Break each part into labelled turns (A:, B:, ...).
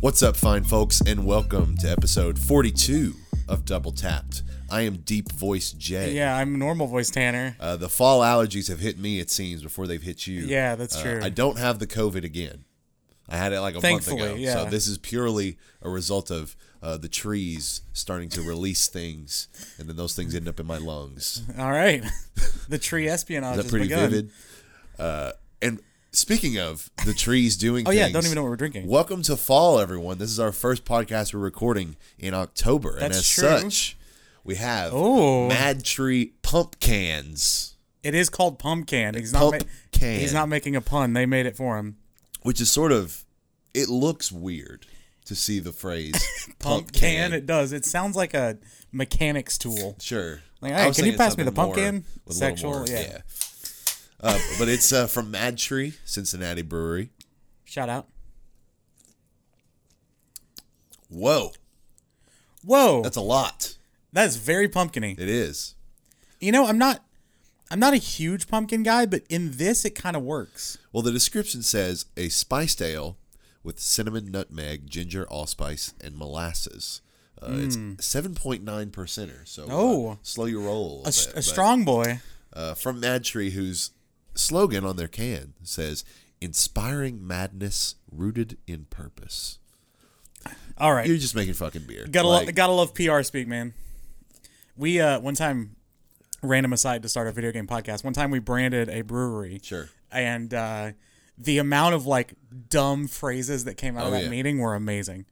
A: What's up, fine folks, and welcome to episode 42 of Double Tapped. I am Deep Voice J.
B: Yeah, I'm normal voice Tanner.
A: Uh, the fall allergies have hit me, it seems, before they've hit you.
B: Yeah, that's
A: Uh,
B: true.
A: I don't have the COVID again. I had it like a
B: Thankfully,
A: month ago.
B: yeah.
A: So this is purely a result of uh, the trees starting to release things, and then those things end up in my lungs.
B: All right. the tree espionage
A: Is that
B: has
A: pretty
B: begun.
A: vivid? Uh, and speaking of the trees doing
B: Oh
A: things.
B: yeah, don't even know what we're drinking.
A: Welcome to fall, everyone. This is our first podcast we're recording in October, and
B: That's
A: as
B: true.
A: such, we have
B: Oh.
A: Mad Tree Pump Cans,
B: It is called pumpkin. He's not
A: Pump
B: ma-
A: Can.
B: he's not making a pun. They made it for him.
A: which is sort of it looks weird to see the phrase
B: Pump, can. It does. It sounds like a mechanics tool.
A: Sure.
B: Like,
A: I
B: hey,
A: was
B: can you
A: thinking
B: pass me the
A: something
B: pump
A: more-
B: can?
A: with a little
B: Sexual,
A: more-
B: yeah.
A: Uh, but it's uh, from Mad Tree, Cincinnati Brewery.
B: Shout out.
A: Whoa,
B: Whoa.
A: that's a lot.
B: that is very pumpkiny.
A: It is.
B: You know, I'm not I'm not a huge pumpkin guy, but in this it kind of works.
A: Well, the description says a spiced ale with cinnamon, nutmeg, ginger, allspice, and molasses. Uh, It's seven point nine percenter. So uh,
B: Hmm. Oh.
A: slow your roll. A,
B: A,
A: bit,
B: s- a
A: but,
B: strong boy.
A: uh, from Mad Tree, whose slogan on their can says "Inspiring madness rooted in purpose."
B: All right.
A: You're just making fucking beer.
B: Gotta
A: Like,
B: love, gotta love PR speak, man. We uh one time, random aside to start a video game podcast. One time we branded a brewery,
A: Sure.
B: and uh, the amount of like dumb phrases that came out of
A: Oh,
B: that
A: yeah.
B: meeting were amazing.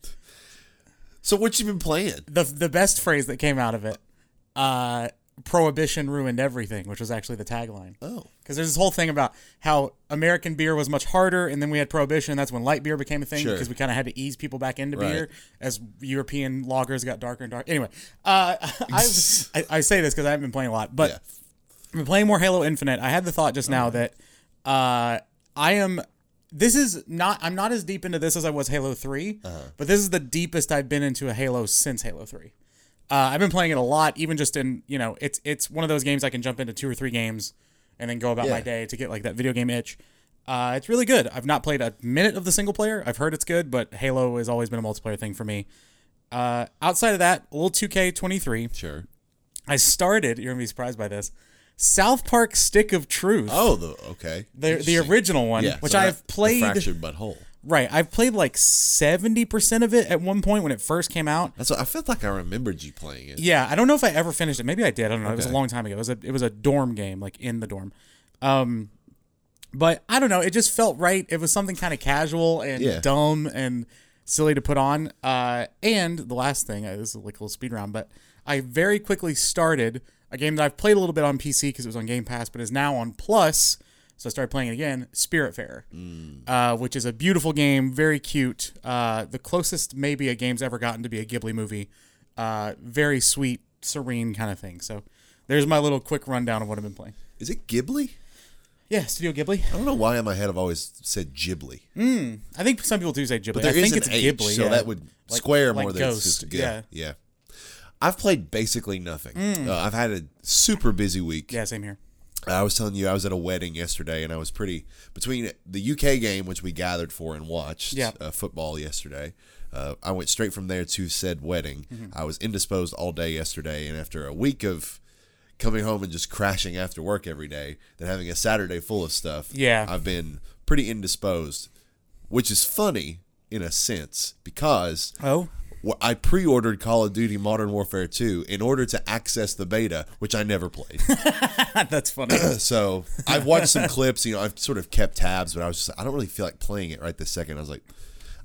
A: So what you been playing?
B: the The best phrase that came out of it, uh, "Prohibition ruined everything," which was actually the tagline.
A: Oh,
B: Because there's this whole thing about how American beer was much harder, and then we had prohibition. That's when light beer became a thing
A: Sure.
B: because we kind of had to ease people back into
A: Right.
B: beer as European lagers got darker and darker. Anyway, uh, I, I, I say this because I haven't been playing a lot, but
A: Yeah.
B: I've been playing more Halo Infinite. I had the thought just now that uh, I am. This is not. I'm not as deep into this as I was Halo 3
A: Uh-huh.
B: but this is the deepest I've been into a Halo since Halo Three. Uh, I've been playing it a lot, even just in you know, it's it's one of those games I can jump into two or three games and then go about my
A: Yeah.
B: day to get like that video game itch. Uh, it's really good. I've not played a minute of the single player. I've heard it's good, but Halo has always been a multiplayer thing for me. Uh, outside of that, a little 2K23.
A: sure.
B: I started. You're gonna be surprised by this. South Park Stick of Truth,
A: Oh, the okay.
B: the the
A: Interesting.
B: original one,
A: Yeah,
B: which
A: so not
B: I have
A: the
B: played.
A: fractured but whole.
B: Right, I've played like seventy percent of it at one point when it first came out.
A: That's what I felt like I remembered you playing it.
B: Yeah, I don't know if I ever finished it. Maybe I did. I don't know. It was a
A: Okay.
B: long time ago. It was a it was a dorm game, like in the dorm. Um, but I don't know. It just felt right. It was something kind of casual and
A: Yeah.
B: dumb and silly to put on. Uh, and the last thing, uh, this is like a little speed round, but I very quickly started a game that I've played a little bit on PC because it was on Game Pass, but is now on Plus. So I started playing it again, Spiritfarer, uh, which is a beautiful game, very cute. Uh, the closest maybe a game's ever gotten to be a Ghibli movie. Uh, very sweet, serene kind of thing. So there's my little quick rundown of what I've been playing.
A: Is it Ghibli?
B: Yeah, Studio Ghibli.
A: I don't know why in my head I've always said Ghibli.
B: I think some people do say Ghibli.
A: But there
B: Mm, I
A: is
B: think
A: an
B: it's
A: H,
B: Ghibli.
A: so
B: yeah.
A: that would
B: Like-
A: square
B: like
A: more than it's
B: Ghost,
A: just Ghibli.
B: yeah. Mm.
A: Yeah. I've played basically nothing. Uh, I've had a super busy week.
B: Yeah, same here.
A: I was telling you I was at a wedding yesterday, and I was pretty between the UK game, which we gathered for and watched
B: Yeah.
A: uh, football yesterday. Uh, I went straight from there to said wedding.
B: Mm-hmm.
A: I was indisposed all day yesterday, and after a week of coming home and just crashing after work every day, then having a Saturday full of stuff,
B: Yeah.
A: I've been pretty indisposed, which is funny in a sense because
B: Oh,
A: wh- I pre-ordered Call of Duty Modern Warfare 2 in order to access the beta, which I never played.
B: that's funny.
A: So I've watched some clips. You know, I've sort of kept tabs, but I was just I don't really feel like playing it right this second. I was like,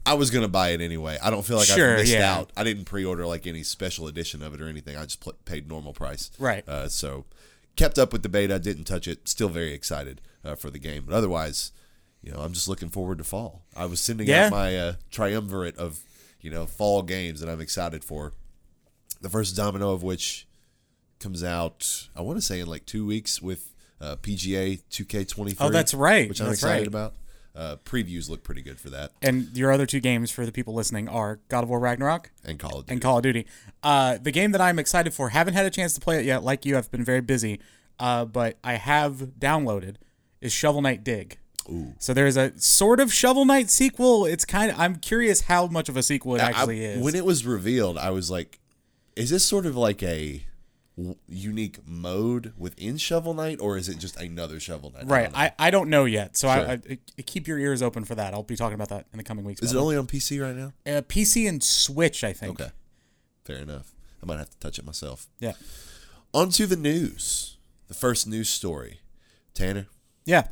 A: I was gonna buy it anyway. I don't feel like
B: Sure,
A: I've missed
B: yeah.
A: out. I didn't pre-order like any special edition of it or anything. I just pl- paid normal price.
B: Right.
A: Uh, so kept up with the beta. Didn't touch it. Still very excited uh, for the game. But otherwise, you know, I'm just looking forward to fall. I was sending
B: Yeah.
A: out my uh, triumvirate of you know fall games that I'm excited for. The first domino of which comes out. I want to say in like two weeks with uh, PGA 2K23.
B: Oh, that's right.
A: Which I'm
B: That's
A: excited
B: right.
A: about. Uh, previews look pretty good for that,
B: and your other two games for the people listening are God of War Ragnarok
A: and Call of Duty.
B: and Call of Duty. Uh, the game that I'm excited for, haven't had a chance to play it yet. Like you, I've been very busy, uh, but I have downloaded is Shovel Knight Dig. So there's a sort of Shovel Knight sequel. It's kind of I'm curious how much of a sequel it actually
A: I-
B: is.
A: When it was revealed, I was like, is this sort of like a w- unique mode within Shovel Knight, or is it just another Shovel Knight? I
B: right.
A: don't know.
B: I, I don't know yet. So
A: Sure.
B: I, I, I keep your ears open for that. I'll be talking about that in the coming weeks.
A: Is it only on PC right now?
B: uh, PC and Switch, I think.
A: Okay. Fair enough. I might have to touch it myself.
B: Yeah.
A: On to the news. The first news story. Tanner,
B: Yeah.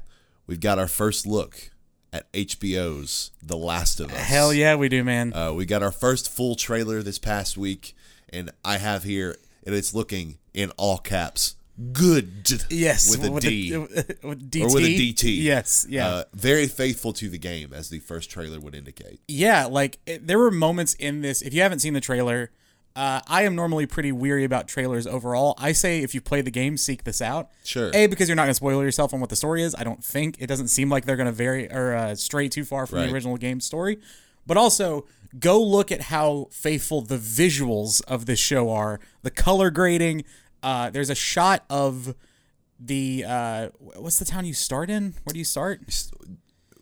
A: we've got our first look at HBO's The Last of Us.
B: Hell yeah, we do, man.
A: Uh, we got our first full trailer this past week, and I have here, and it's looking in all caps good.
B: yes.
A: With a D.
B: with DT.
A: or with a DT.
B: Yes. Yeah.
A: Uh, very faithful to the game, as the first trailer would indicate.
B: yeah, like it, there were moments in this. If you haven't seen the trailer, uh, I am normally pretty weary about trailers overall. I say if you play the game, seek this out.
A: Sure.
B: A because you're not going to spoil yourself on what the story is. I don't think it doesn't seem like they're going to vary or uh, stray too far from
A: Right.
B: the original game story. But also go look at how faithful the visuals of this show are. The color grading. Uh, there's a shot of the uh, what's the town you start in? Where do you start?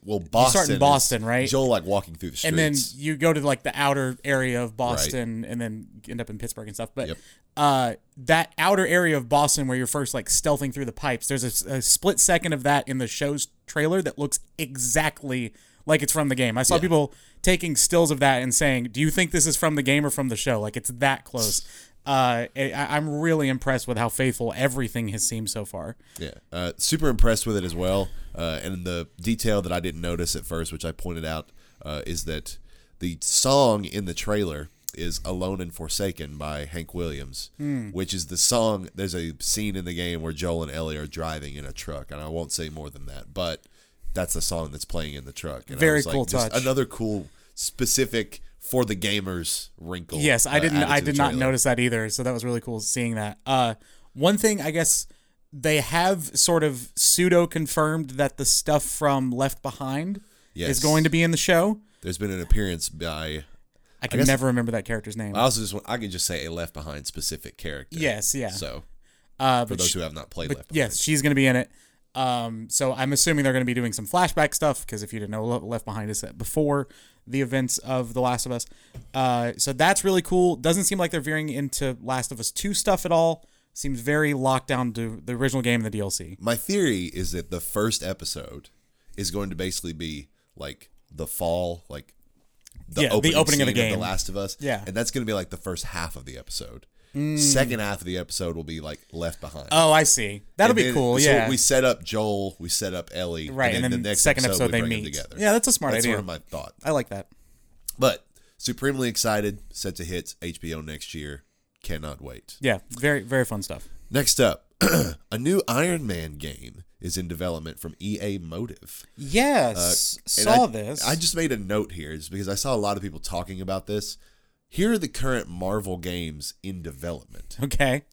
A: Well, Boston.
B: in
A: is-
B: Boston, right?
A: Joel like walking through the streets.
B: and then you go to like the outer area of Boston and then end up in Pittsburgh and stuff. But
A: Yep.
B: uh, that outer area of Boston where you're first like stealthing through the pipes, there's a s- a, split second of that in the show's trailer that looks exactly like it's from the game. I saw people taking stills of that and saying, "Do you think this is from the game or from the show?" Like it's that close. Uh, I, I- I'm really impressed with how faithful everything has seemed so far.
A: Yeah, uh, super impressed with it as well. Uh, and the detail that I didn't notice at first, which I pointed out, uh, is that the song in the trailer is "Alone and Forsaken" by Hank Williams,
B: Hmm.
A: which is the song. There's a scene in the game where Joel and Ellie are driving in a truck, and I won't say more than that, but that's the song that's playing in the truck. And I
B: Very
A: was like,
B: cool
A: just
B: touch.
A: Another cool, specific for the gamers wrinkle.
B: Yes, I
A: uh,
B: didn't.
A: added
B: I
A: to the
B: did not
A: trailer.
B: notice that either. So that was really cool seeing that. Uh, one thing I guess they have sort of pseudo confirmed that the stuff from Left Behind
A: Yes.
B: is going to be in the show.
A: There's been an appearance by.
B: I can
A: guess- Oh,
B: never remember that character's name.
A: I also just want, I can just say a left behind specific character.
B: yes, yeah.
A: So
B: uh,
A: for
B: but
A: those
B: sh-
A: who have not played Left Behind.
B: yes, she's going to be in it. Um, so I'm assuming they're going to be doing some flashback stuff because if you didn't know, Le- Left Behind is set before the events of The Last of Us. Uh, so that's really cool. Doesn't seem like they're veering into Last of Us 2 stuff at all. Seems very locked down to the original game and the DLC.
A: My theory is that the first episode is going to basically be like the fall, like the
B: Yeah, the
A: opening,
B: opening of the
A: scene
B: game.
A: The Last of Us.
B: Yeah. Mm.
A: And that's going to be like the first half of the episode. Second half of the episode will be like Left Behind.
B: Oh, I see. That'll
A: And
B: be
A: then-
B: cool.
A: so
B: yeah.
A: we set up Joel, we set up Ellie,
B: right. And then, the second episode,
A: we
B: they
A: bring them
B: meet.
A: together.
B: Yeah, that's a smart
A: that's
B: idea.
A: sort of my thought.
B: I like that.
A: But supremely excited, set to hit HBO next year. Cannot wait.
B: Yeah. Very, very fun stuff.
A: Next up, a new Iron Man game is in development from EA Motive.
B: Yes.
A: Uh, And
B: saw
A: I-
B: this.
A: I just made a note here just because I saw a lot of people talking about this. Here are the current Marvel games in development
B: okay.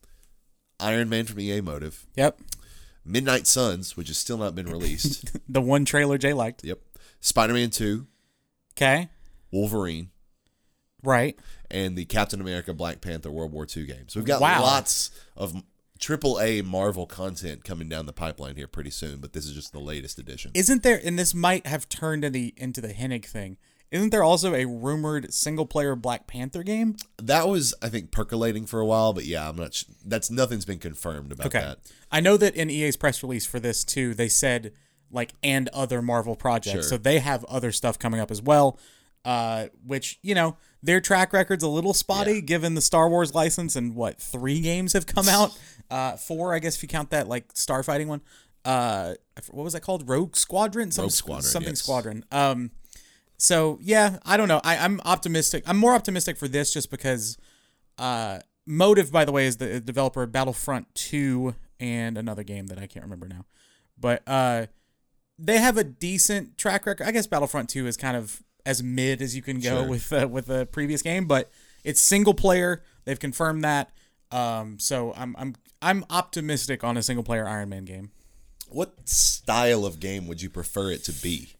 A: Iron Man from EA Motive,
B: Yep.
A: Midnight Suns, which has still not been released.
B: The one trailer Jay liked.
A: yep. Spider Man 2,
B: Okay.
A: Wolverine,
B: Right.
A: and the Captain America Black Panther World War II game. So we've got
B: Wow.
A: lots of triple A Marvel content coming down the pipeline here pretty soon, but this is just the latest edition.
B: Isn't there? And this might have turned into the into the Hennig thing. Isn't there also a rumored single player Black Panther game?
A: That was, I think, percolating for a while, but yeah, I'm not. Sh- that's nothing's been confirmed about
B: Okay.
A: that.
B: I know that in EA's press release for this too, they said like and other Marvel projects.
A: Sure.
B: So they have other stuff coming up as well. Uh, which, you know, their track record's a little spotty given the Star Wars license and what, three games have come out? Uh, four, I guess if you count that like starfighting one. Uh, I f- what was that called? Rogue Squadron? Some,
A: Rogue Squadron,
B: Something
A: yes.
B: Squadron. Um so yeah, I don't know. I, I'm optimistic. I'm more optimistic for this just because uh, Motive, by the way, is the developer of Battlefront 2 and another game that I can't remember now. But uh, they have a decent track record. I guess Battlefront 2 is kind of as mid as you can go
A: Sure.
B: with uh, with the previous game, but it's single player. They've confirmed that. Um, so I'm I'm I'm optimistic on a single player Iron Man game.
A: What style of game would you prefer it to be?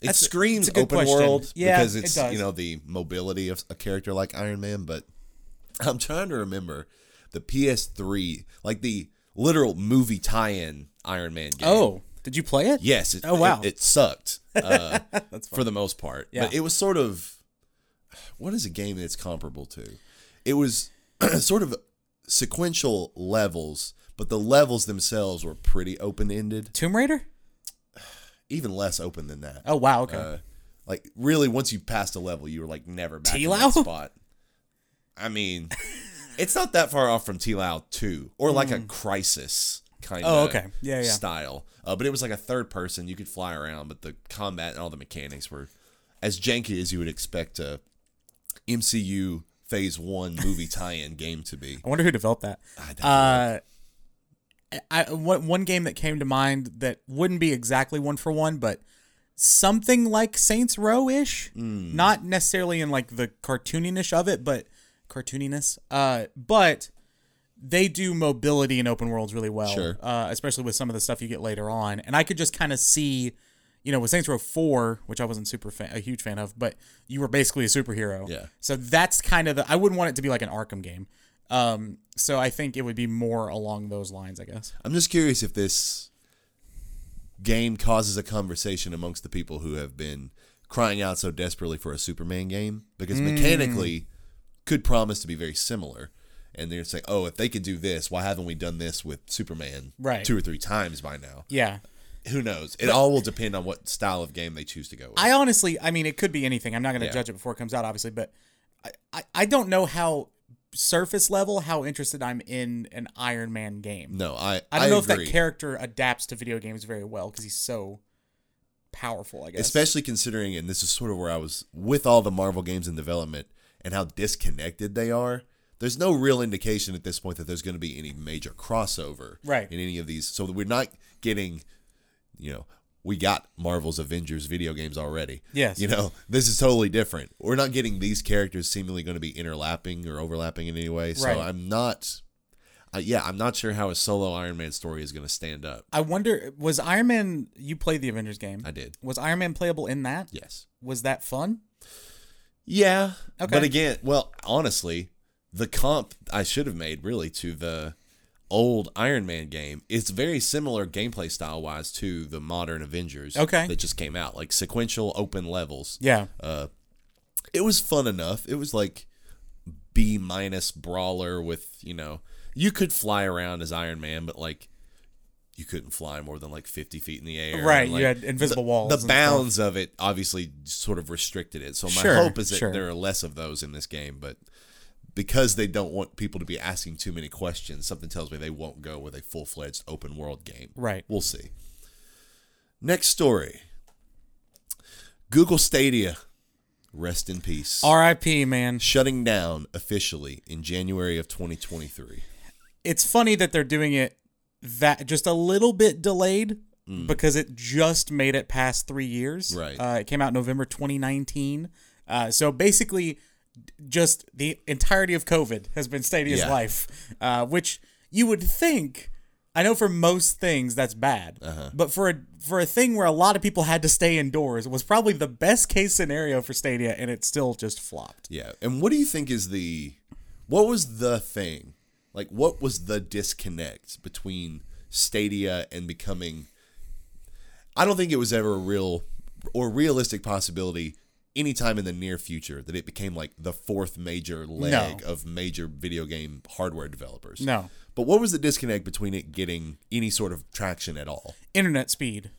A: It screams
B: it's a good
A: open
B: question.
A: world
B: Yeah,
A: because
B: it
A: it's
B: does.
A: you know the mobility of a character like Iron Man, but I'm trying to remember the PS3, like the literal movie tie-in Iron Man game.
B: Oh. Did you play it?
A: Yes. It,
B: Oh, wow.
A: It, it sucked uh, for the most part.
B: Yeah.
A: But it was sort of what is a game that's comparable to? It was sort of sequential levels, but the levels themselves were pretty open ended,
B: Tomb Raider?
A: even less open than that.
B: Oh wow, okay.
A: Uh, like really, once you passed a level, you were like never back in that
B: T-Lao?
A: spot. I mean, it's not that far off from T Lao two, or like a crisis kind of
B: Mm. Oh, okay. Yeah, yeah.
A: style. Uh, but it was like a third person; you could fly around, but the combat and all the mechanics were as janky as you would expect a MCU Phase One movie tie-in game to be.
B: I wonder who developed that.
A: I don't
B: Uh, I one one game that came to mind that wouldn't be exactly one for one, but something like Saints Row ish.
A: Hmm.
B: Not necessarily in like the cartooniness of it, but cartooniness. Uh, but they do mobility in open worlds really well,
A: Sure.
B: uh, especially with some of the stuff you get later on. And I could just kind of see. You know, with Saints Row Four, which I wasn't super fan, a huge fan of, but you were basically a superhero.
A: Yeah.
B: So that's kind of the I wouldn't want it to be like an Arkham game. Um, so I think it would be more along those lines, I guess.
A: I'm just curious if this game causes a conversation amongst the people who have been crying out so desperately for a Superman game because
B: Hmm.
A: mechanically could promise to be very similar. And they're saying, "Oh, if they could do this, why haven't we done this with Superman
B: Right.
A: two or three times by now?"
B: Yeah.
A: Who knows? It all will depend on what style of game they choose to go with.
B: I honestly, I mean, it could be anything. I'm not going to
A: Yeah.
B: judge it before it comes out, obviously, but I, I, I don't know how surface level how interested I'm in an Iron Man game.
A: no, I
B: I don't know
A: agree.
B: if that character adapts to video games very well because he's so powerful. I guess.
A: especially considering and this is sort of where i was with all the marvel games in development and how disconnected they are there's no real indication at this point that there's going to be any major crossover
B: Right.
A: in any of these so we're not getting you know we got marvel's avengers video games already
B: Yes.
A: you know this is totally different we're not getting these characters seemingly going to be interlapping or overlapping in any way so
B: Right.
A: i'm not uh, yeah i'm not sure how a solo iron man story is going to stand up
B: I wonder was Iron Man. You played the Avengers game.
A: i did
B: Was Iron Man playable in that?
A: yes
B: Was that fun?
A: Yeah.
B: Okay.
A: But again, well, honestly, the comp I should have made really to the old Iron Man game is very similar gameplay style wise to the modern Avengers.
B: Okay.
A: That just came out like sequential open levels.
B: Yeah.
A: It was fun enough. It was like B minus brawler with you know you could fly around as Iron Man, but like. You couldn't fly more than like fifty feet in the air.
B: Right,
A: and,
B: you
A: like,
B: had invisible walls and
A: The
B: stuff.
A: bounds of it obviously sort of restricted it. So my
B: Sure,
A: hope is that
B: sure.
A: there are less of those in this game, but because they don't want people to be asking too many questions, something tells me they won't go with a full fledged open world game.
B: Right.
A: We'll see. Next story. Google Stadia. Rest in peace.
B: R.I.P. Man.
A: Shutting down officially in January of 2023.
B: it's funny that they're doing it that just a little bit delayed because it just made it past three years.
A: Mm. Right.
B: Uh, it came out November 2019. Uh, so basically, d- just the entirety of COVID has been Stadia's
A: Yeah.
B: life, uh, which you would think. I know for most things that's bad,
A: Uh-huh.
B: but for a for a thing where a lot of people had to stay indoors it was probably the best case scenario for Stadia, and it still just flopped.
A: Yeah. And what do you think is the what was the thing? Like what was the disconnect between Stadia and becoming I don't think it was ever a real or realistic possibility anytime in the near future that it became like the fourth major leg of major video game hardware developers.
B: No.
A: But what was the disconnect between it getting any sort of traction at all?
B: internet speed.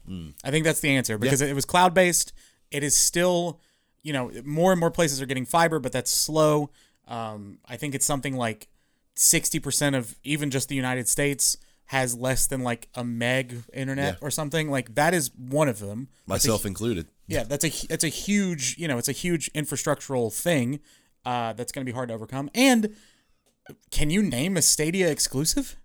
B: I think that's the answer because it was cloud based. It is still, you know, more and more places are getting fiber, but that's slow. Um, I think it's something like 60% of even just the United States has less than like a meg internet or something. Like that is one of them. That's a
A: Myself included.
B: yeah, that's a that's a huge you know it's a huge infrastructural thing uh, that's going to be hard to overcome. And can you name a Stadia exclusive?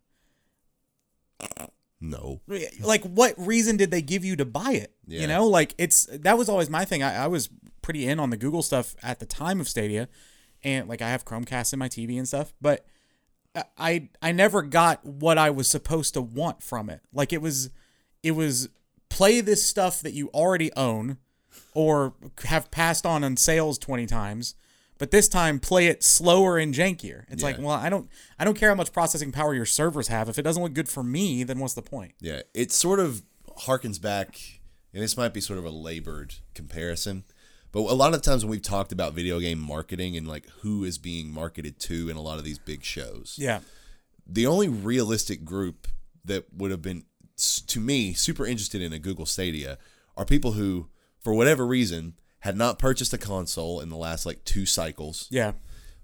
A: No.
B: like what reason did they give you to buy it
A: Yeah.
B: you know like it's that was always my thing I, I was pretty in on the google stuff at the time of stadia and like i have chromecast in my tv and stuff but I- i i never got what i was supposed to want from it like it was it was play this stuff that you already own or have passed on on sales 20 times but this time play it slower and jankier it's like
A: Yeah.
B: well i don't i don't care how much processing power your servers have if it doesn't look good for me then what's the point
A: Yeah, it sort of harkens back, and this might be sort of a labored comparison, but a lot of times when we've talked about video game marketing and like who is being marketed to in a lot of these big shows,
B: Yeah.
A: the only realistic group that would have been s- to me super interested in a Google Stadia are people who, for whatever reason, had not purchased a console in the last like two cycles
B: Yeah.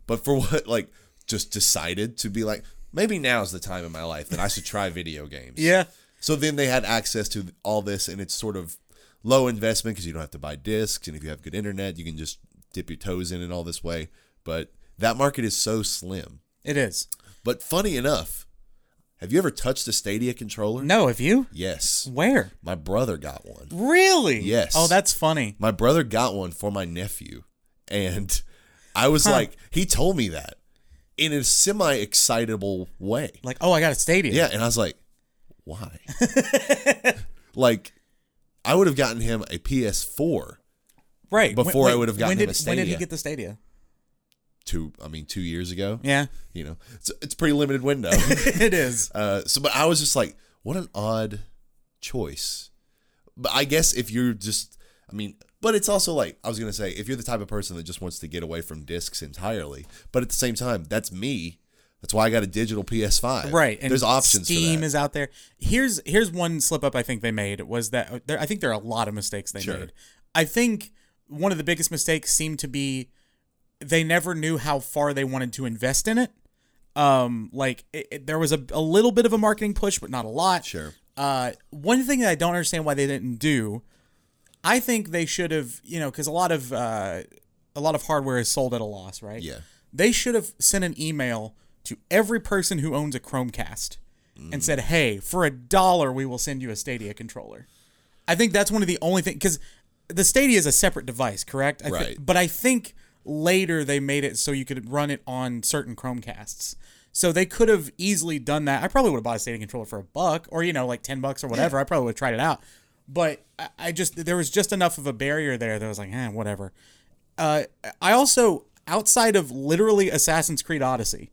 A: but for what like just decided to be like maybe now's the time in my life that I should try video games.
B: Yeah.
A: So then they had access to all this and it's sort of low investment cuz you don't have to buy discs and if you have good internet you can just dip your toes in and all this way, but that market is so slim.
B: It is.
A: But funny enough, have you ever touched a Stadia controller?
B: No, have you?
A: Yes.
B: Where?
A: My brother got one.
B: Really?
A: Yes.
B: Oh, that's funny.
A: My brother got one for my nephew, and I was
B: Huh.
A: like, he told me that in a semi excitable way.
B: Like, oh, I got a stadium.
A: Yeah, and I was like, why? like, I would have gotten him a PS4
B: Right. When-
A: Before I
B: wait,
A: would have gotten
B: when
A: him
B: did,
A: a
B: When did he
A: Stadia.
B: get the Stadia?
A: two, I mean, two years ago.
B: Yeah.
A: You know, it's, it's a pretty limited window.
B: it is.
A: uh, so, but I was just like, what an odd choice. But I guess if you're just, I mean, but it's also like I was gonna say, if you're the type of person that just wants to get away from discs entirely, but at the same time, that's me. That's why I got a digital PS5.
B: Right. And
A: There's options.
B: Steam
A: for that.
B: is out there. Here's here's one slip up I think they made was that there, I think there are a lot of mistakes they
A: Sure.
B: made. I think one of the biggest mistakes seemed to be they never knew how far they wanted to invest in it. Um, like it, it- there was a, a little bit of a marketing push, but not a lot.
A: Sure.
B: Uh, one thing that I don't understand why they didn't do, I think they should have, you know, because a lot of uh, a lot of hardware is sold at a loss, right?
A: Yeah.
B: They should have sent an email to every person who owns a Chromecast and said, "Hey, for a dollar, we will send you a Stadia controller." I think that's one of the only things because the Stadia is a separate device, correct? I thi-
A: Right.
B: but I think later they made it so you could run it on certain Chromecasts. So they could have easily done that. I probably would have bought a Stadia controller for a buck or you know like ten bucks or whatever. I probably would have tried it out, but I, I just there was just enough of a barrier there that I was like, eh, whatever. Uh, I also outside of literally Assassin's Creed Odyssey,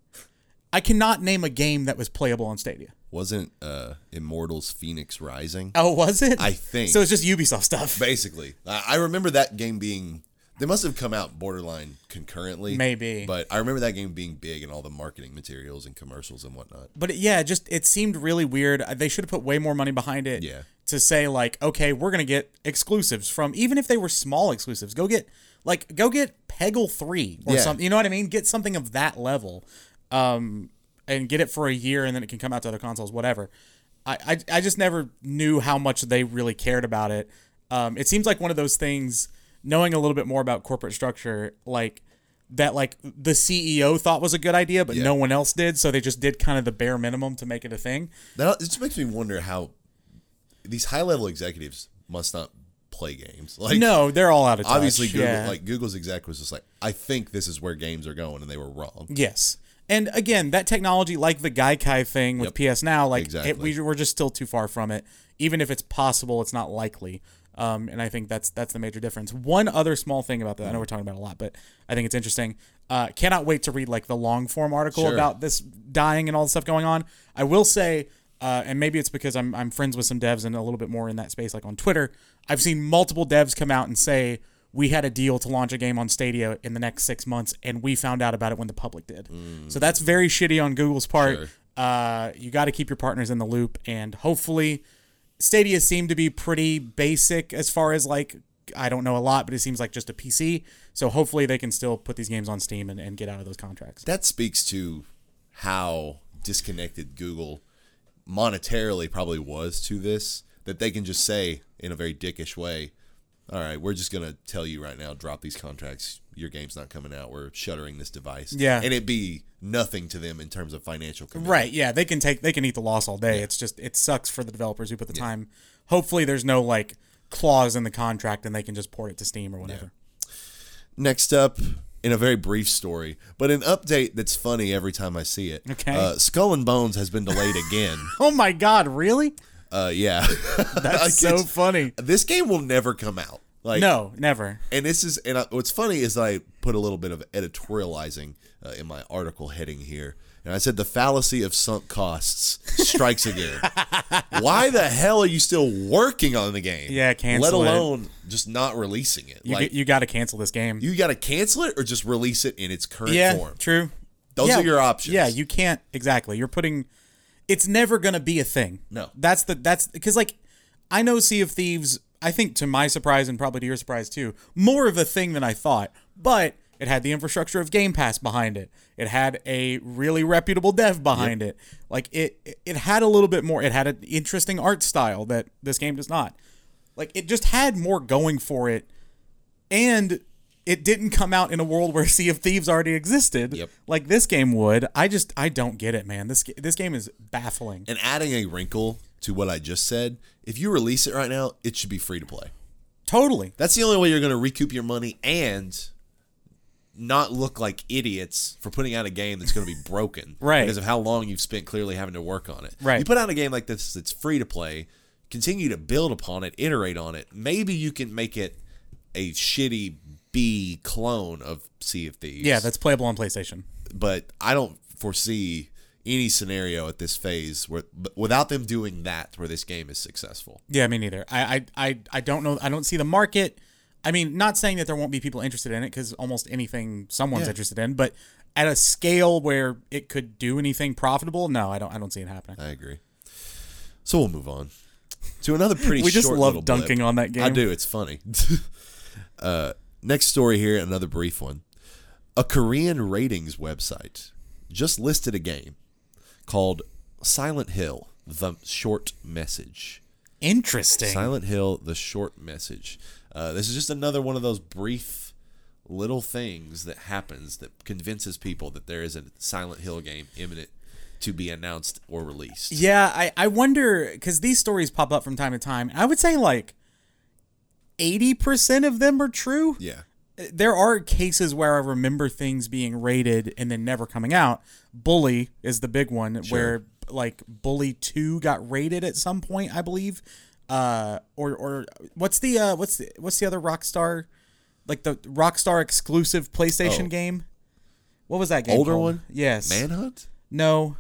B: I cannot name a game that was playable on Stadia.
A: Wasn't uh, Immortals Phoenix Rising?
B: Oh, was it?
A: I think.
B: so. It's just Ubisoft stuff.
A: Basically, I I remember that game being. They must have come out borderline concurrently,
B: Maybe.
A: But I remember that game being big and all the marketing materials and commercials and whatnot.
B: but it, yeah, it just it seemed really weird. Uh, They should have put way more money behind it.
A: Yeah.
B: To say like, okay, we're gonna get exclusives from even if they were small exclusives. Go get like go get Peggle three or
A: Yeah.
B: something. You know what I mean? Get something of that level, um, and get it for a year, and then it can come out to other consoles, whatever. I I, I just never knew how much they really cared about it. Um, it seems like one of those things. Knowing a little bit more about corporate structure, like that like the CEO thought was a good idea, but no one else did. So they just did kind of the bare minimum to make it a thing.
A: Now it just makes me wonder how these high level executives must not play games. Like
B: No, they're all out of touch.
A: obviously Google
B: yeah.
A: like Google's exec was just like, I think this is where games are going and they were wrong.
B: yes. And again, that technology, like the Gaikai thing with PS Now, like it,
A: Exactly.
B: we, we're just still too far from it. Even if it's possible, it's not likely. Um, and I think that's that's the major difference. One other small thing about that, I know we're talking about it a lot, but I think it's interesting. Uh, cannot wait to read like the long form article
A: Sure.
B: about this dying and all the stuff going on. I will say, uh, and maybe it's because I'm, I'm friends with some devs and a little bit more in that space, like on Twitter, I've seen multiple devs come out and say, we had a deal to launch a game on Stadia in the next six months, and we found out about it when the public did. So that's very shitty on Google's part. Uh, you got to keep your partners in the loop, and hopefully, Stadia seemed to be pretty basic as far as like I don't know a lot, but it seems like just a PC. So hopefully they can still put these games on Steam and, and get out of those contracts.
A: That speaks to how disconnected Google monetarily probably was to this. That they can just say in a very dickish way, All right, we're just gonna tell you right now, drop these contracts, your game's not coming out, we're shuttering this device.
B: Yeah.
A: And it be nothing to them in terms of financial commitment.
B: Right. Yeah. They can take, they can eat the loss all day. It's just, it sucks for the developers who put the time. Hopefully there's no like clause in the contract and they can just port it to Steam or whatever.
A: Next up, in a very brief story, but an update that's funny every time I see it.
B: Okay.
A: Uh, Skull and Bones has been delayed again.
B: Oh my God. Really?
A: uh, yeah.
B: That's
A: Like,
B: so
A: it's-
B: funny.
A: This game will never come out. Like
B: No, never.
A: and this is and I, what's funny is I put a little bit of editorializing uh, in my article heading here, And I said the fallacy of sunk costs strikes again. Why the hell are you still working on the game?
B: Yeah,
A: Let
B: cancel it.
A: alone just not releasing it.
B: You,
A: like
B: g- you got to cancel this game.
A: you, got to cancel it or just release it in its current
B: yeah,
A: form.
B: true.
A: Those
B: Yeah,
A: are your options.
B: Yeah, you can't exactly. You're putting. It's never gonna be a thing.
A: No.
B: that's the that's because like I know Sea of Thieves. I think to my surprise and probably to your surprise too, more of a thing than I thought. But it had the infrastructure of Game Pass behind it. It had a really reputable dev behind it. Like it, it had a little bit more. It had an interesting art style that this game does not. Like it just had more going for it and it didn't come out in a world where Sea of Thieves already existed,
A: Yep.
B: like this game would. I just I don't get it, man. This ga- this game is baffling.
A: And adding a wrinkle to what I just said, if you release it right now, it should be free to play.
B: Totally.
A: That's the only way you're going to recoup your money and not look like idiots for putting out a game that's going to be broken,
B: Right.
A: Because of how long you've spent clearly having to work on it,
B: Right.
A: You put out a game like this that's free to play, continue to build upon it, iterate on it. Maybe you can make it a shitty B clone of Sea of Thieves.
B: Yeah, that's playable on PlayStation.
A: but I don't foresee any scenario at this phase where but without them doing that where this game is successful.
B: Yeah, me neither. I I I, I don't know. I don't see the market. I mean, not saying that there won't be people interested in it because almost anything someone's interested in, but at a scale where it could do anything profitable, no, I don't. I don't see it happening.
A: I agree. So we'll move on to another pretty.
B: We just
A: short
B: love
A: little blip.
B: dunking on that game.
A: I do. It's funny. uh, next story here, another brief one. A Korean ratings website just listed a game called Silent Hill: The Short Message.
B: Interesting.
A: Silent Hill: The Short Message. Uh, this is just another one of those brief little things that happens that convinces people that there is a Silent Hill game imminent to be announced or released.
B: Yeah, I, I wonder because these stories pop up from time to time. I would say like 80% of them are true.
A: Yeah.
B: There are cases where I remember things being rated and then never coming out. Bully is the big one where like Bully 2 got rated at some point, I believe. Uh or or what's the uh what's the what's the other Rockstar like the Rockstar exclusive PlayStation
A: Oh.
B: game? What was that game?
A: Older
B: called?
A: one?
B: Yes.
A: Manhunt?
B: No.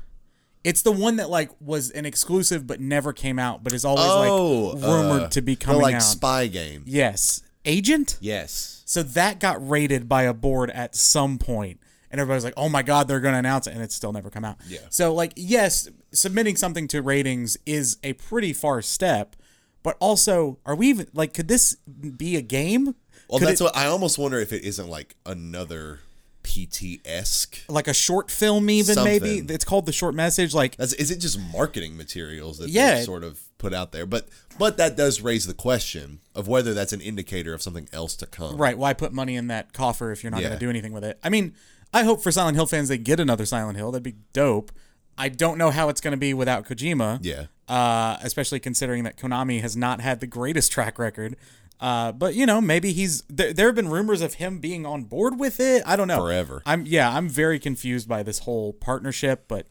B: It's the one that like was an exclusive but never came out, but is always
A: Oh,
B: like rumored
A: uh,
B: to be
A: the
B: coming
A: like
B: out.
A: spy game.
B: yes. Agent?
A: Yes.
B: So that got rated by a board at some point, and everybody's like, "Oh my god, they're going to announce it," and it's still never come out.
A: Yeah.
B: So like, yes, submitting something to ratings is a pretty far step, but also, are we even like, could this be a game?
A: Well,
B: Could
A: that's
B: it-
A: what I almost wonder if it isn't like another PT esque.
B: like a short film, even maybe.
A: Something.
B: It's called the short message. Like,
A: That's is it just marketing materials that
B: Yeah.
A: they sort of put out there? But but that does raise the question of whether that's an indicator of something else to come.
B: Right. Why put money in that coffer if you're not going
A: Yeah.
B: to do anything with it? I mean, I hope for Silent Hill fans they get another Silent Hill. That'd be dope. I don't know how it's going to be without Kojima.
A: Yeah.
B: Uh, especially considering that Konami has not had the greatest track record. Uh, but you know, maybe he's there. There have been rumors of him being on board with it. I don't know.
A: Forever.
B: I'm yeah. I'm very confused by this whole partnership. But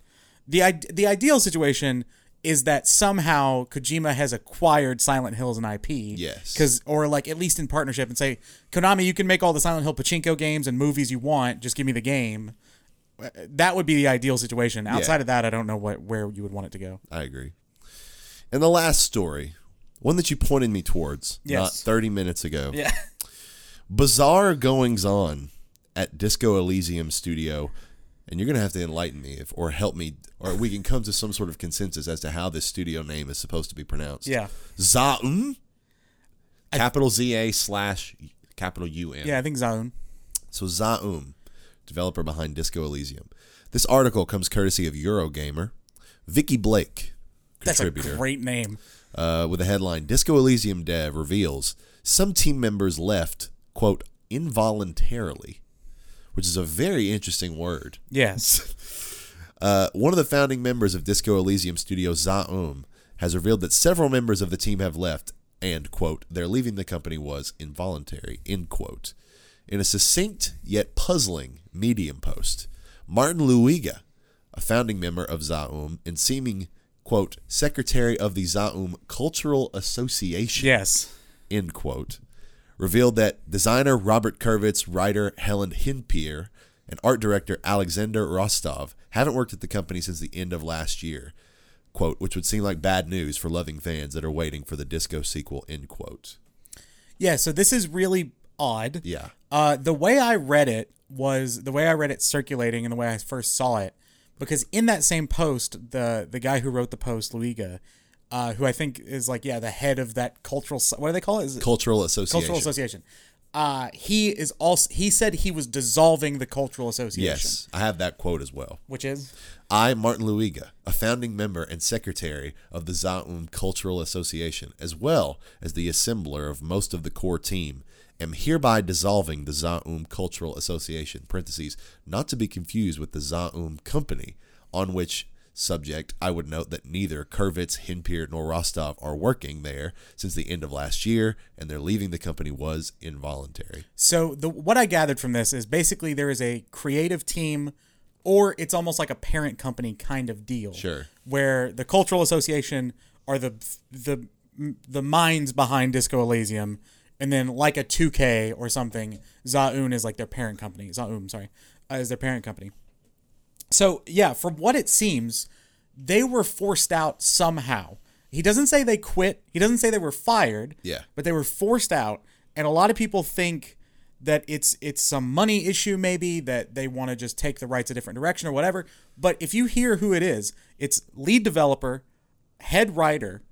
B: the id- the ideal situation is that somehow Kojima has acquired Silent Hill as an IP.
A: Yes.
B: Because or like at least in partnership and say konami you can make all the silent hill pachinko games and movies you want just give me the game Uh, that would be the ideal situation outside of that i don't know what where you would want it to go
A: I agree. And the last story, one that you pointed me towards not
B: Yes.
A: 30 minutes ago.
B: yeah
A: Bizarre goings on at Disco Elysium Studio. And you're going to have to enlighten me if, or help me, or we can come to some sort of consensus as to how this studio name is supposed to be pronounced.
B: yeah
A: Zaun, capital Z A slash capital U M.
B: yeah i think zone
A: So Zaum, developer behind Disco Elysium. This article comes courtesy of Eurogamer, Vicky Blake,
B: that's a
A: contributor,
B: great name
A: uh, with the headline Disco Elysium dev reveals some team members left, quote, involuntarily, which is a very interesting word.
B: yes
A: Uh, one of the founding members of Disco Elysium studio Zaum has revealed that several members of the team have left, and quote, their leaving the company was involuntary, end quote. In a succinct yet puzzling medium post, Martin Luiga, a founding member of Zaum and seeming quote, secretary of the Zaum Cultural Association
B: yes
A: end quote, revealed that designer Robert Kurvitz, writer Helen Hinpier, and art director Alexander Rostov haven't worked at the company since the end of last year. Quote, which would seem like bad news for loving fans that are waiting for the disco sequel, end quote.
B: Yeah, so this is really odd.
A: Yeah.
B: Uh, the way I read it was the way I read it circulating and the way I first saw it, because in that same post, the the guy who wrote the post, Luiga, uh, who I think is like yeah the head of that cultural so- what do they call it? Is it
A: Cultural Association.
B: cultural association? Uh, he is also he said he was dissolving the cultural association,
A: Yes, I have that quote as well.
B: which is
A: I, Martin Luiga, a founding member and secretary of the Zaun Cultural Association, as well as the assembler of most of the core team, am hereby dissolving the Zaum Cultural Association (parentheses not to be confused with the Zaum Company, on which subject I would note that neither Kurvitz, Hinpier, nor Rostov are working there since the end of last year, and their leaving the company was involuntary.
B: So the what I gathered from this is basically there is a creative team or it's almost like a parent company kind of deal.
A: Sure.
B: Where the cultural association are the the the minds behind Disco Elysium and then like a 2K or something, Zaun is like their parent company. Zaun, sorry, uh, is their parent company. So yeah, from what it seems, they were forced out somehow. He doesn't say they quit. He doesn't say they were fired.
A: Yeah.
B: But they were forced out, and a lot of people think that it's it's some money issue maybe that they want to just take the rights a different direction or whatever. But if you hear who it is, it's lead developer, head writer,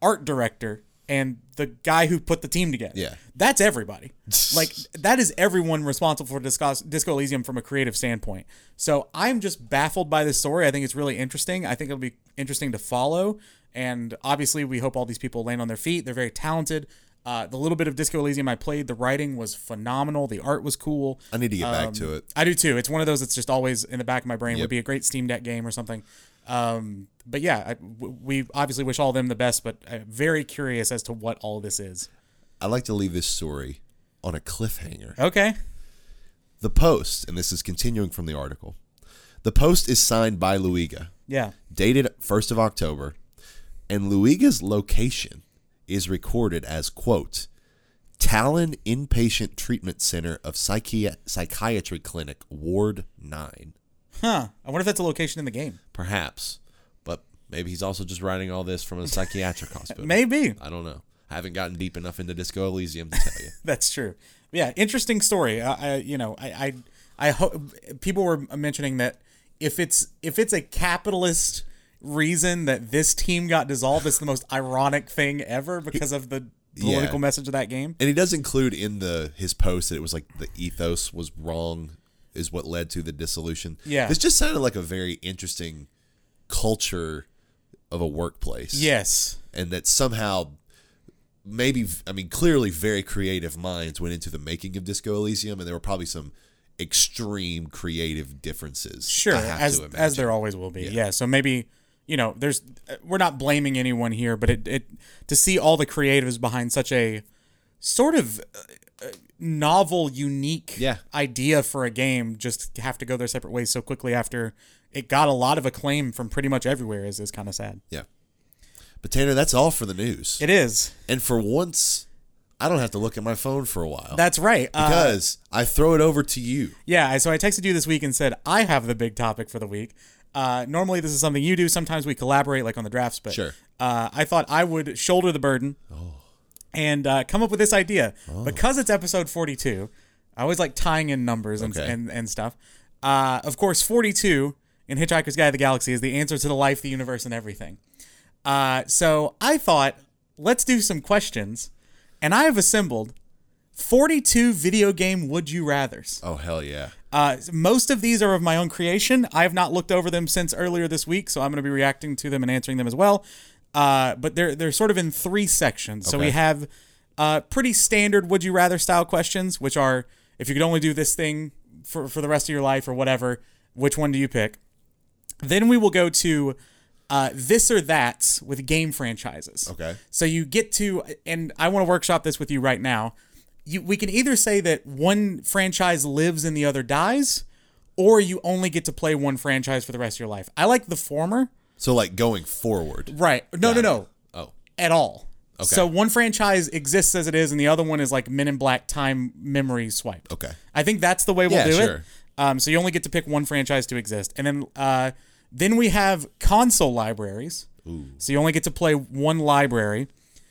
B: art director, and the guy who put the team together.
A: Yeah.
B: That's everybody. like that is everyone responsible for Disco, Disco Elysium from a creative standpoint. So I'm just baffled by this story. I think it's really interesting. I think it'll be interesting to follow. And obviously, we hope all these people land on their feet. They're very talented. Uh, the little bit of Disco Elysium I played, the writing was phenomenal. The art was cool.
A: I need to get back to it.
B: I do too. It's one of those that's just always in the back of my brain. Would be a great Steam Deck game or something. Um, but yeah, I, w- we obviously wish all of them the best, but uh, very curious as to what all this is.
A: I like to leave this story on a cliffhanger.
B: Okay.
A: The post, and this is continuing from the article, the post is signed by Luiga,
B: Yeah.
A: dated 1st of October, and Luiga's location is recorded as, quote, Talon Inpatient Treatment Center of Psychi- Psychiatry Clinic, Ward 9.
B: Huh. I wonder if that's a location in the game.
A: Perhaps, but maybe he's also just writing all this from a psychiatric hospital.
B: Maybe.
A: I don't know. I haven't gotten deep enough into Disco Elysium to tell you.
B: That's true. Yeah, interesting story. I, I you know, I I, I hope people were mentioning that if it's if it's a capitalist reason that this team got dissolved, it's the most ironic thing ever because of the political message of that game.
A: And he does include in the his post that it was like the ethos was wrong is what led to the dissolution.
B: Yeah.
A: This just sounded like a very interesting culture of a workplace.
B: Yes.
A: And that somehow maybe I mean clearly very creative minds went into the making of Disco Elysium and there were probably some extreme creative differences. I
B: Sure,
A: have
B: as
A: to
B: as
A: imagine.
B: there always will be. Yeah. So maybe you know, there's we're not blaming anyone here, but it, it to see all the creatives behind such a sort of uh, uh, novel, unique
A: Yeah.
B: idea for a game just have to go their separate ways so quickly after it got a lot of acclaim from pretty much everywhere is is kind of sad.
A: Yeah. But Tanner, that's all for the news.
B: It is.
A: and for once I don't have to look at my phone for a while.
B: That's right. Uh,
A: because I throw it over to you.
B: Yeah, I- so I texted you this week and said I have the big topic for the week. Uh, normally, this is something you do. Sometimes we collaborate, like on the drafts. But
A: Sure. Oh.
B: uh, I thought I would shoulder the burden and uh, come up with this idea because it's episode forty-two. I always like tying in numbers and
A: Okay.
B: and, and stuff. Uh, of course, forty-two in Hitchhiker's Guide to the Galaxy is the answer to the life, the universe, and everything. Uh, so I thought let's do some questions, and I have assembled forty-two video game would you rather's.
A: Oh hell yeah!
B: Uh, most of these are of my own creation. I have not looked over them since earlier this week, so I'm going to be reacting to them and answering them as well. Uh, but they're they're sort of in three sections. So we
A: Okay.
B: have uh, pretty standard would you rather style questions, which are if you could only do this thing for for the rest of your life or whatever, which one do you pick? Then we will go to uh, this or that's with game franchises.
A: Okay.
B: So you get to, and I want to workshop this with you right now. You, we can either say that one franchise lives and the other dies, or you only get to play one franchise for the rest of your life. I like the former.
A: So like going forward.
B: Right. No, no, no.
A: Oh,
B: At all. So one franchise exists as it is, and the other one is like Men in Black time memory swipe.
A: okay.
B: I think that's the way we'll
A: Yeah,
B: do
A: sure.
B: it. Um, so you only get to pick one franchise to exist, and then uh, then we have console libraries. So you only get to play one library,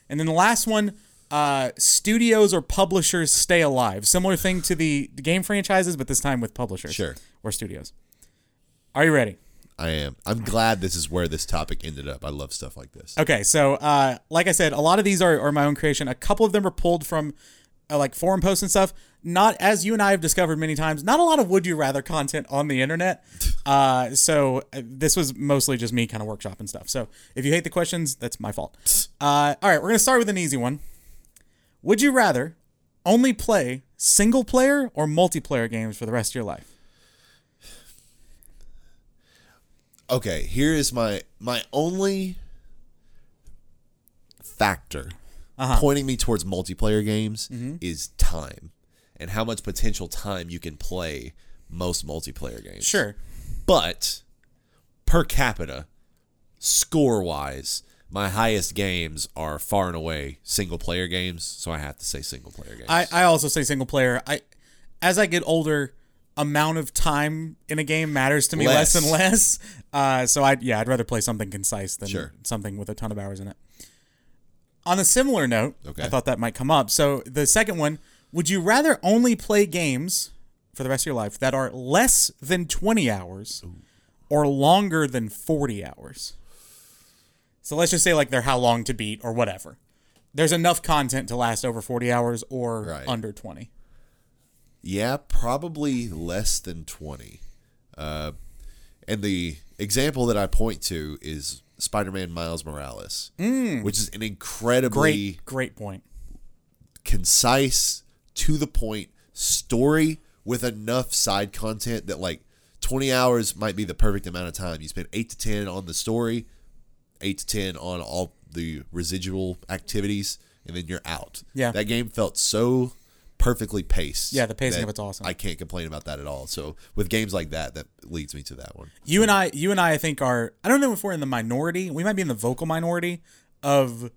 B: and then the last one, uh, studios or publishers stay alive. Similar thing to the, the game franchises, but this time with publishers
A: Sure.
B: or studios. Are you ready?
A: I am. I'm glad this is where this topic ended up. I love stuff like this.
B: Okay, so uh, like I said, a lot of these are, are my own creation. A couple of them are pulled from uh, like forum posts and stuff. Not as you and I have discovered many times, not a lot of would you rather content on the internet. Uh, so uh, this was mostly just me kind of workshop and stuff. So if you hate the questions, that's my fault. Uh, all right, we're gonna start with an easy one. Would you rather only play single player or multiplayer games for the rest of your life?
A: Okay, here is my my only factor pointing me towards multiplayer games is time and how much potential time you can play most multiplayer games.
B: Sure.
A: But per capita, score wise, my highest games are far and away single player games, so I have to say single player games.
B: I, I also say single player. I as I get older, amount of time in a game matters to me less,
A: Less.
B: and less. Uh, so I yeah, I'd rather play something concise than
A: Sure.
B: something with a ton of hours in it. On a similar note,
A: Okay.
B: I thought that might come up. So the second one, would you rather only play games for the rest of your life that are less than 20 hours or longer than 40 hours? So let's just say like they're how long to beat or whatever. There's enough content to last over 40 hours or
A: Right.
B: under 20.
A: Yeah, probably less than 20. Uh, and the example that I point to is Spider Man Miles Morales, which is an
B: Great,
A: incredibly
B: great point.
A: concise, to the point story with enough side content that, like, 20 hours might be the perfect amount of time. You spend 8 to 10 on the story, 8 to 10 on all the residual activities, and then you're out.
B: Yeah.
A: That game felt so perfectly paced.
B: Yeah, the pacing
A: that
B: of it's awesome.
A: I can't complain about that at all. So with games like that, that leads me to that one.
B: You and I, you and I, I think are. I don't know if we're in the minority. We might be in the vocal minority of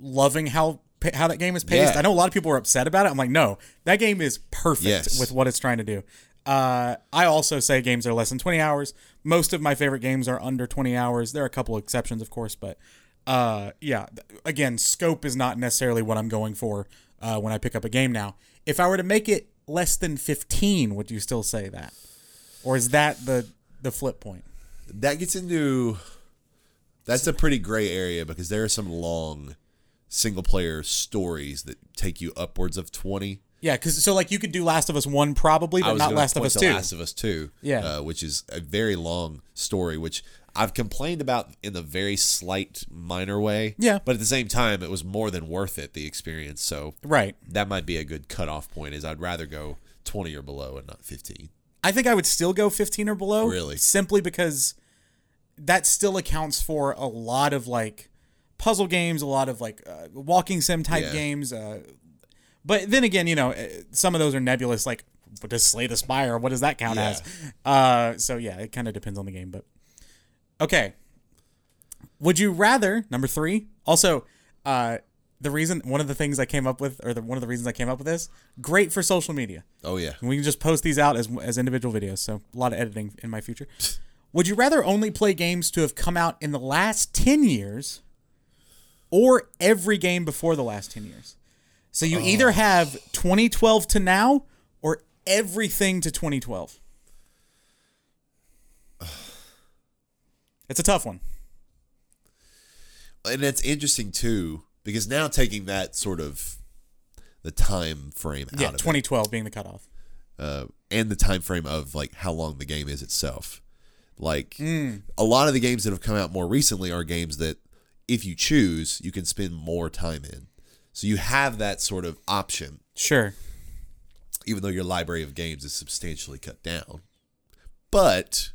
B: loving how pa- how that game is paced.
A: Yeah.
B: I know a lot of people are upset about it. I'm like, no, that game is perfect
A: Yes.
B: with what it's trying to do. Uh, I also say games are less than 20 hours. Most of my favorite games are under 20 hours. There are a couple exceptions, of course, but uh, yeah. th- Again, scope is not necessarily what I'm going for uh, when I pick up a game now. If I were to make it less than 15, would you still say that? or is that the the flip point?
A: That gets into that's a pretty gray area because there are some long single player stories that take you upwards of twenty.
B: Yeah, because so like you could do Last of Us one probably,
A: I
B: but
A: was
B: not
A: gonna
B: Last of
A: point
B: Us
A: to
B: two.
A: Last of Us Two,
B: Yeah.
A: uh, which is a very long story, which I've complained about in the very slight minor way.
B: Yeah.
A: but at the same time, it was more than worth it the experience. So
B: Right.
A: that might be a good cutoff point. Is I'd rather go twenty or below and not fifteen.
B: I think I would still go fifteen or below.
A: Really?
B: Simply because that still accounts for a lot of like puzzle games, a lot of like uh, walking sim type
A: Yeah.
B: games. Uh, but then again, you know, uh, some of those are nebulous. Like, what does Slay the Spire? What does that count
A: Yeah.
B: as? Uh, so yeah, it kind of depends on the game, but okay. Would you rather number three? Also, uh, the reason one of the things I came up with, or the, one of the reasons I came up with this, great for social media.
A: Oh yeah.
B: And we can just post these out as as individual videos. So a lot of editing in my future. Would you rather only play games to have come out in the last ten years, or every game before the last ten years? So you either have 2012 to now, or everything to 2012. It's a tough one.
A: and that's interesting too because now taking that sort of the time frame
B: Yeah,
A: out of
B: 2012 Ah, being the cutoff.
A: it, uh, and the time frame of like how long the game is itself like
B: Mm.
A: a lot of the games that have come out more recently are games that if you choose you can spend more time in so you have that sort of option
B: Sure.
A: even though your library of games is substantially cut down but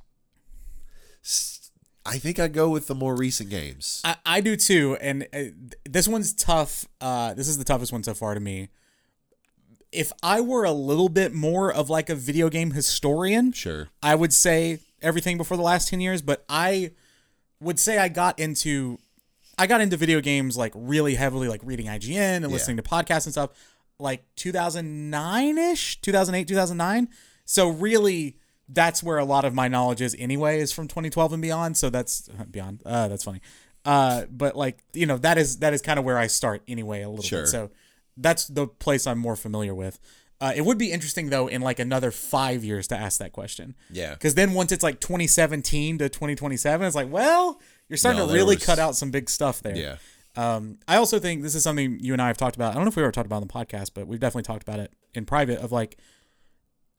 A: s- i think i go with the more recent games
B: I, I do too, and uh, th- this one's tough. Uh, this is the toughest one so far to me. If I were a little bit more of like a video game historian,
A: sure
B: I would say everything before the last 10 years, but I would say I got into I got into video games like really heavily like reading IGN and listening to podcasts and stuff like 2009ish, 2008, 2009. So really that's where a lot of my knowledge is anyway is from 2012 and beyond so that's beyond uh, that's funny uh, but like you know that is that is kind of where i start anyway a little
A: Sure.
B: bit so that's the place i'm more familiar with uh, it would be interesting though in like another five years to ask that question
A: Yeah.
B: because then once it's like 2017 to 2027 it's like well you're starting
A: No,
B: to
A: there
B: really
A: was-
B: cut out some big stuff there
A: Yeah.
B: um, I also think this is something you and I have talked about. I don't know if we ever talked about it on the podcast, but we've definitely talked about it in private. Of like,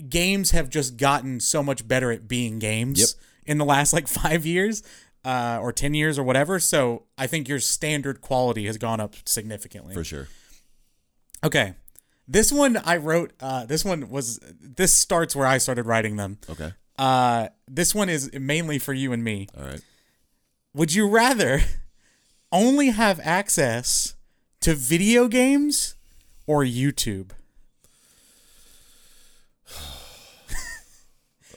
B: games have just gotten so much better at being games
A: Yep.
B: in the last like five years, uh, or ten years, or whatever. So I think your standard quality has gone up significantly.
A: For sure.
B: Okay, this one I wrote. Uh, this one was. This starts where I started writing them.
A: Okay.
B: Uh, this one is mainly for you and me.
A: All right.
B: Would you rather only have access to video games or YouTube?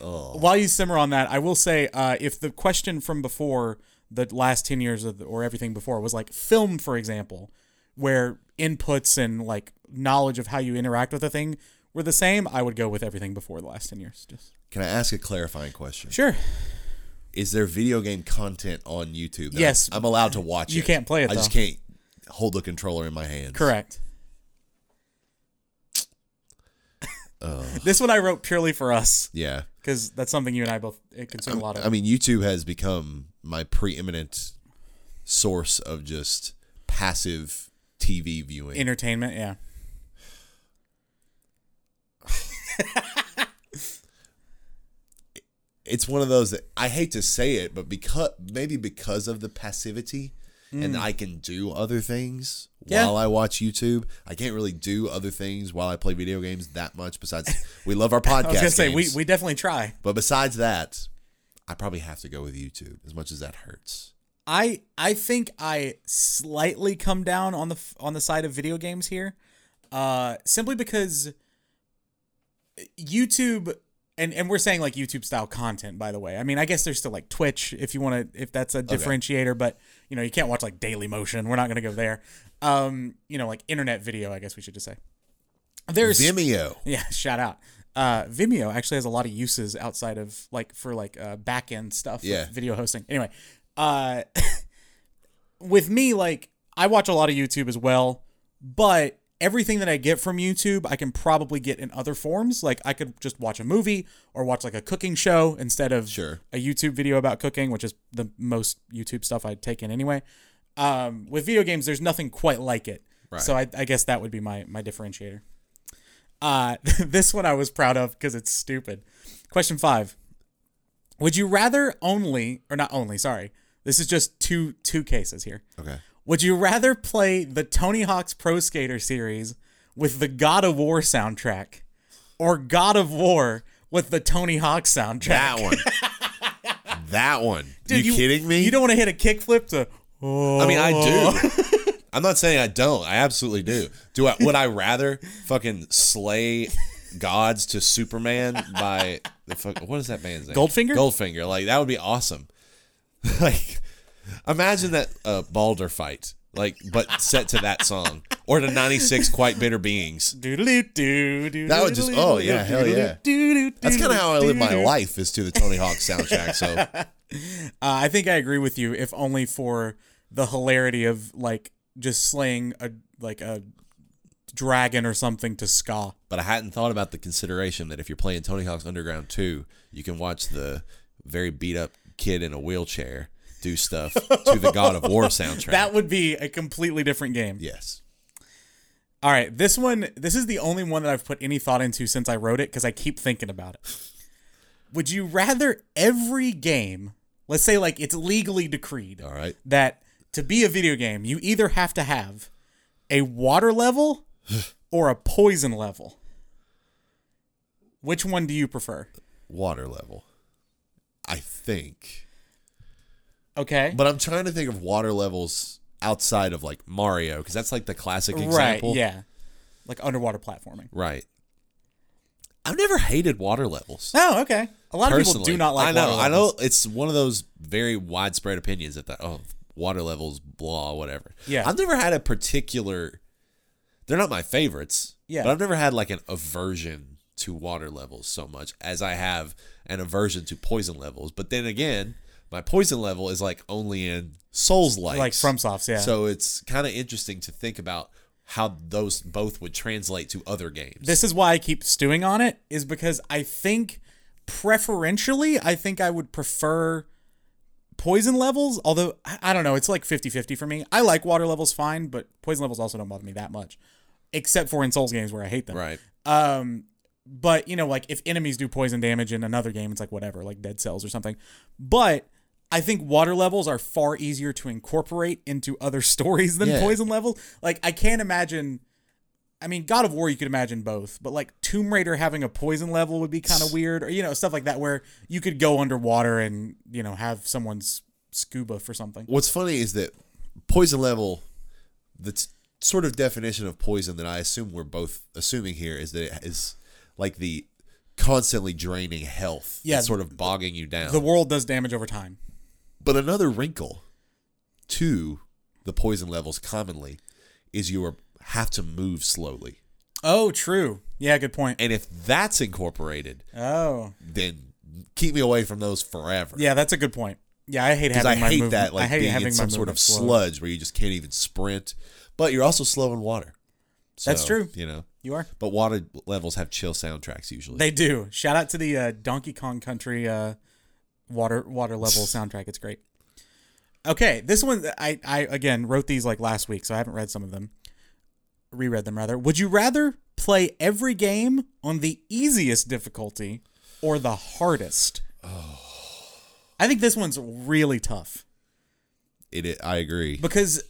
B: While you simmer on that, I will say uh, if the question from before the last 10 years of the, or everything before was like film, for example, where inputs and like knowledge of how you interact with a thing were the same, I would go with everything before the last 10 years. Just
A: Can I ask a clarifying question?
B: Sure.
A: Is there video game content on YouTube? that
B: Yes.
A: I'm allowed to watch
B: You
A: it?
B: can't play it,
A: I just
B: though.
A: can't hold the controller in my hands.
B: Correct.
A: Uh.
B: this one I wrote purely for us
A: Yeah.
B: because that's something you and I both uh, consume a lot of.
A: I mean, YouTube has become my preeminent source of just passive TV viewing.
B: Entertainment, yeah.
A: it's one of those that I hate to say it, but because maybe because of the passivity and I can do other things
B: Mm. Yeah.
A: while I watch YouTube. I can't really do other things while I play video games that much besides we love our podcast.
B: I was gonna say we,
A: games.
B: we definitely try.
A: but besides that, I probably have to go with YouTube as much as that hurts.
B: I I think I slightly come down on the f- on the side of video games here, uh, simply because YouTube and and we're saying like YouTube style content. By the way, I mean I guess there's still like Twitch if you want to if that's a differentiator, but you know you can't watch like Daily Motion. We're not gonna go there. Um, you know like internet video. I guess we should just say there's
A: Vimeo.
B: yeah, shout out. Uh, Vimeo actually has a lot of uses outside of like for like uh, back end stuff, with
A: Yeah.
B: video hosting. Anyway, uh, with me, like I watch a lot of YouTube as well, but everything that I get from YouTube, I can probably get in other forms. Like I could just watch a movie or watch like a cooking show instead of
A: Sure.
B: a YouTube video about cooking, which is the most YouTube stuff I take in anyway. Um, with video games, there's nothing quite like it.
A: Right.
B: So I, I guess that would be my my differentiator. Uh, this one I was proud of because it's stupid. Question five: Would you rather only or not only? Sorry, this is just two two cases here.
A: Okay.
B: Would you rather play the Tony Hawk's Pro Skater series with the God of War soundtrack, or God of War with the Tony Hawk soundtrack?
A: That one. that one.
B: Dude,
A: you, kidding me?
B: You don't want to hit a kickflip to. Oh.
A: I mean, I do. Oh. I'm not saying I don't. I absolutely do. Do I? Would I rather fucking slay gods to Superman by the fuck? What is that band's name?
B: Goldfinger?
A: Goldfinger. Like that would be awesome. like, imagine that uh, Balder fight. Like, but set to that song or to '96 Quite Bitter Beings.
B: Doodly-doo,
A: That would just- oh, yeah, hell yeah.
B: doodly-doo,
A: That's kind of how I live my
B: doodly-doo.
A: life is to the Tony Hawk soundtrack. So
B: Uh, I think I agree with you, if only for the hilarity of like just slaying a like a dragon or something to ska.
A: But I hadn't thought about the consideration that if you're playing Tony Hawk's Underground 2, you can watch the very beat up kid in a wheelchair do stuff to the God of War soundtrack.
B: That would be a completely different game.
A: yes.
B: All right, this one, this is the only one that I've put any thought into since I wrote it because I keep thinking about it. Would you rather every game, let's say like it's legally decreed
A: All right.
B: that to be a video game, you either have to have a water level or a poison level? Which one do you prefer?
A: Water level. I think.
B: Okay.
A: But I'm trying to think of water levels outside of like Mario because that's like the classic example.
B: Right, yeah. Like underwater platforming.
A: Right. I've never hated water levels.
B: Oh, okay. A lot of
A: Personally.
B: people do not like
A: I know.
B: water
A: I know
B: levels.
A: it's one of those very widespread opinions that the, oh water levels blah whatever.
B: Yeah.
A: I've never had a particular. They're not my favorites.
B: Yeah.
A: But I've never had like an aversion to water levels so much as I have an aversion to poison levels. But then again, my poison level is like only in Souls like
B: Like from softs, yeah.
A: So it's kind of interesting to think about how those both would translate to other games.
B: this is why I keep stewing on it is because I think preferentially I think I would prefer poison levels although I I don't know it's like 50-50 for me. I like water levels fine but poison levels also don't bother me that much except for in Souls games where I hate them.
A: Right.
B: Um but you know like if enemies do poison damage in another game it's like whatever like dead cells or something. But I think water levels are far easier to incorporate into other stories than
A: Yeah.
B: poison levels. Like I can't imagine I mean, God of War, you could imagine both, but like Tomb Raider having a poison level would be kind of weird, or you know, stuff like that, where you could go underwater and you know have someone's scuba for something.
A: What's funny is that poison level, the t- sort of definition of poison that I assume we're both assuming here is that it is like the constantly draining health,
B: Yeah,
A: and sort of bogging you down.
B: The world does damage over time.
A: But another wrinkle to the poison levels commonly is you are, have to move slowly.
B: Oh, true. Yeah, good point.
A: And if that's incorporated,
B: Oh,
A: then keep me away from those forever.
B: yeah, that's a good point. Yeah, I hate having
A: Because I
B: my
A: hate
B: movement.
A: that, like
B: I hate
A: being
B: having
A: in
B: my
A: some sort
B: movement
A: of
B: slow.
A: sludge where you just can't even sprint. But you're also slow in water. So,
B: That's true.
A: You know,
B: You are.
A: but water levels have chill soundtracks usually.
B: They do. Shout out to the uh, Donkey Kong Country uh, water water level soundtrack. It's great. Okay, this one I I again wrote these like last week, so I haven't read some of them, reread them rather. Would you rather play every game on the easiest difficulty or the hardest? Oh. I think this one's really tough
A: it, it, I agree.
B: because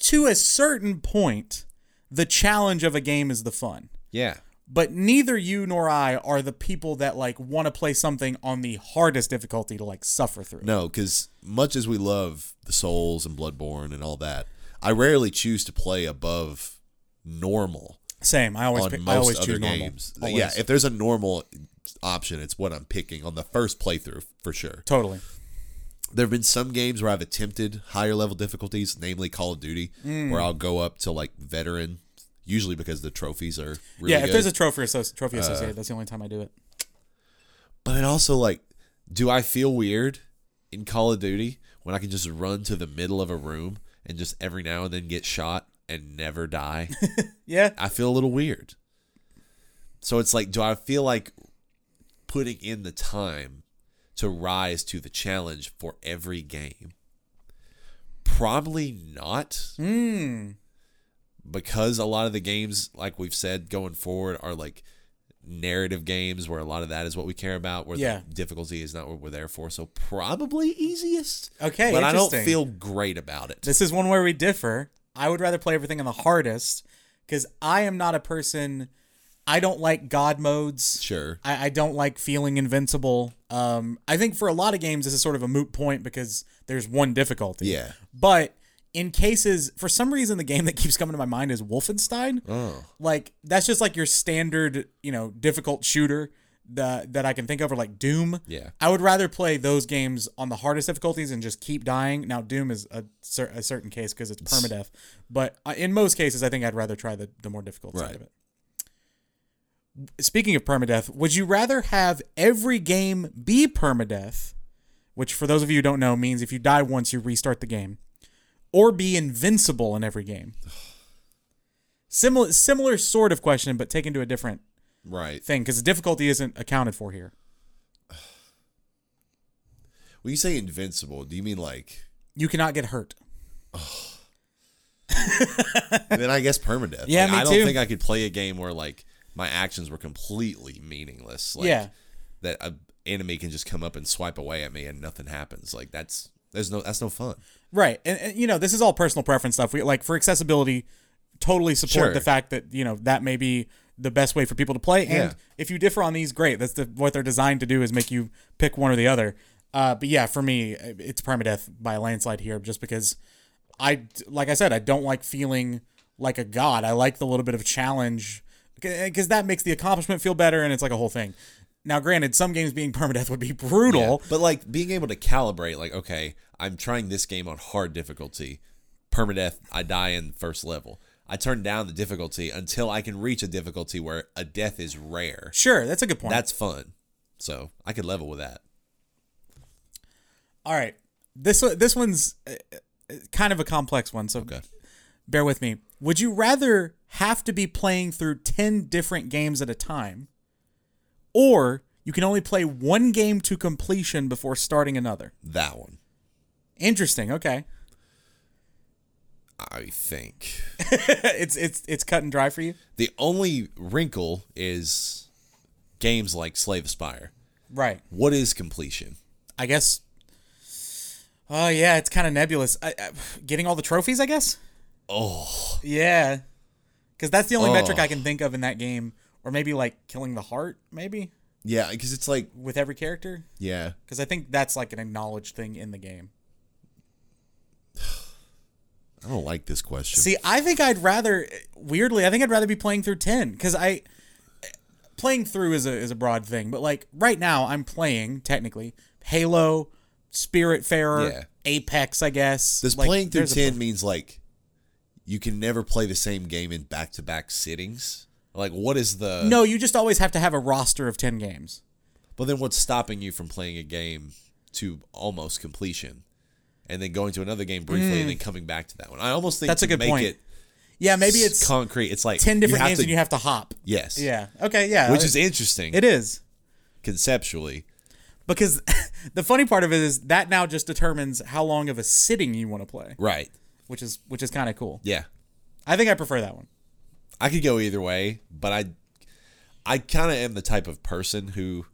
B: to a certain point, the challenge of a game is the fun
A: yeah,
B: but neither you nor I are the people that like want to play something on the hardest difficulty to like suffer through.
A: no, because much as we love the Souls and Bloodborne and all that, I rarely choose to play above normal
B: Same. I always
A: on
B: pick,
A: most
B: I always
A: other
B: choose normal.
A: games.
B: Always.
A: Yeah, if there's a normal option, it's what I'm picking on the first playthrough for sure.
B: totally.
A: there have been some games where I've attempted higher level difficulties, namely Call of Duty,
B: Hmm.
A: where I'll go up to like veteran, usually because the trophies are really
B: yeah. If
A: good. Uh,
B: there's a trophy associ- trophy associated, that's the only time I do it.
A: but it also like, do I feel weird in Call of Duty when I can just run to the middle of a room and just every now and then get shot and never die?
B: Yeah.
A: I feel a little weird. So it's like, do I feel like putting in the time to rise to the challenge for every game? Probably not.
B: Mm.
A: Because a lot of the games, like we've said going forward, are like narrative games where a lot of that is what we care about, where
B: Yeah.
A: the difficulty is not what we're there for. So probably easiest.
B: Okay,
A: But I don't
B: interesting.
A: feel great about it.
B: This is one where we differ. I would rather play everything on the hardest because I am not a person. I don't like God modes.
A: Sure.
B: I, I don't like feeling invincible. Um, I think for a lot of games, this is sort of a moot point because there's one difficulty.
A: Yeah.
B: But in cases, for some reason, the game that keeps coming to my mind is Wolfenstein.
A: Oh.
B: Like that's just like your standard, you know, difficult shooter that that I can think of, or like Doom.
A: Yeah.
B: I would rather play those games on the hardest difficulties and just keep dying. Now, Doom is a, cer- a certain case because it's permadeath, but uh, in most cases, I think I'd rather try the, the more difficult side
A: Right.
B: of it. Speaking of permadeath, would you rather have every game be permadeath, which for those of you who don't know means if you die once, you restart the game, or be invincible in every game? similar, similar sort of question, but taken to a different
A: Right.
B: thing because the difficulty isn't accounted for here.
A: When you say invincible, do you mean like
B: You cannot get hurt.
A: then I guess permadeath.
B: Yeah,
A: Like,
B: me
A: I don't
B: too.
A: think I could play a game where like my actions were completely meaningless. Like,
B: Yeah.
A: that a enemy can just come up and swipe away at me and nothing happens. Like that's there's no that's no fun.
B: Right. And, and, you know, this is all personal preference stuff. We like for accessibility, totally support
A: Sure.
B: the fact that, you know, that may be the best way for people to play. And
A: Yeah.
B: if you differ on these, great. That's the, what they're designed to do is make you pick one or the other. Uh, but yeah, for me, it's permadeath by a landslide here just because I, like I said, I don't like feeling like a god. I like the little bit of challenge because that makes the accomplishment feel better and it's like a whole thing. Now, granted, some games being permadeath would be brutal.
A: But like being able to calibrate, like okay, I'm trying this game on hard difficulty, permadeath. I die in first level. I turn down the difficulty until I can reach a difficulty where a death is rare.
B: Sure, that's a good point.
A: That's fun. So I could level with that.
B: All right. This one- this one's uh, uh, kind of a complex one, so
A: Okay.
B: bear with me. Would you rather have to be playing through 10 different games at a time or you can only play one game to completion before starting another?
A: That one.
B: Interesting. Okay.
A: I think.
B: it's it's it's cut and dry for you.
A: The only wrinkle is games like Slave Spire.
B: Right.
A: What is completion?
B: I guess Oh yeah, it's kind of nebulous. I, I, getting all the trophies, I guess?
A: Oh,
B: Yeah. Cuz that's the only metric
A: Oh.
B: I can think of in that game or maybe like killing the heart maybe
A: yeah, because it's like,
B: with every character.
A: yeah,
B: Because I think that's like an acknowledged thing in the game.
A: I don't like this question.
B: See, I think I'd rather, weirdly, I think I'd rather be playing through 10 because I, playing through is a, is a broad thing, but like right now I'm playing, technically, Halo, Spiritfarer,
A: Yeah.
B: Apex, I guess.
A: Does
B: Like,
A: playing through
B: there's a-
A: 10 means like you can never play the same game in back to back sittings? Like, what is the.
B: no, you just always have to have a roster of 10 games.
A: But then what's stopping you from playing a game to almost completion and then going to another game briefly and then coming back to that one? I almost think
B: Mm. That's a
A: to
B: good
A: make
B: point.
A: it
B: Yeah, maybe it's
A: concrete. It's like
B: 10 different
A: have
B: games
A: to-
B: and you have to hop.
A: Yes.
B: Yeah. Okay. Yeah.
A: Which is interesting
B: it is.
A: conceptually.
B: Because the funny part of it is that now just determines how long of a sitting you want to play,
A: Right.
B: which is which is kind of cool.
A: Yeah.
B: I think I prefer that one.
A: I could go either way, but I I kind of am the type of person who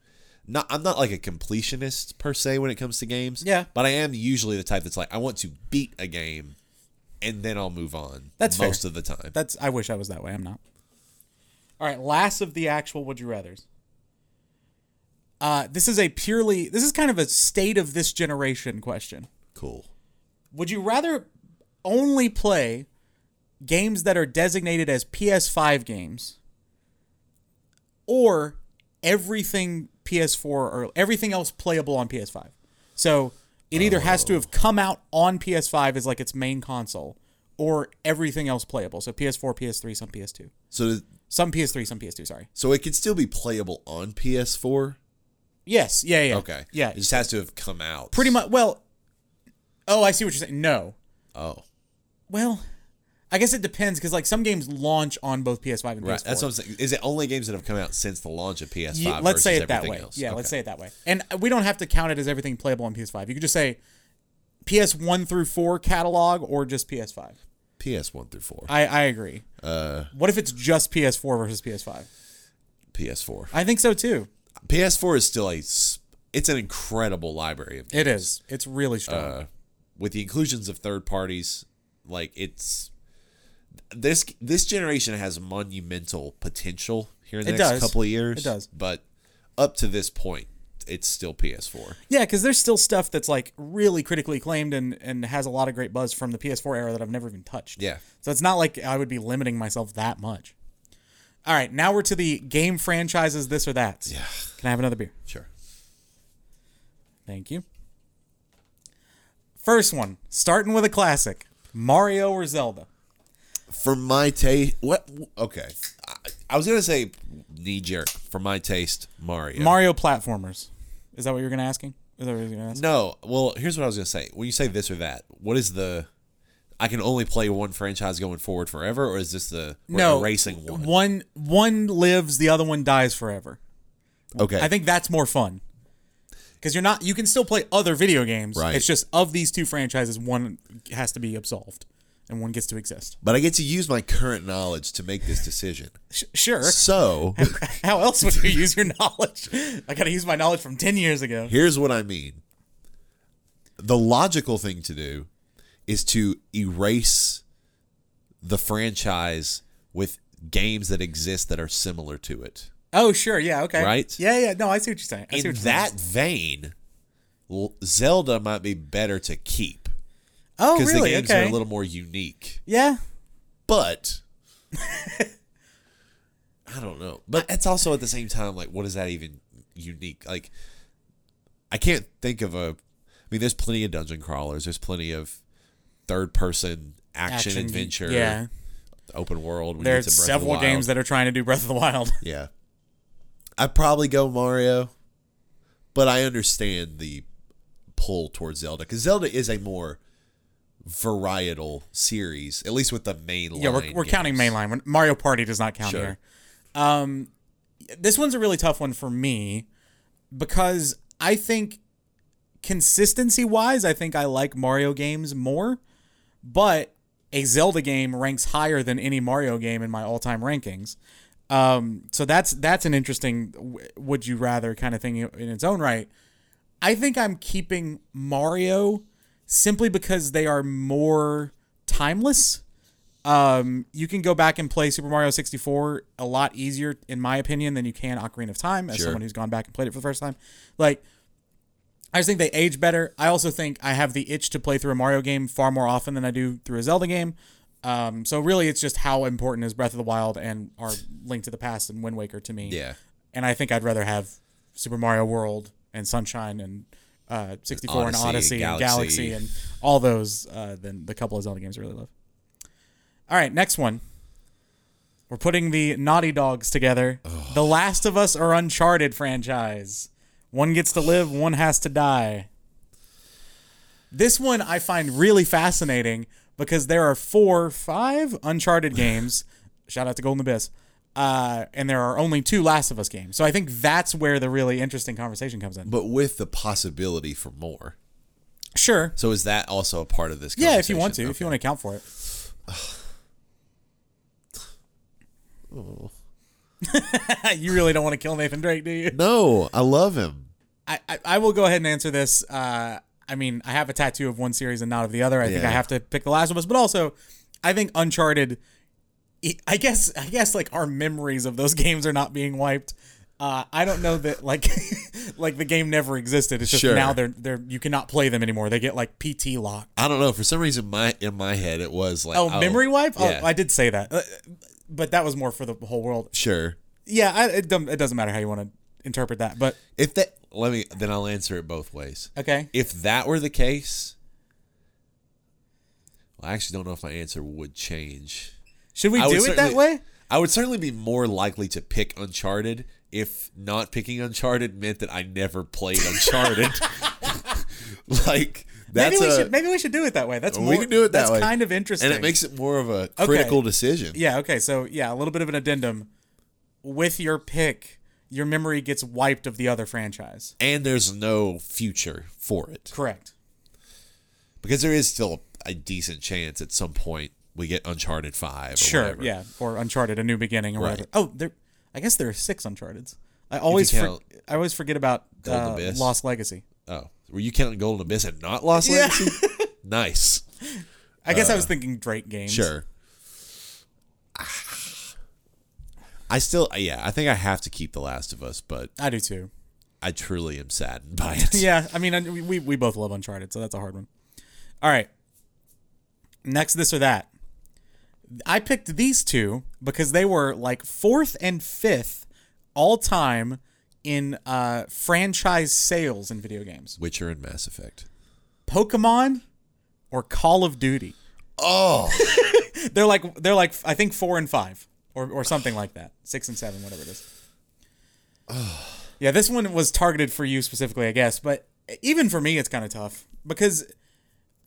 A: not I'm not like a completionist per se when it comes to games.
B: Yeah.
A: But I am usually the type that's like I want to beat a game and then I'll move on.
B: That's fair.
A: most of the time.
B: That's I wish I was that way. I'm not. All right, last of the actual would you rather's. Uh, this is a purely this is kind of a state of this generation question.
A: cool.
B: Would you rather only play games that are designated as PS5 games or everything PS4 or everything else playable on PS5? So it either has to have come out on PS5 as like its main console or everything else playable. So PS4, PS3, some PS2.
A: So th-
B: Some PS3, some PS2, sorry.
A: so it could still be playable on PS4.
B: Yes, yeah, yeah.
A: Okay.
B: Yeah.
A: It just has to have come out.
B: Pretty much well Oh, I see what you're saying. No.
A: Oh.
B: Well, I guess it depends because like some games launch on both PS5 and
A: Right.
B: PS4.
A: That's what I'm saying. Is it only games that have come out since the launch of PS5?
B: Ye- let's say
A: versus
B: it that
A: everything
B: way.
A: else?
B: Yeah,
A: Okay.
B: let's say it that way. And we don't have to count it as everything playable on PS5. You could just say PS1 through 4 catalog or just PS5.
A: PS1 through 4.
B: I, I agree.
A: Uh,
B: What if it's just PS4 versus PS5?
A: PS4.
B: I think so too.
A: PS4 is still a s- it's an incredible library of games.
B: It is. It's really strong.
A: Uh, with the inclusions of third parties, like it's this this generation has monumental potential here in the
B: It
A: next
B: does.
A: couple of years.
B: It does.
A: but up to this point, it's still PS4.
B: yeah, because there's still stuff that's like really critically acclaimed and, and has a lot of great buzz from the PS4 era that I've never even touched.
A: Yeah,
B: So it's not like I would be limiting myself that much. All right, now we're to the game franchises, this or that. Yeah. Can I have another beer?
A: sure.
B: Thank you. First one, starting with a classic Mario or Zelda.
A: For my taste, what? Okay, I, I was gonna say knee jerk. For my taste, Mario.
B: Mario platformers. Is that what you're going to asking? Is that what you're going to ask?
A: No, well, here's what I was gonna say. When you say this or that, what is the? I can only play one franchise going forward forever, or is this the we're erasing one?
B: One one lives, the other one dies forever.
A: Okay,
B: I think that's more fun. Cuz you're not you can still play other video games.
A: Right.
B: It's just of these two franchises one has to be absolved and one gets to exist.
A: but I get to use my current knowledge to make this decision.
B: Sh- sure.
A: So
B: How else would you use your knowledge? I got to use my knowledge from 10 years ago.
A: here's what I mean. The logical thing to do is to erase the franchise with games that exist that are similar to it.
B: Oh, sure. Yeah. Okay.
A: Right?
B: Yeah. Yeah. No, I see what you're saying. I see
A: In
B: what you're
A: that vein, L- Zelda might be better to keep.
B: Oh,
A: because
B: really?
A: the games
B: okay.
A: are a little more unique.
B: yeah.
A: But I don't know. But it's also at the same time like, what is that even unique? Like, I can't think of a. I mean, there's plenty of dungeon crawlers. There's plenty of third person action, adventure
B: Yeah.
A: open world. When you get to
B: There's
A: Breath of the
B: several
A: Wild.
B: games that are trying to do Breath of the Wild.
A: Yeah. I probably go Mario, but I understand the pull towards Zelda because Zelda is a more varietal series, at least with the main line.
B: yeah, we're, we're counting
A: games.
B: mainline. We're- Mario Party does not count
A: Sure.
B: here. Um, this one's a really tough one for me because I think consistency wise, I think I like Mario games more, but a Zelda game ranks higher than any Mario game in my all time rankings. Um, so that's that's an interesting w- would you rather kind of thing in its own right. I think I'm keeping Mario simply because they are more timeless. Um, you can go back and play Super Mario 64 a lot easier, in my opinion, than you can Ocarina of Time as
A: Sure.
B: someone who's gone back and played it for the first time. Like, I just think they age better. I also think I have the itch to play through a Mario game far more often than I do through a Zelda game. Um, so really, it's just how important is Breath of the Wild and our Link to the Past and Wind Waker to me.
A: Yeah.
B: And I think I'd rather have Super Mario World and Sunshine and uh, 64 and
A: Odyssey
B: Odyssey,
A: and
B: and Galaxy
A: Galaxy.
B: and all those uh, than the couple of Zelda games I really love. All right, next one. We're putting the Naughty Dogs together. The Last of Us or Uncharted franchise. One gets to live, one has to die. This one I find really fascinating because there are four, five Uncharted games. Shout out to Golden Abyss. Uh, and there are only two Last of Us games. So I think that's where the really interesting conversation comes in.
A: But with the possibility for more.
B: Sure.
A: So is that also a part of this?
B: Yeah, if you want to,
A: conversation?
B: if you want to account for it. you really don't want to kill Nathan Drake, do you?
A: No, I love him.
B: I, I, I will go ahead and answer this. Uh, I mean, I have a tattoo of one series and not of the other. I think
A: Yeah.
B: I have to pick The Last of Us, but also, I think Uncharted. I- I guess I guess like our memories of those games are not being wiped. Uh, I don't know that like like the game never existed. It's just
A: Sure.
B: now they're they're you cannot play them anymore. They get like PT locked.
A: I don't know. For some reason, my in my head, it was like,
B: Oh, memory wipe? Oh,
A: yeah.
B: I did say that. Uh, But that was more for the whole world.
A: Sure.
B: Yeah, I, it, don't- it doesn't matter how you want to interpret that. But
A: If that, let me. Then I'll answer it both ways.
B: okay,
A: if that were the case, well, I actually don't know if my answer would change.
B: should we
A: I would
B: do it that
A: certainly-
B: way?
A: I would certainly be more likely to pick Uncharted if not picking Uncharted meant that I never played Uncharted. like
B: Maybe
A: that's
B: we
A: a
B: should maybe we should do it that way. That's
A: we
B: more,
A: can do it that
B: that's
A: way.
B: kind of interesting.
A: and it makes it more of a critical decision.
B: yeah. Okay, so yeah, a little bit of an addendum. With your pick, your memory gets wiped of the other franchise.
A: And there's no future for it
B: Correct.
A: because there is still a decent chance at some point we get Uncharted Five. Or
B: Sure.
A: whatever.
B: Yeah. Or Uncharted: A New Beginning, or
A: Right.
B: whatever. Oh, there. I guess there are six Uncharteds. I always for,
A: count
B: I always forget about
A: Golden
B: uh,
A: Abyss.
B: Lost Legacy.
A: Oh, were you counting Golden Abyss and not Lost
B: Yeah.
A: Legacy? nice.
B: I guess I was thinking Drake games.
A: Sure. I still, yeah, I think I have to keep The Last of Us, but
B: I do too.
A: I truly am saddened by it.
B: Yeah, I mean, I- we, we both love Uncharted, so that's a hard one. All right. Next, this or that. I picked these two because they were like fourth and fifth all time in uh, franchise sales in video games
A: Witcher and Mass Effect.
B: Pokemon or Call of Duty.
A: Oh,
B: They're like, they're like, I think four and five or, or something like that. Six and seven, whatever it is. Yeah, this one was targeted for you specifically, I guess, but even for me, it's kind of tough because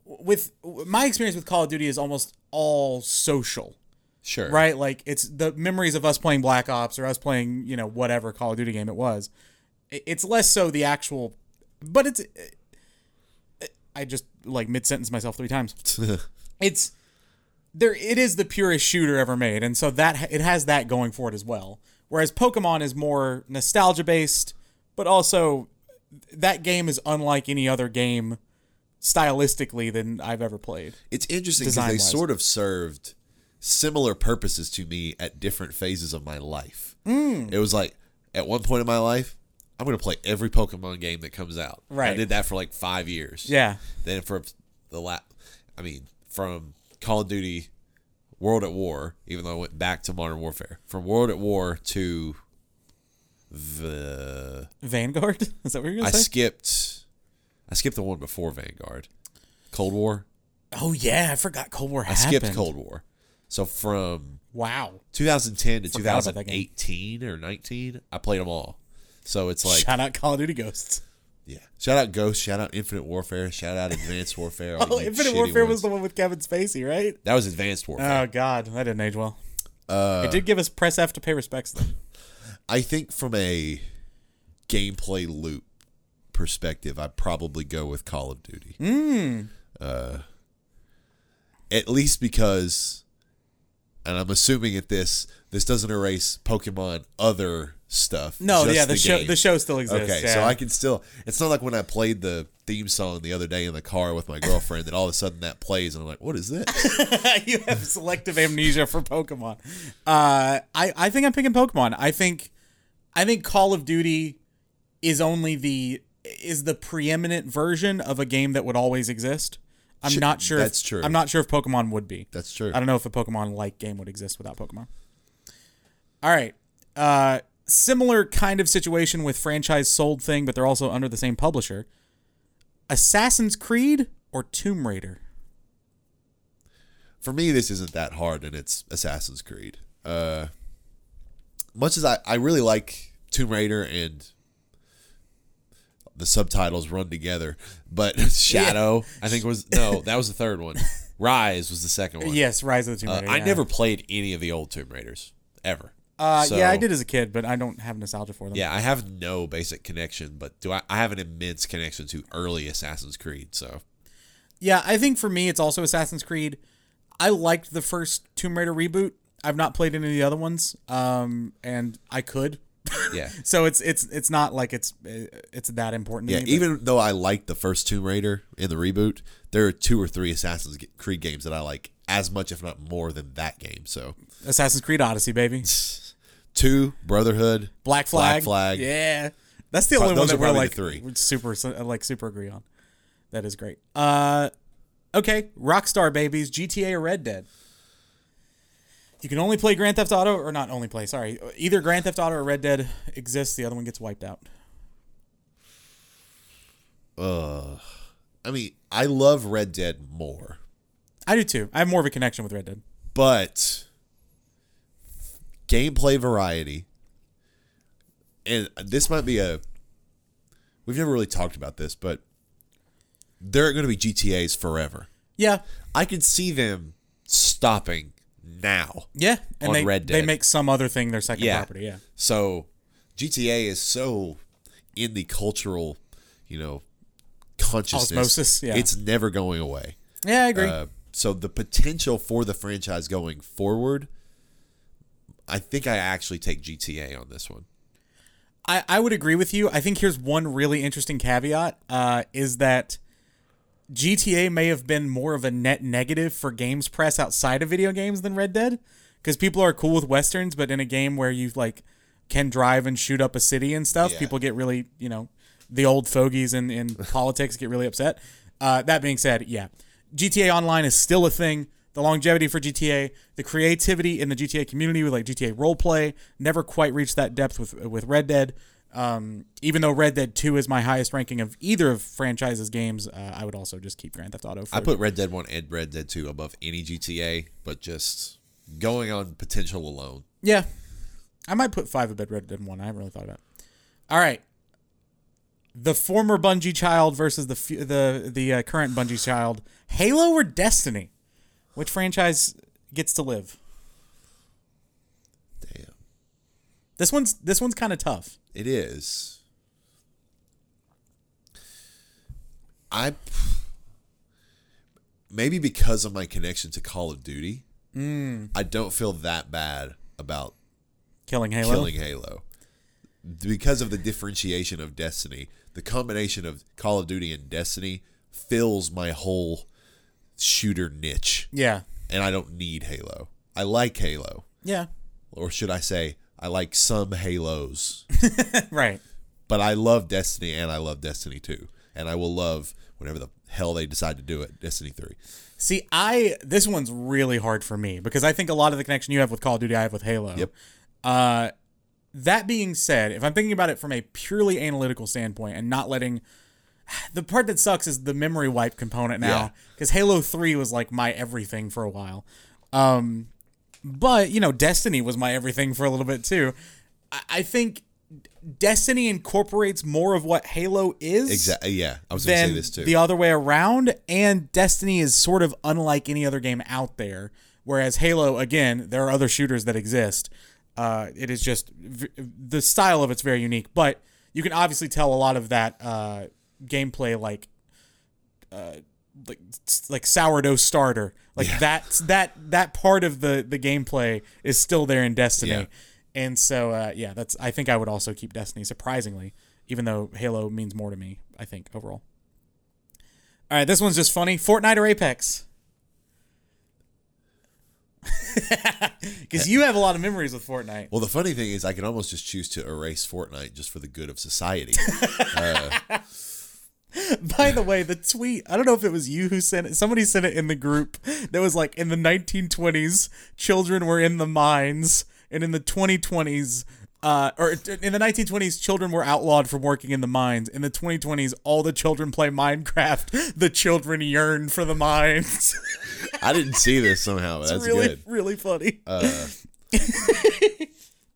B: with my experience with Call of Duty is almost all social,
A: sure.
B: right? Like it's the memories of us playing Black Ops or us playing, you know, whatever Call of Duty game it was. I- It's less so the actual, but it's. I just like mid sentence myself three times. It's there. It is the purest shooter ever made, and so that it has that going for it as well. Whereas Pokemon is more nostalgia based, but also that game is unlike any other game stylistically than I've ever played.
A: It's interesting because they
B: Design-wise.
A: sort of served similar purposes to me at different phases of my life.
B: Mm.
A: It was like at one point in my life, I'm going to play every Pokemon game that comes out. I
B: Right.
A: did that for like five years.
B: Yeah,
A: Then from the lap, I mean, from Call of Duty, World at War, even though I went back to Modern Warfare, from World at War to the
B: Vanguard. Is that what you're
A: I
B: gonna say?
A: skipped, I skipped the one before Vanguard, Cold War.
B: Oh yeah, I forgot Cold War
A: I
B: happened.
A: skipped Cold War. So from
B: Wow.
A: 2010 to
B: Forgot about that game.
A: 2018 or 19, I played them all. So it's like,
B: Shout out Call of Duty Ghosts.
A: yeah. Shout out Ghost, shout out Infinite Warfare, shout out Advanced Warfare. all
B: Oh,
A: you
B: Infinite
A: shitty
B: Warfare
A: ones.
B: was the one with Kevin Spacey, right?
A: that was Advanced Warfare.
B: Oh God, that didn't age well.
A: Uh,
B: it did give us press F to pay respects though.
A: I think from a gameplay loop perspective, I'd probably go with Call of Duty. Uh, at least because, and I'm assuming at this, this doesn't erase Pokemon other stuff.
B: No,
A: just
B: yeah, the, show
A: game.
B: the show still exists.
A: Okay,
B: yeah.
A: so I can still. It's not like when I played the theme song the other day in the car with my girlfriend that all of a sudden that plays and I'm like, what is this?
B: you have selective amnesia for Pokemon. Uh, I I think I'm picking Pokemon. I think I think Call of Duty is only the is the preeminent version of a game that would always exist. I'm
A: Sh-
B: not sure.
A: that's
B: if,
A: true.
B: I'm not sure if Pokemon would be.
A: That's true.
B: I don't know if a Pokemon like game would exist without Pokemon. All right. Uh, similar kind of situation with franchise sold thing, but they're also under the same publisher. Assassin's Creed or Tomb Raider?
A: for me, this isn't that hard, and it's Assassin's Creed. Uh, much as I, I really like Tomb Raider and the subtitles run together, but Shadow, I think was no, that was the third one. Rise was the second one.
B: Yes, Rise of the Tomb
A: Uh,
B: Raider.
A: I
B: yeah.
A: never played any of the old Tomb Raiders ever.
B: Uh,
A: So,
B: yeah, I did as a kid, but I don't have nostalgia for them.
A: Yeah, I have no basic connection, but do I? I have an immense connection to early Assassin's Creed. So
B: Yeah, I think for me, it's also Assassin's Creed. I liked the first Tomb Raider reboot. I've not played any of the other ones, um, and I could.
A: yeah,
B: So it's it's it's not like it's uh, it's that important. To
A: Yeah,
B: me, but-
A: even though I like the first Tomb Raider in the reboot, there are two or three Assassin's Creed games that I like as much, if not more, than that game. So,
B: Assassin's Creed Odyssey, baby.
A: two Brotherhood,
B: Black
A: Black
B: Flag.
A: Flag.
B: Yeah. That's the only
A: those
B: one that
A: are
B: we're
A: probably the
B: like
A: three.
B: we're super uh, like super agree on. That is great. Uh okay, Rockstar babies, GTA or Red Dead. You can only play Grand Theft Auto or not only play, sorry. Either Grand Theft Auto or Red Dead exists, the other one gets wiped out.
A: Uh, I mean, I love Red Dead more,
B: I do too. I have more of a connection with Red Dead.
A: but gameplay variety, and this might be a. We've never really talked about this, but there are going to be GTA's forever.
B: Yeah.
A: I could see them stopping now.
B: Yeah. And
A: On
B: they
A: Red
B: they
A: Dead.
B: make some other thing their second
A: Yeah.
B: property, yeah.
A: So GTA is so in the cultural, you know, consciousness.
B: Osmosis, yeah.
A: It's never going away.
B: Yeah, I agree.
A: Uh, so the potential for the franchise going forward, I think I actually take GTA on this one.
B: I, I would agree with you. I think here's one really interesting caveat uh, is that GTA may have been more of a net negative for games press outside of video games than Red Dead because people are cool with westerns, but in a game where you like can drive and shoot up a city and stuff,
A: Yeah.
B: people get really you know the old fogies in in politics get really upset. Uh, that being said, yeah, GTA Online is still a thing. The longevity for GTA, the creativity in the GTA community with like GTA roleplay, never quite reached that depth with with Red Dead. Um, even though Red Dead Two is my highest ranking of either of franchises games, uh, I would also just keep Grand Theft Auto. For,
A: I put Red Dead 1 and Red Dead 2 above any GTA, but just going on potential alone.
B: yeah, I might put five above Red Dead One. I haven't really thought about. It. All right, the former Bungie child versus the fu- the the uh, current Bungie child, Halo or Destiny, which franchise gets to live?
A: Damn.
B: This one's this one's kind of tough.
A: It is. I maybe because of my connection to Call of Duty, I don't feel that bad about
B: Killing Halo.
A: killing Halo because of the differentiation of Destiny. The combination of Call of Duty and Destiny fills my whole shooter niche,
B: Yeah,
A: and I don't need Halo. I like Halo,
B: yeah,
A: or should I say, I like some Halos
B: right.
A: but I love Destiny and I love Destiny 2. And I will love whatever the hell they decide to do at Destiny 3.
B: See, I this one's really hard for me because I think a lot of the connection you have with Call of Duty, I have with Halo.
A: Yep.
B: Uh, that being said, if I'm thinking about it from a purely analytical standpoint and not letting the part that sucks is the memory wipe component
A: Yeah.
B: now because Halo Three was like my everything for a while. Um, But you know, Destiny was my everything for a little bit too. I, I think Destiny incorporates more of what Halo is
A: Exactly. Yeah, I was going to say
B: than
A: this too.
B: the other way around, and Destiny is sort of unlike any other game out there. Whereas Halo, again, there are other shooters that exist. Uh, it is just v- the style of it's very unique, but you can obviously tell a lot of that uh, gameplay, like uh, like like sourdough starter like that's that that part of the the gameplay is still there in destiny
A: Yeah.
B: and so uh yeah that's i think i would also keep destiny surprisingly even though halo means more to me i think overall all right this one's just funny fortnite or apex because you have a lot of memories with fortnite
A: well, the funny thing is, I can almost just choose to erase Fortnite just for the good of society.
B: By the way, the tweet, I don't know if it was you who sent it. Somebody sent it in the group that was like in the 1920s, children were in the mines, and in the 2020s, uh, or in the 1920s, children were outlawed from working in the mines. In the 2020s, all the children play Minecraft. The children yearn for the mines.
A: I didn't see this somehow. But that's
B: really,
A: good. Uh,
B: really funny.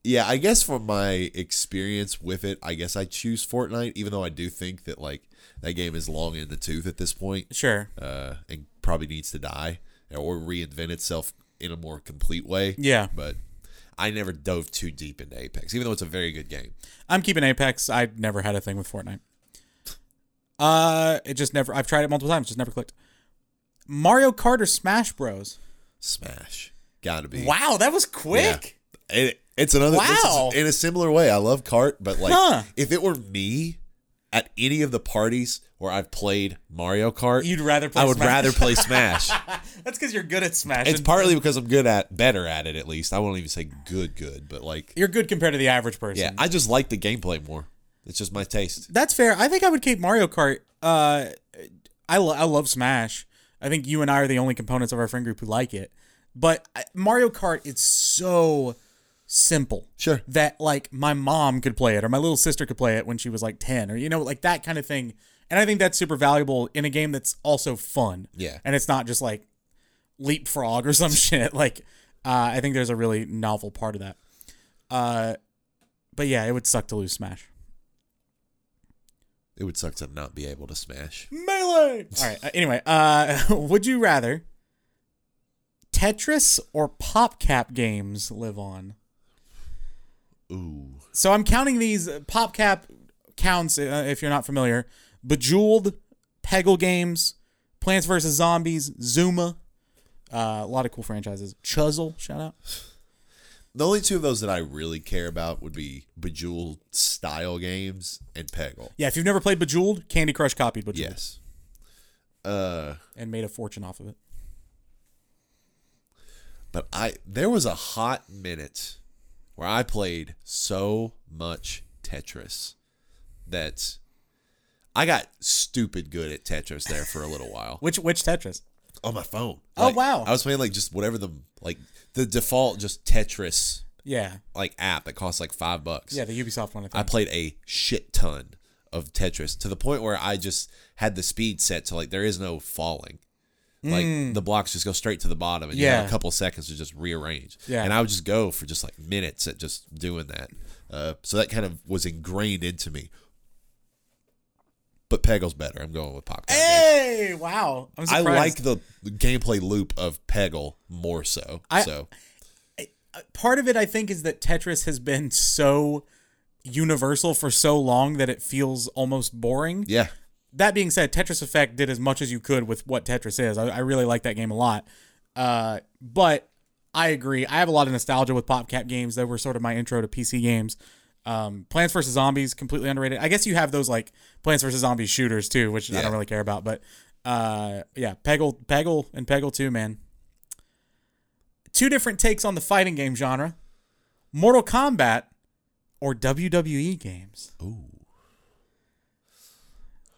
A: Yeah, I guess from my experience with it, I guess I choose Fortnite, even though I do think that like that game is long in the tooth at this point,
B: sure.
A: uh, and probably needs to die or reinvent itself in a more complete way.
B: Yeah.
A: but I never dove too deep into Apex, even though it's a very good game.
B: I'm keeping Apex. I never had a thing with Fortnite. Uh, it just never. I've tried it multiple times. Just never clicked. Mario Kart or Smash Bros.
A: Smash, gotta be.
B: Wow, that was quick.
A: It, it's another. this is-
B: Wow.
A: in a similar way, I love Kart, but like
B: Huh.
A: if it were me at any of the parties where I've played Mario Kart,
B: You'd rather play.
A: I would
B: Smash.
A: rather play Smash.
B: That's because you're good at Smash.
A: It's partly because I'm good at better at it at least. I won't even say good good, but like
B: you're good compared to the average person.
A: yeah, I just like the gameplay more. It's just my taste.
B: that's fair. I think I would keep Mario Kart. Uh, I lo- I love Smash. I think you and I are the only components of our friend group who like it. But I- Mario Kart, it's so simple.
A: Sure.
B: That like my mom could play it or my little sister could play it when she was like 10 or you know like that kind of thing. And I think that's super valuable in a game that's also fun.
A: Yeah.
B: And it's not just like leapfrog or some shit. Like uh, I think there's a really novel part of that. Uh, but yeah, it would suck to lose Smash.
A: It would suck to not be able to smash.
B: Melee. All right. uh, anyway, uh, would you rather Tetris or PopCap games live on?
A: Ooh.
B: So I'm counting these. uh, PopCap counts uh, if you're not familiar. Bejeweled, Peggle games, Plants vs Zombies, Zuma. Uh, a lot of cool franchises. Chuzzle, shout out.
A: The only two of those that I really care about would be Bejeweled style games and Peggle.
B: Yeah, if you've never played Bejeweled, Candy Crush copied Bejeweled
A: Yes. Uh
B: and made a fortune off of it.
A: but I there was a hot minute where I played so much Tetris that I got stupid good at Tetris there for a little while.
B: Which which Tetris?
A: on my phone.
B: Oh,
A: Like,
B: wow.
A: I was playing like just whatever the like the default just Tetris
B: Yeah,
A: like app. It costs like five bucks.
B: yeah, the Ubisoft one. I think.
A: I played a shit ton of Tetris to the point where I just had the speed set to like there is no falling. Like the blocks just go straight to the bottom, and you have
B: Mm. Yeah.
A: a couple seconds to just rearrange.
B: Yeah.
A: and I would just go for just like minutes at just doing that. Uh, so that kind of was ingrained into me. But Peggle's better. I'm going with Popcorn.
B: Eh, hey, wow! I'm
A: I
B: surprised.
A: like the gameplay loop of Peggle more so.
B: I-
A: so
B: part of it I think is that Tetris has been so universal for so long that it feels almost boring.
A: yeah,
B: That being said, Tetris Effect did as much as you could with what Tetris is. I, I really like that game a lot. Uh, but I agree. I have a lot of nostalgia with PopCap games. They were sort of my intro to PC games. Um, Plants vs Zombies completely underrated. I guess you have those like Plants vs Zombies shooters too, which I
A: Yeah.
B: don't really care about. But uh, yeah, Peggle, Peggle, and Peggle too, man. Two different takes on the fighting game genre: Mortal Kombat or WWE games. Ooh.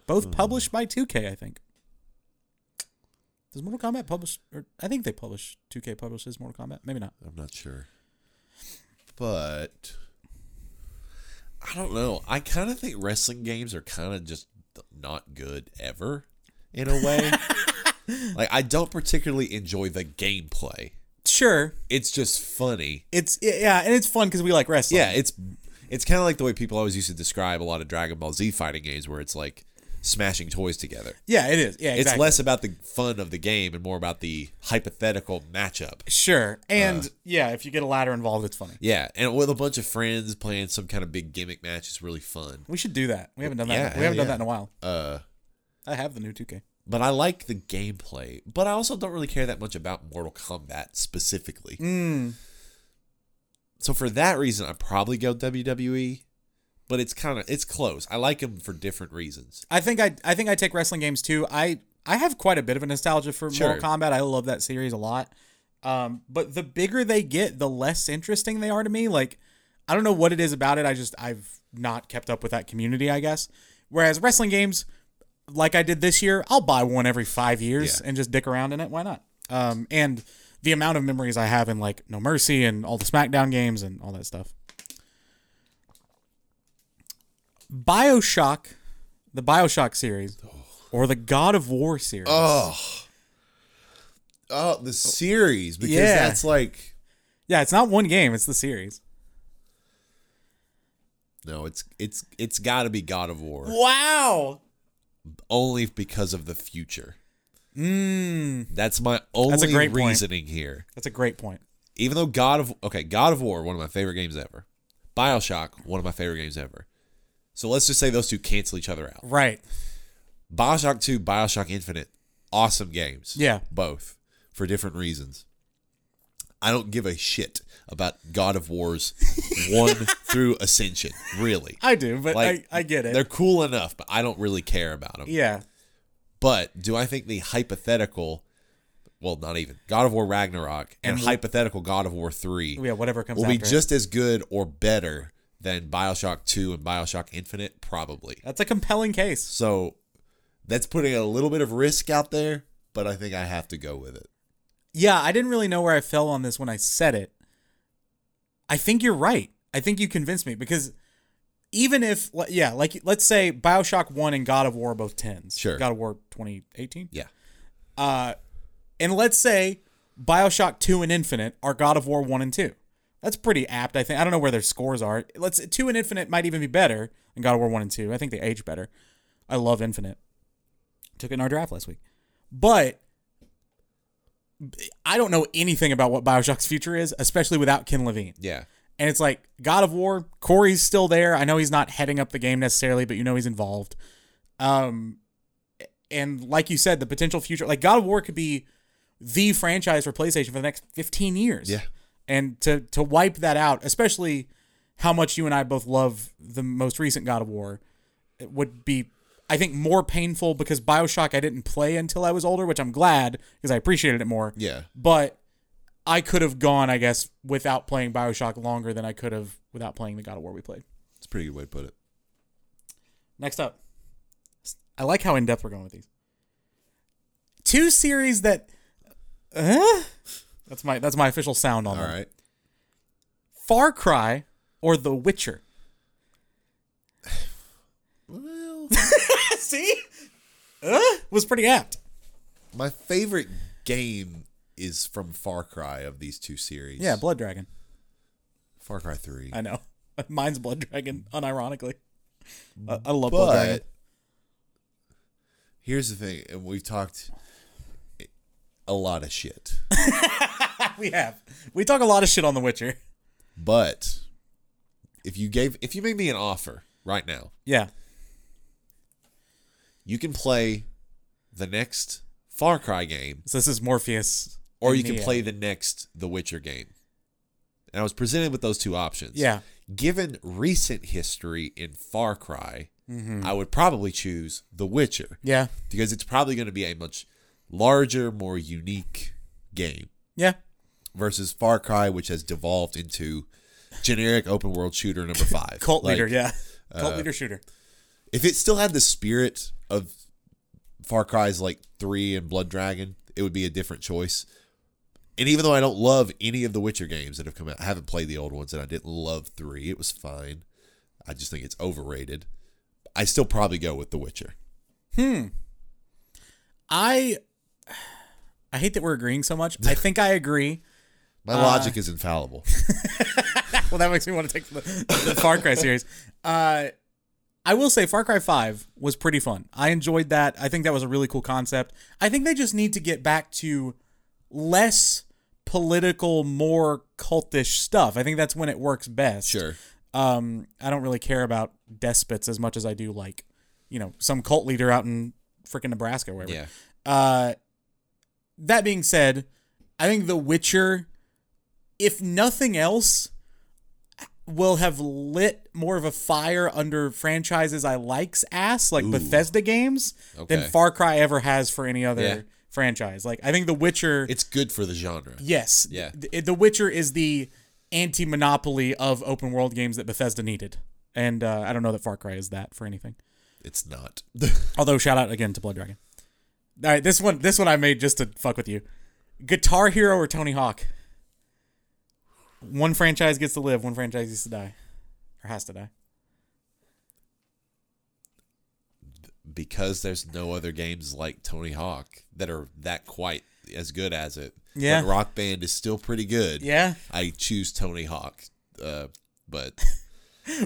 B: Both published by 2K, I think. Does Mortal Kombat publish? Or I think they publish 2K publishes Mortal Kombat. Maybe not.
A: I'm not sure, but I don't know. I kind of think wrestling games are kind of just not good ever in a way. like I don't particularly enjoy the gameplay
B: Sure,
A: It's just funny.
B: it's yeah, and it's fun because we like wrestling.
A: Yeah, it's it's kind of like the way people always used to describe a lot of Dragon Ball Z fighting games, where it's like smashing toys together.
B: yeah, it is. Yeah, exactly.
A: It's less about the fun of the game and more about the hypothetical matchup.
B: sure, and yeah, if you get a ladder involved, it's funny.
A: Yeah, and with a bunch of friends playing some kind of big gimmick match is really fun.
B: We should do that. We haven't done that.
A: Yeah,
B: we haven't
A: hell
B: done that in a
A: yeah.
B: while.
A: Uh,
B: I have the new 2K.
A: but I like the gameplay. But I also don't really care that much about Mortal Kombat specifically.
B: Hmm.
A: So for that reason, I probably go WWE. But it's kind of it's close. I like them for different reasons.
B: I think I I think I take wrestling games too. I I have quite a bit of a nostalgia for
A: Sure.
B: Mortal Kombat. I love that series a lot. Um, but the bigger they get, the less interesting they are to me. Like I don't know what it is about it. I just I've not kept up with that community, I guess. Whereas wrestling games, like I did this year, I'll buy one every five years
A: Yeah.
B: and just dick around in it. Why not? Um, and the amount of memories I have in like No Mercy and all the SmackDown games and all that stuff. Bioshock, the Bioshock series, or the God of War series.
A: Oh, oh, the series because
B: Yeah.
A: that's like
B: Yeah, it's not one game; it's the series.
A: no, it's it's it's got to be God of War
B: Wow.
A: only because of the future. That's my only
B: a great point.
A: reasoning here.
B: That's a great point.
A: Even though God of okay, God of War, one of my favorite games ever. BioShock, one of my favorite games ever. So let's just say those two cancel each other out.
B: Right.
A: BioShock 2, BioShock Infinite, awesome games.
B: Yeah.
A: Both for different reasons. I don't give a shit about God of War's 1 through Ascension, really.
B: I do, but I, I get
A: They're
B: it.
A: cool enough, but I don't really care about them.
B: Yeah.
A: But do I think the hypothetical, well, not even God of War Ragnarok and, hypothetical God of War three
B: Yeah, whatever comes
A: will be
B: after it.
A: just as good or better than Bioshock two and Bioshock Infinite? Probably.
B: That's a compelling case.
A: So that's putting a little bit of risk out there, but I think I have to go with it.
B: Yeah, I didn't really know where I fell on this when I said it. I think you're right. I think you convinced me because even if li- yeah, like let's say BioShock 1 and God of War are both 10s.
A: Sure.
B: God of War 2018.
A: Yeah.
B: Uh, and let's say Bioshock 2 and Infinite are God of War 1 and 2. That's pretty apt, I think. I don't know where their scores are. Let's 2 and Infinite might even be better than God of War 1 and 2. I think they age better. I love Infinite. Took it in our draft last week. But I don't know anything about what Bioshock's future is, especially without Ken Levine.
A: Yeah.
B: And it's like God of War, Corey's still there. I know he's not heading up the game necessarily, but you know he's involved. Um and like you said, the potential future like God of War could be the franchise for PlayStation for the next 15 years.
A: Yeah.
B: And to to wipe that out, especially how much you and I both love the most recent God of War, it would be I think more painful because BioShock I didn't play until I was older, which I'm glad because I appreciated it more
A: Yeah.
B: but I could have gone, I guess, without playing Bioshock longer than I could have without playing the God of War we played.
A: It's a pretty good way to put it.
B: Next up, I like how in depth we're going with these. Two series that, uh, that's my that's my official sound on
A: All
B: them.
A: right.
B: Far Cry or The Witcher.
A: Well,
B: See, uh, was pretty apt.
A: my favorite game is from Far Cry of these two series.
B: Yeah, Blood Dragon.
A: Far Cry 3.
B: I know. Mine's Blood Dragon, unironically. I, I love Blood Dragon.
A: But here's the thing, and we've talked a lot of shit,
B: We have we talk a lot of shit on The Witcher.
A: but if you gave, if you made me an offer right now,
B: Yeah,
A: you can play the next Far Cry game,
B: so this is Morpheus. uh,
A: or
B: and
A: you can
B: Neo.
A: play the next The Witcher game. And I was presented with those two options.
B: Yeah.
A: Given recent history in Far Cry,
B: Mm-hmm.
A: I would probably choose The Witcher
B: Yeah.
A: because it's probably going to be a much larger, more unique game.
B: Yeah.
A: versus Far Cry, which has devolved into generic open world shooter number five.
B: Cult
A: Like, uh,
B: leader, yeah. Cult leader shooter.
A: If it still had the spirit of Far Cry's like three and Blood Dragon, it would be a different choice. And even though I don't love any of the Witcher games that have come out, I haven't played the old ones and I didn't love three. It was fine. I just think it's overrated. I still probably go with The Witcher.
B: I I hate that we're agreeing so much. I think I agree.
A: My logic is infallible.
B: well, that makes me want to take the, the Far Cry series. Uh, I will say Far Cry 5 was pretty fun. I enjoyed that. I think that was a really cool concept. I think they just need to get back to less political, more cultish stuff. I think that's when it works best.
A: Sure.
B: Um, I don't really care about despots as much as I do like, you know, some cult leader out in freaking Nebraska or wherever.
A: Yeah.
B: Uh, that being said, I think The Witcher, if nothing else, will have lit more of a fire under franchises I like's ass, like Bethesda games,
A: Okay.
B: than Far Cry ever has for any other
A: Yeah.
B: franchise. Like, I think The Witcher.
A: It's good for the genre.
B: yes.
A: Yeah.
B: The, the Witcher is the anti monopoly of open world games that Bethesda needed. And uh, I don't know that Far Cry is that for anything.
A: It's not.
B: Although shout out again to Blood Dragon. All right, this one this one I made just to fuck with you. Guitar Hero or Tony Hawk? One franchise gets to live, one franchise gets to die. Or has to die.
A: because there's no other games like Tony Hawk that are that quite as good as it.
B: Yeah.
A: Like, Rock Band is still pretty good.
B: Yeah.
A: I choose Tony Hawk. Uh, but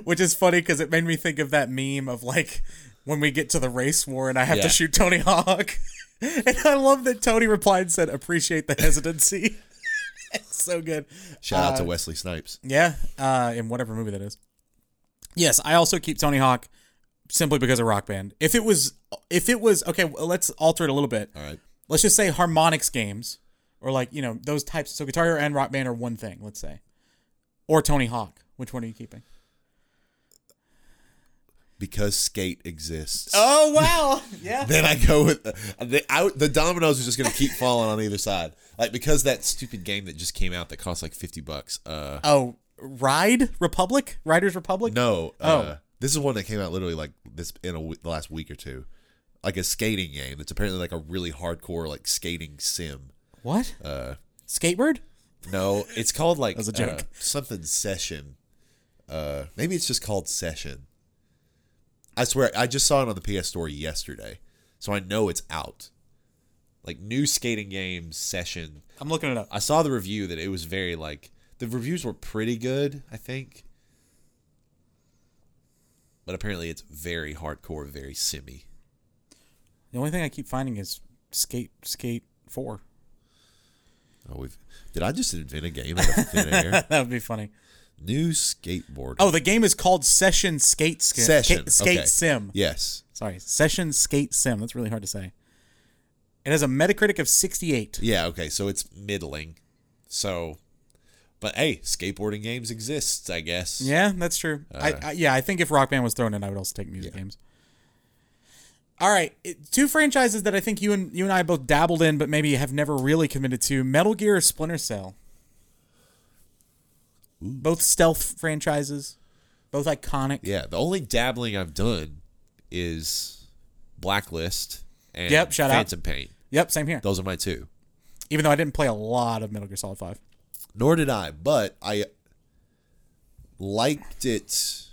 B: Which is funny because it made me think of that meme of like when we get to the race war and I have
A: Yeah.
B: to shoot Tony Hawk. and I love that Tony replied and said, appreciate the hesitancy. it's so good.
A: shout out to Wesley Snipes.
B: Yeah, uh, in whatever movie that is. Yes, I also keep Tony Hawk simply because of Rock Band. If it was, if it was okay, well, let's alter it a little bit.
A: All right.
B: Let's just say harmonics games, or like you know those types. So Guitar Hero and Rock Band are one thing. Let's say, or Tony Hawk. Which one are you keeping?
A: Because skate exists.
B: Oh wow! yeah.
A: Then I go with the I, the dominoes are just gonna keep falling on either side. Like because that stupid game that just came out that cost like fifty bucks. Uh,
B: Oh, Ride Republic, Riders Republic.
A: no. Uh, this is one that came out literally like this in a, w- the last week or two, like a skating game that's apparently like a really hardcore like skating sim.
B: What?
A: Uh,
B: Skateboard?
A: No, it's called like
B: was a
A: uh,
B: joke.
A: something session. Uh, maybe it's just called session. I swear, I just saw it on the PS Store yesterday, so I know it's out. Like new skating game session.
B: I'm looking it up.
A: I saw the review that it was very like the reviews were pretty good, I think. But apparently, it's very hardcore, very simmy.
B: The only thing I keep finding is Skate Skate Four.
A: Oh, we've did I just invent a game out of thin air?
B: that would be funny.
A: New skateboard.
B: Oh, the game is called Session Skate Skim.
A: session.
B: Skate, Skate
A: Okay.
B: Sim.
A: Yes.
B: Sorry, Session Skate Sim. That's really hard to say. It has a Metacritic of 68.
A: Yeah, okay, so it's middling. So, but hey, skateboarding games exists, I guess.
B: Yeah, that's true. I,
A: Uh,
B: I yeah, I think if Rock Band was thrown in, I would also take music games. All right, it- two franchises that I think you and you and I both dabbled in, but maybe have never really committed to: Metal Gear or Splinter Cell. Both stealth franchises, both iconic.
A: Yeah, the only dabbling I've done is Blacklist and
B: Yep, shout out.
A: Phantom Pain.
B: Yep, same here.
A: Those are my two.
B: Even though I didn't play a lot of Metal Gear Solid Five.
A: Nor did I, but I liked it.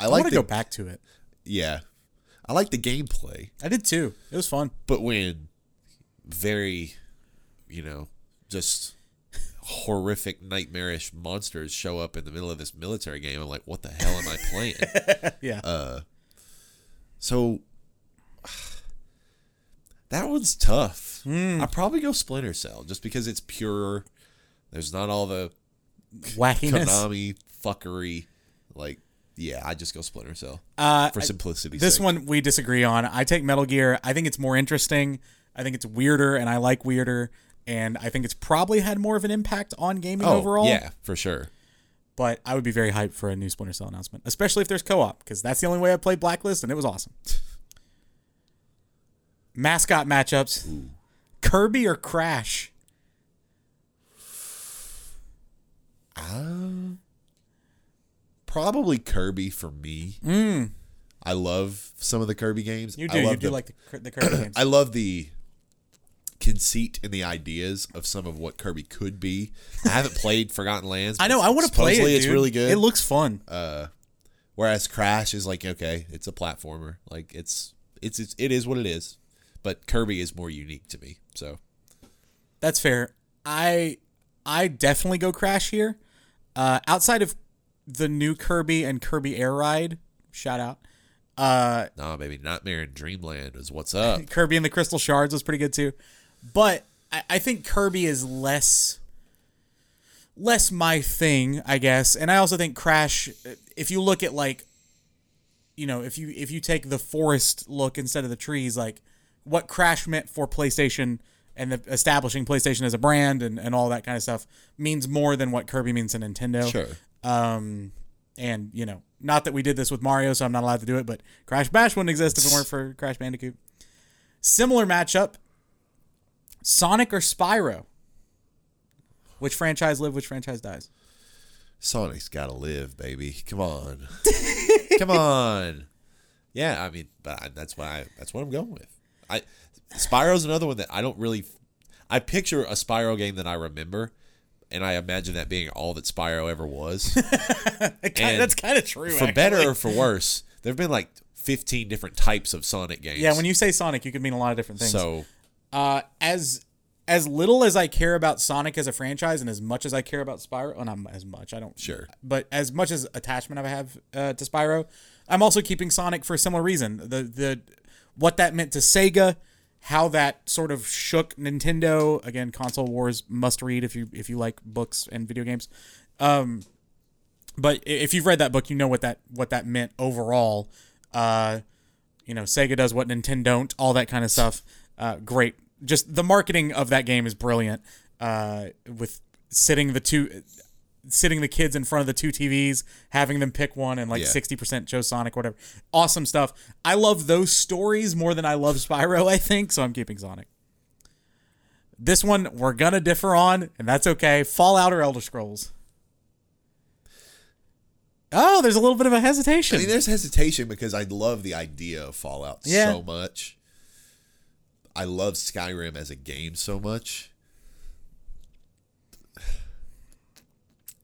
A: I
B: I
A: like
B: want
A: the
B: to go back to it.
A: yeah, I like the gameplay,
B: I did too. It was fun.
A: but when very, you know, just horrific, nightmarish monsters show up in the middle of this military game, I'm like, what the hell am I playing?
B: Yeah.
A: Uh, So that one's tough.
B: Hmm.
A: I'd probably go Splinter Cell just because it's pure. There's not all the
B: Wackiness.
A: Konami fuckery. Like, yeah, I just go Splinter Cell
B: Uh,
A: for simplicity's
B: this
A: sake.
B: one we disagree on. I take Metal Gear. I think it's more interesting. I think it's weirder, and I like weirder. And I think it's probably had more of an impact on gaming
A: Oh,
B: overall.
A: yeah, for sure.
B: But I would be very hyped for a new Splinter Cell announcement, especially if there's co-op, because that's the only way I played Blacklist, and it was awesome. Mascot matchups: Kirby or Crash.
A: Probably Kirby for me. I love some of the Kirby games.
B: Mm. You
A: I
B: do. You
A: love
B: do
A: the-
B: like the, Kir- the Kirby games.
A: I love the conceit and the ideas of some of what Kirby could be. I haven't played Forgotten Lands.
B: I
A: but
B: know. I want to play it.
A: supposedly It's
B: dude.
A: really good.
B: It looks fun.
A: Whereas Crash is like, okay, it's a platformer. Like it's it's, it's it is what it is. But Kirby is more unique to me. So
B: That's fair. I I definitely go Crash here. Uh, outside of the new Kirby and Kirby Air Ride, shout out. Uh,
A: Nah, baby, Nightmare in Dreamland is what's up.
B: Kirby and the Crystal Shards was pretty good too, but I, I think Kirby is less less my thing, I guess. And I also think Crash, if you look at like, you know, if you if you take the forest look instead of the trees, like what Crash meant for PlayStation and the establishing PlayStation as a brand and, and all that kind of stuff means more than what Kirby means to Nintendo.
A: Sure.
B: Um, and you know, not that we did this with Mario, so I'm not allowed to do it, but Crash Bash wouldn't exist if it weren't for Crash Bandicoot. Similar matchup: Sonic or Spyro. Which franchise live? Which franchise dies?
A: Sonic's got to live, baby. Come on, come on. Yeah, I mean, but I, that's why I, that's what I'm going with. I Spyro's another one that I don't really. I picture a Spyro game that I remember, and I imagine that being all that Spyro ever was. And
B: that's kind of true.
A: for better or for worse, there have been like 15 different types of Sonic games.
B: yeah. When you say Sonic, you could mean a lot of different things.
A: so
B: uh, as as little as I care about Sonic as a franchise, and as much as I care about Spyro, well, not as much. I don't
A: Sure.
B: but as much as attachment I have uh, to Spyro, I'm also keeping Sonic for a similar reason. The the what that meant to Sega, how that sort of shook Nintendo. Again, console wars must read if you if you like books and video games. Um, but i- if you've read that book, you know what that what that meant overall. Uh, you know, Sega does what Nintendo don't, all that kind of stuff. Uh, great. Just the marketing of that game is brilliant. Uh, with sitting the two, sitting the kids in front of the two TVs, having them pick one, and like
A: Yeah.
B: sixty percent chose Sonic, whatever. Awesome stuff. I love those stories more than I love Spyro. I think so. I'm keeping Sonic. This one we're gonna differ on, and that's okay. Fallout or Elder Scrolls. Oh, there's a little bit of a hesitation.
A: Uh, I mean, there's hesitation because I love the idea of Fallout
B: Yeah.
A: so much. I love Skyrim as a game so much.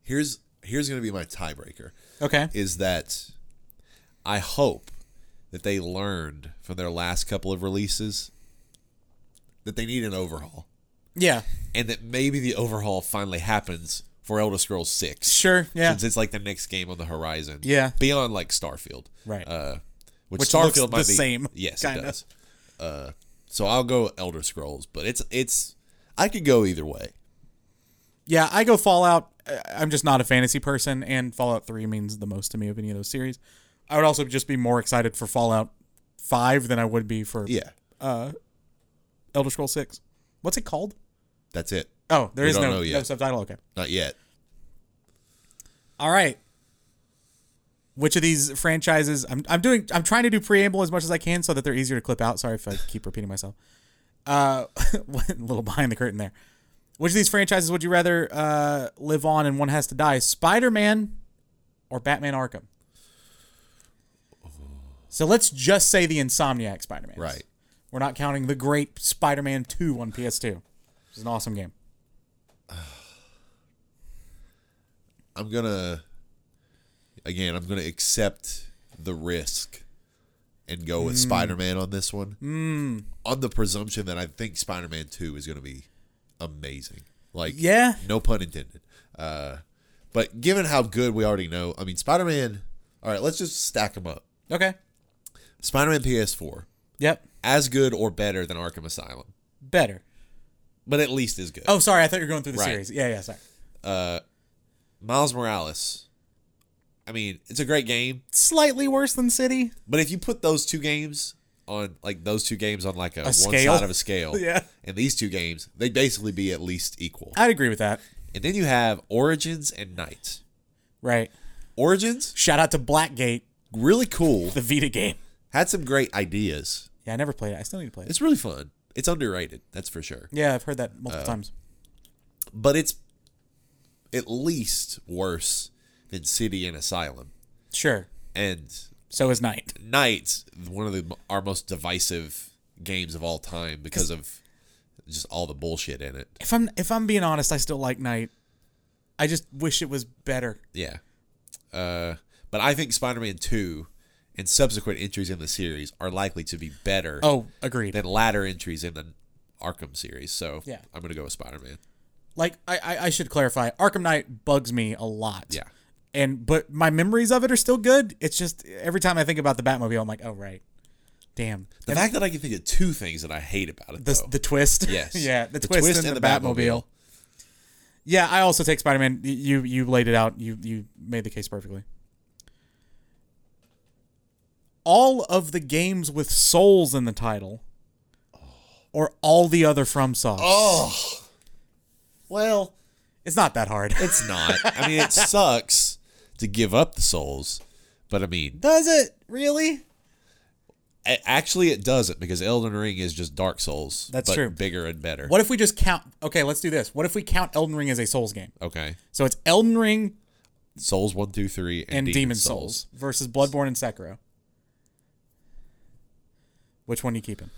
A: Here's here's going to be my tiebreaker
B: okay.
A: is that I hope that they learned from their last couple of releases that they need an overhaul
B: Yeah.
A: and that maybe the overhaul finally happens for Elder Scrolls 6
B: Sure. Yeah.
A: since it's like the next game on the horizon.
B: Yeah.
A: beyond like Starfield,
B: Right.
A: Uh, which,
B: Which
A: Starfield
B: looks
A: might
B: the
A: be
B: same,
A: Yes,
B: kinda.
A: it does. Uh, so I'll go Elder Scrolls, but it's it's I could go either way.
B: Yeah, I go Fallout. Uh, I'm just not a fantasy person, and Fallout 3 means the most to me of any of those series. I would also just be more excited for Fallout 5 than I would be for
A: Yeah,
B: Elder Scrolls 6. What's it called?
A: that's it.
B: Oh, there
A: We
B: is
A: don't
B: no,
A: know
B: no
A: yet.
B: subtitle. Okay.
A: Not yet.
B: All right. Which of these franchises? I'm, I'm doing. I'm trying to do preamble as much as I can so that they're easier to clip out. Sorry if I keep repeating myself. Uh, a little behind the curtain there. Which of these franchises would you rather uh, live on and one has to die? Spider Man or Batman Arkham? So let's just say the Insomniac Spider Man.
A: Right.
B: We're not counting the great Spider Man 2 on PS2, which is an awesome game.
A: I'm gonna again. I'm gonna accept the risk and go
B: Mm.
A: with Spider-Man on this one. Mm. On the presumption that I think Spider-Man Two is gonna be amazing. Like
B: Yeah.
A: no pun intended. Uh, but given how good we already know, I mean Spider-Man. All right, let's just stack them up.
B: Okay.
A: Spider-Man PS4
B: Yep.
A: as good or better than Arkham Asylum,
B: Better.
A: but at least as good.
B: Oh, sorry. I thought you were going through the
A: Right.
B: series. Yeah, yeah, sorry.
A: Miles Morales. I mean, it's a great game.
B: slightly worse than City.
A: But if you put those two games on like those two games on like a, one
B: scale?
A: side of a scale,
B: Yeah.
A: and these two games, they basically be at least equal.
B: I'd agree with that.
A: And then you have Origins and Knights.
B: Right.
A: Origins,
B: Shout out to Blackgate,
A: really cool.
B: the Vita game.
A: Had some great ideas.
B: Yeah, I never played it. I still need to play it.
A: It's really fun. It's underrated, that's for sure.
B: Yeah, I've heard that
A: Oh.
B: multiple times.
A: But it's at least worse than City and Asylum.
B: Sure.
A: And
B: So is Knight.
A: Knights, one of the our most divisive games of all time because of just all the bullshit in it.
B: If I'm if I'm being honest, I still like Knight. I just wish it was better.
A: Yeah. Uh, but I think Spider Man 2 and subsequent entries in the series are likely to be better
B: Oh, agreed.
A: than latter entries in the Arkham series. So
B: Yeah.
A: I'm going to go with Spider Man.
B: like I, I I should clarify Arkham Knight bugs me a lot.
A: Yeah.
B: And but my memories of it are still good. It's just every time I think about the Batmobile, I'm like, oh right, damn.
A: The fact that I can think of two things that I hate about it,
B: The,
A: though.
B: the twist.
A: Oh. Yes.
B: yeah. The, twist, and, the, Batmobile.
A: Batmobile.
B: Yeah, I also take Spider Man. You you laid it out. You you made the case perfectly. All of the games with souls in the title, or all the other from soft.
A: oh, well,
B: It's not that hard.
A: it's not. I mean, it sucks to give up the souls, but I mean,
B: Does it really?
A: a- actually, it doesn't because Elden Ring is just Dark Souls.
B: That's
A: but
B: true.
A: Bigger and better.
B: What if we just count? Okay, let's do this. What if we count Elden Ring as a Souls game?
A: Okay.
B: So it's Elden Ring
A: Souls one, two, three, and,
B: and
A: Demon, Souls.
B: Souls versus Bloodborne and Sekiro. Which one you keeping?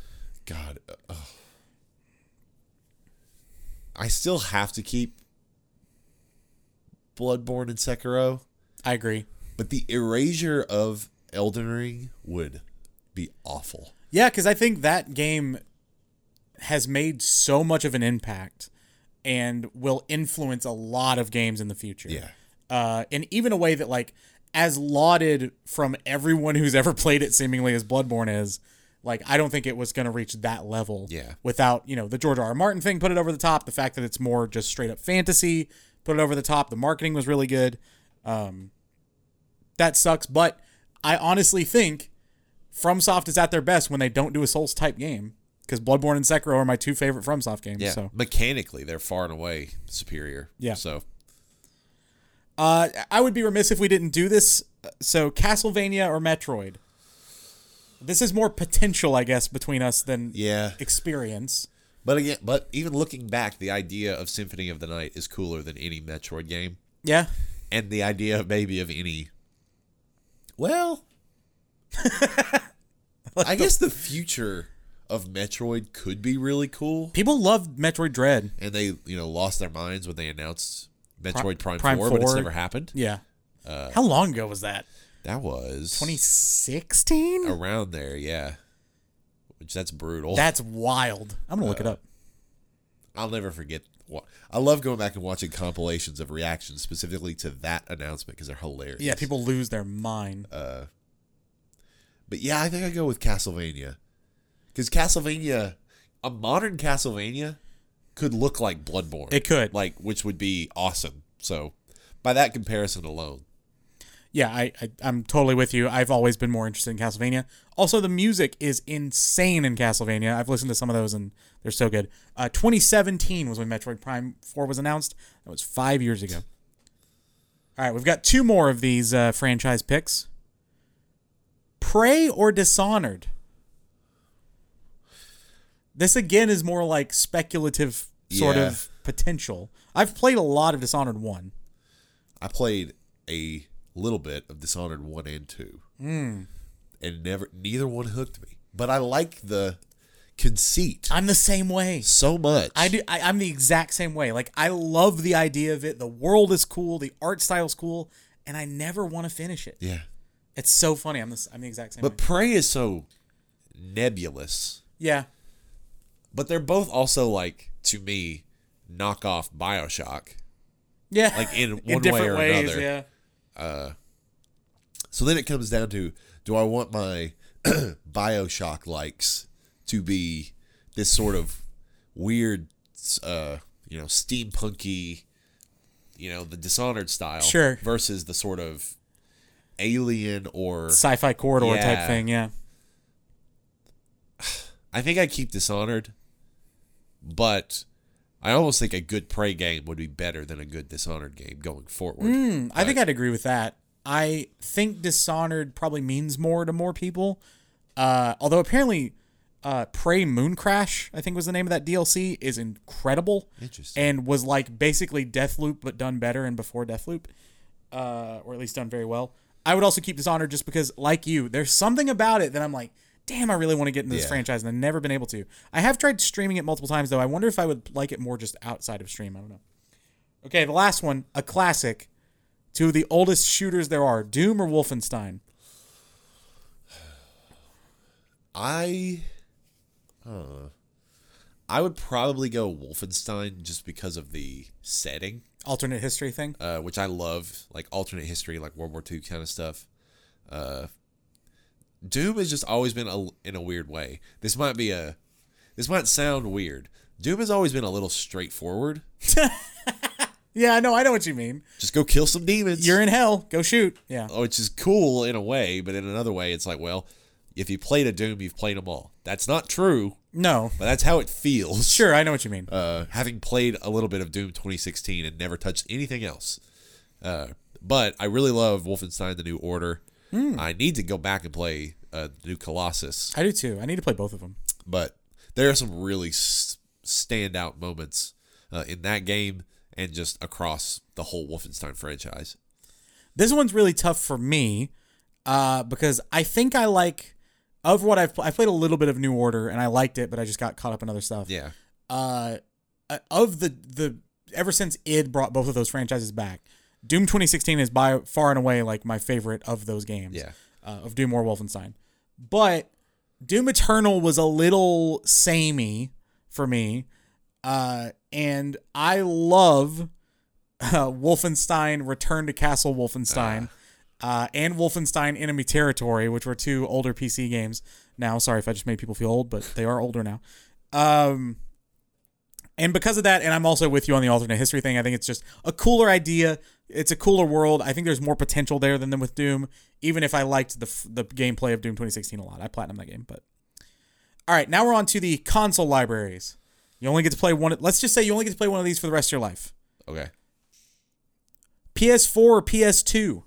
A: God, uh, ugh. I still have to keep Bloodborne and Sekiro,
B: I agree.
A: but the erasure of Elden Ring would be awful.
B: Yeah, because I think that game has made so much of an impact and will influence a lot of games in the future.
A: Yeah.
B: Uh, in even a way that, like, as lauded from everyone who's ever played it, seemingly as Bloodborne is, like, I don't think it was going to reach that level.
A: Yeah.
B: Without, you know, the George R. R. Martin thing put it over the top. The fact that it's more just straight up fantasy put it over the top. The marketing was really good. Um, that sucks. But I honestly think FromSoft is at their best when they don't do a Souls type game because Bloodborne and Sekiro are my two favorite FromSoft games.
A: Yeah.
B: So
A: Mechanically, they're far and away superior.
B: Yeah.
A: So
B: uh, I would be remiss if we didn't do this. So Castlevania or Metroid. This is more potential, I guess, between us than
A: yeah,
B: experience.
A: but again, but even looking back, the idea of Symphony of the Night is cooler than any Metroid game,
B: Yeah.
A: and the idea of maybe of any. Well, I guess the future of Metroid could be really cool.
B: People loved Metroid Dread.
A: and they you know lost their minds when they announced Metroid Prime,
B: Prime
A: 4, but it's
B: 4.
A: never happened.
B: Yeah.
A: Uh,
B: How long ago was that?
A: That was
B: 2016?
A: around there, yeah. Which that's brutal.
B: That's wild. I'm going to look
A: Uh,
B: it up.
A: I'll never forget. What, I love going back and watching compilations of reactions specifically to that announcement because they're hilarious. Uh,
B: Yeah, people lose their mind.
A: But yeah, I think I go with Castlevania because Castlevania, a modern Castlevania, could look like Bloodborne.
B: It could.
A: like, which would be awesome. So, by that comparison alone,
B: Yeah, I, I I'm totally with you. I've always been more interested in Castlevania. Also, the music is insane in Castlevania. I've listened to some of those and they're so good. Uh, 2017 was when Metroid Prime 4 was announced. That was five years ago. All right, we've got two more of these uh, franchise picks. Prey or Dishonored. This again is more like speculative sort
A: Yeah.
B: of potential. I've played a lot of Dishonored one.
A: I played a little bit of Dishonored one and two,
B: Hmm.
A: and never neither one hooked me. But I like the conceit
B: I'm the same way.
A: so much.
B: I do. I, I'm the exact same way. Like I love the idea of it. The world is cool. The art style's cool, and I never want to finish it.
A: yeah,
B: It's so funny. I'm the, I'm the exact same.
A: but
B: way.
A: Prey is so nebulous.
B: Yeah,
A: But they're both also like to me knockoff Bioshock.
B: yeah.
A: Like, in one way or another.
B: Yeah.
A: So then it comes down to do I want my Bioshock likes to be this sort of weird, uh, you know, steampunky, you know, the Dishonored style,
B: Sure.
A: versus the sort of alien or
B: Sci-fi corridor
A: Yeah.
B: type thing. Yeah.
A: I think I keep Dishonored, but I almost think a good prey game would be better than a good Dishonored game going forward.
B: Hmm, I think I'd agree with that. I think Dishonored probably means more to more people. Uh, although apparently, uh, Prey Moon Crash, I think was the name of that DLC, is incredible.
A: Interesting.
B: And was like basically Deathloop, but done better and before Deathloop, uh, or at least done very well. I would also keep Dishonored just because, like you, there's something about it that I'm like, damn, I really want to get into this
A: Yeah.
B: franchise, and I've never been able to. I have tried streaming it multiple times, though. I wonder if I would like it more just outside of stream. I don't know. Okay, the last one, a classic, two of the oldest shooters there are, Doom or Wolfenstein.
A: I, uh, I would probably go Wolfenstein just because of the setting,
B: alternate history thing.
A: uh, which I love, like alternate history, like World War II kind of stuff. Uh, Doom has just always been a, in a weird way. This might be a, this might sound weird. Doom has always been a little straightforward.
B: Yeah, no, I know what you mean.
A: Just go kill some demons.
B: You're in hell. Go shoot. Yeah.
A: which is cool in a way, but in another way, it's like, well, if you played a Doom, you've played them all. That's not true,
B: No.
A: but that's how it feels.
B: Sure, I know what you mean.
A: Uh, having played a little bit of Doom 2016 and never touched anything else, uh, but I really love Wolfenstein: The New Order. I need to go back and play uh, the New Colossus,
B: I do too. I need to play both of them.
A: but there are some really s- standout moments uh, in that game and just across the whole Wolfenstein franchise.
B: This one's really tough for me uh, because I think I like of what I've pl- I played a little bit of New Order and I liked it, but I just got caught up in other stuff.
A: Yeah,
B: Uh, uh, of the the ever since id brought both of those franchises back, Doom 2016 is by far and away like my favorite of those games.
A: yeah,
B: uh, of Doom or Wolfenstein. But Doom Eternal was a little samey for me. Uh, and I love uh, Wolfenstein Return to Castle Wolfenstein uh. and Wolfenstein Enemy Territory, which were two older PC games now. Sorry if I just made people feel old, but they are older now. Um, and because of that, and I'm also with you on the alternate history thing, I think it's just a cooler idea. It's a cooler world. I think there's more potential there than, than with Doom, even if I liked the, f- the gameplay of Doom 2016 a lot. I platinum that game, but. All right, now we're on to the console libraries. You only get to play one. Let's just say you only get to play one of these for the rest of your life
A: okay.
B: PS4 or PS2.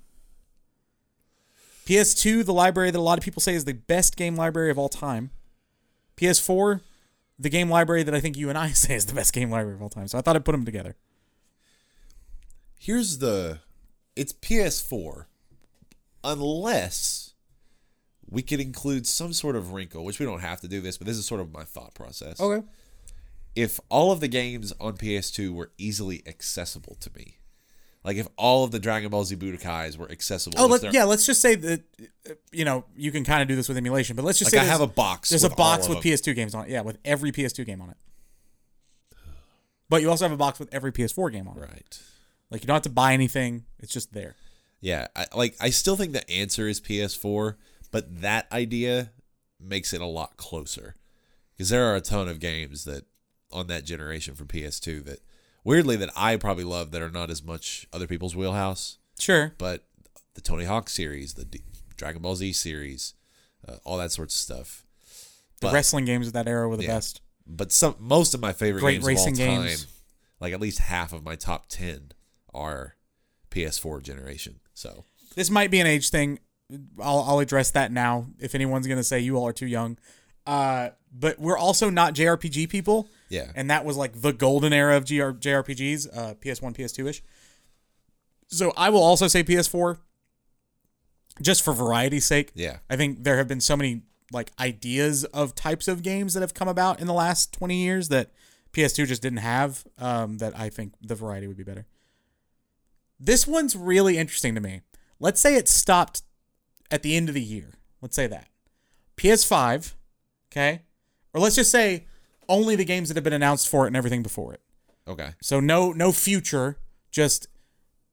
B: PS2, the library that a lot of people say is the best game library of all time. PS4, the game library that I think you and I say is the best game library of all time. So I thought I'd put them together.
A: here's the it's PS4 unless we could include some sort of wrinkle, which we don't have to do this, but this is sort of my thought process. If all of the games on PS2 were easily accessible to me, like if all of the Dragon Ball Z Budokais were accessible,
B: Oh,
A: if
B: let,
A: they're-
B: yeah. Let's just say that uh, you know you can kind of do this with emulation, but let's just
A: like
B: say
A: I have a
B: there's-
A: box.
B: There's a
A: all
B: box
A: of
B: with
A: them.
B: PS2 games on it. Yeah, with every PS2 game on it. But you also have a box with every PS4 game on it.
A: Right.
B: Like you don't have to buy anything; it's just there.
A: Yeah, I, like I still think the answer is PS4, but that idea makes it a lot closer because there are a ton of games that on that generation from PS2 that weirdly that I probably love that are not as much other people's wheelhouse,
B: Sure.
A: but the Tony Hawk series, the D- Dragon Ball Z series, uh, all that sorts of stuff.
B: The
A: But-
B: wrestling games of that era were the
A: Yeah.
B: best.
A: But some most of my favorite
B: Great
A: games
B: racing
A: of all time,
B: games.
A: like at least half of my top 10 are PS4 generation. So,
B: This might be an age thing. I'll, I'll address that now. If anyone's gonna say you all are too young, uh, but we're also not JRPG people.
A: yeah.
B: and that was like the golden era of GR- JRPGs, uh, PS1, PS2 ish. So I will also say PS4, just for variety's sake.
A: yeah.
B: I think there have been so many like ideas of types of games that have come about in the last 20 years that PS2 just didn't have um, that I think the variety would be better. This one's really interesting to me. Let's say it stopped at the end of the year. Let's say that. PS5, okay? Or let's just say only the games that have been announced for it and everything before it.
A: Okay.
B: So no no future, just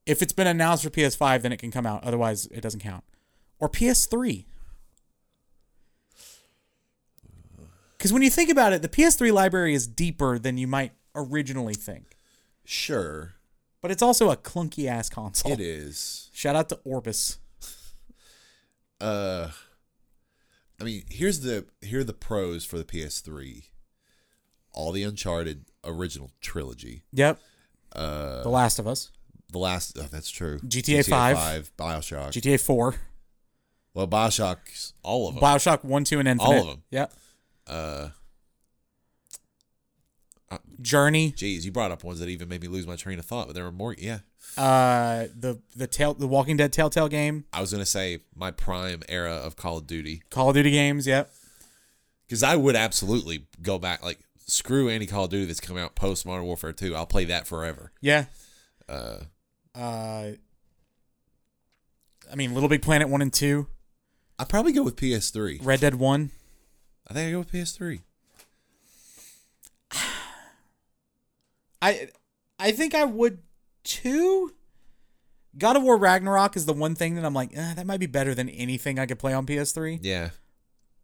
B: if it's been announced for PS5 then it can come out, otherwise it doesn't count. Or PS3. Cuz when you think about it, the PS3 library is deeper than you might originally think.
A: Sure.
B: But it's also a clunky ass console.
A: It is.
B: Shout out to Orbis.
A: Uh I mean, here's the here are the pros for the PS3. All the Uncharted original trilogy.
B: Yep.
A: Uh
B: the Last of Us,
A: the last oh, that's true.
B: GTA five.
A: BioShock.
B: GTA 4,
A: well, BioShock's all of them.
B: BioShock 1, 2 and Infinite.
A: Oh. All of them.
B: Yep.
A: uh
B: Journey,
A: geez, you brought up ones that even made me lose my train of thought, but there were more. Yeah.
B: uh the the tail the Walking Dead Telltale game,
A: I was going to say my prime era of Call of Duty
B: Call of Duty games, yep.
A: cuz I would absolutely go back like screw any Call of Duty that's come out post Modern Warfare 2. I'll play that forever.
B: Yeah.
A: Uh
B: uh I mean Little Big Planet 1 and 2,
A: I'd probably go with PS3.
B: Red Dead 1.
A: I think I go with PS3.
B: I I think I would too. God of War Ragnarok is the one thing that I'm like, eh, that might be better than anything I could play on PS3.
A: Yeah.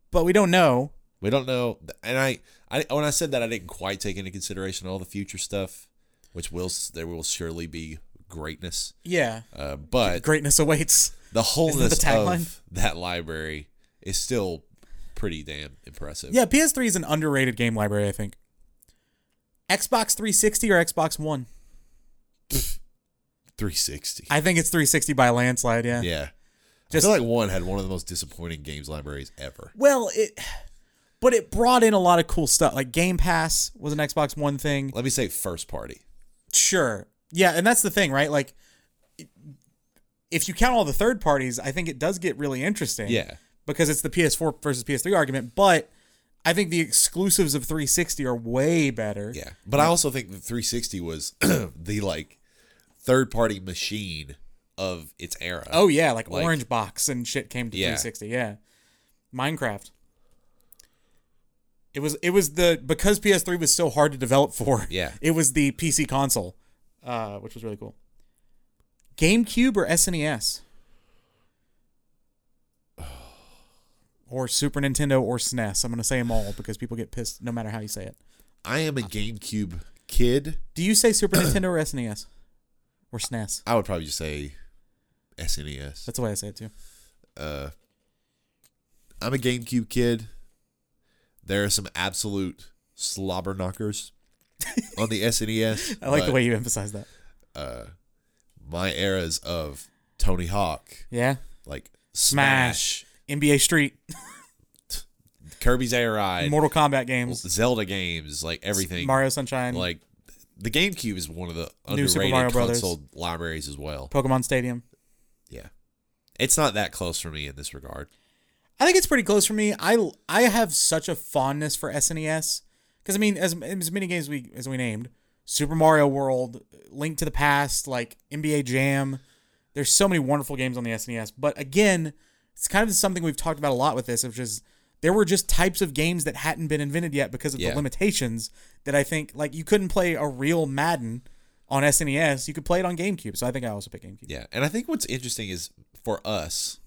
B: But we don't know.
A: We don't know, and I, I when I said that I didn't quite take into consideration all the future stuff, which will s- there will surely be greatness,
B: Yeah.
A: uh, but
B: Greatness awaits.
A: the wholeness
B: tagline?
A: of that library is still pretty damn impressive.
B: Yeah, PS3 is an underrated game library, I think. Xbox 360 or Xbox One?
A: 360.
B: I think it's 360 by a landslide, yeah.
A: yeah,
B: Just-
A: I feel like one had one of the most disappointing games libraries ever.
B: Well, it but it brought in a lot of cool stuff. Like Game Pass was an Xbox One thing.
A: Let me say first party.
B: Sure. Yeah, and that's the thing, right? Like if you count all the third parties, I think it does get really interesting.
A: Yeah,
B: Because it's the PS4 versus PS3 argument, but I think the exclusives of 360 are way better.
A: yeah, but I also think the 360 was the like third party machine of its era.
B: Oh yeah, like,
A: Like-
B: Orange Box and shit came to
A: Yeah.
B: 360. Yeah, Minecraft. It was it was the because PS3 was so hard to develop for.
A: Yeah.
B: it was the PC console, uh, which was really cool. GameCube or E SNES, or Super Nintendo or SNES. I'm gonna say them all because people get pissed no matter how you say it.
A: I am a GameCube kid.
B: Do you say Super Nintendo or SNES or SNES?
A: I would probably just say SNES.
B: That's the way I say it too.
A: Uh, I'm a GameCube kid. There are some absolute slobber knockers on the SNES.
B: I like
A: but,
B: the way you emphasize that.
A: Uh, my eras of Tony Hawk,
B: Yeah,
A: like
B: Smash.
A: Smash,
B: NBA Street.
A: Kirby's Air Ride,
B: Mortal Kombat games,
A: Zelda games, like everything.
B: Mario Sunshine,
A: Like the GameCube is one of the
B: New Super
A: underrated
B: Mario Brothers.
A: console libraries as well.
B: Pokemon Stadium.
A: Yeah, it's not that close for me in this regard.
B: I think it's pretty close for me. I I have such a fondness for SNES because I mean, as as many games we as we named, Super Mario World, Link to the Past, like NBA Jam. There's so many wonderful games on the SNES, but again, it's kind of something we've talked about a lot with this, which is there were just types of games that hadn't been invented yet because of the
A: Yeah.
B: limitations that I think like you couldn't play a real Madden on SNES. You could play it on GameCube, so I think I also pick GameCube.
A: Yeah, and I think what's interesting is for us.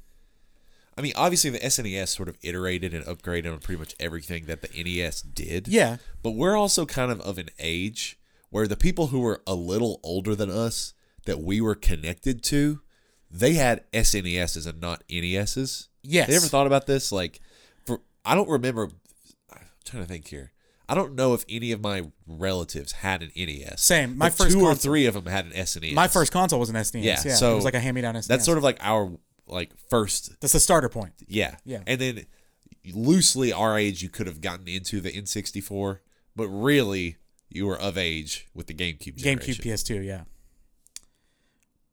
A: I mean, obviously the SNES sort of iterated and upgraded on pretty much everything that the NES did.
B: Yeah.
A: But we're also kind of of an age where the people who were a little older than us that we were connected to, they had SNESs and not E NESs.
B: Yes.
A: They ever thought about this? Like, for I don't remember. I'm trying to think here. I don't know if any of my relatives had an NES.
B: Same. My
A: But
B: first
A: two or
B: console-
A: three of them had an E SNES.
B: My first console was an SNES. Yeah,
A: Yeah, so
B: it was like a hand-me-down E SNES.
A: That's sort of like our like first,
B: that's the starter point.
A: yeah,
B: Yeah.
A: And then loosely our age, you could have gotten into the N64, but really you were of age with the GameCube.
B: GameCube,
A: Generation.
B: PS2, yeah.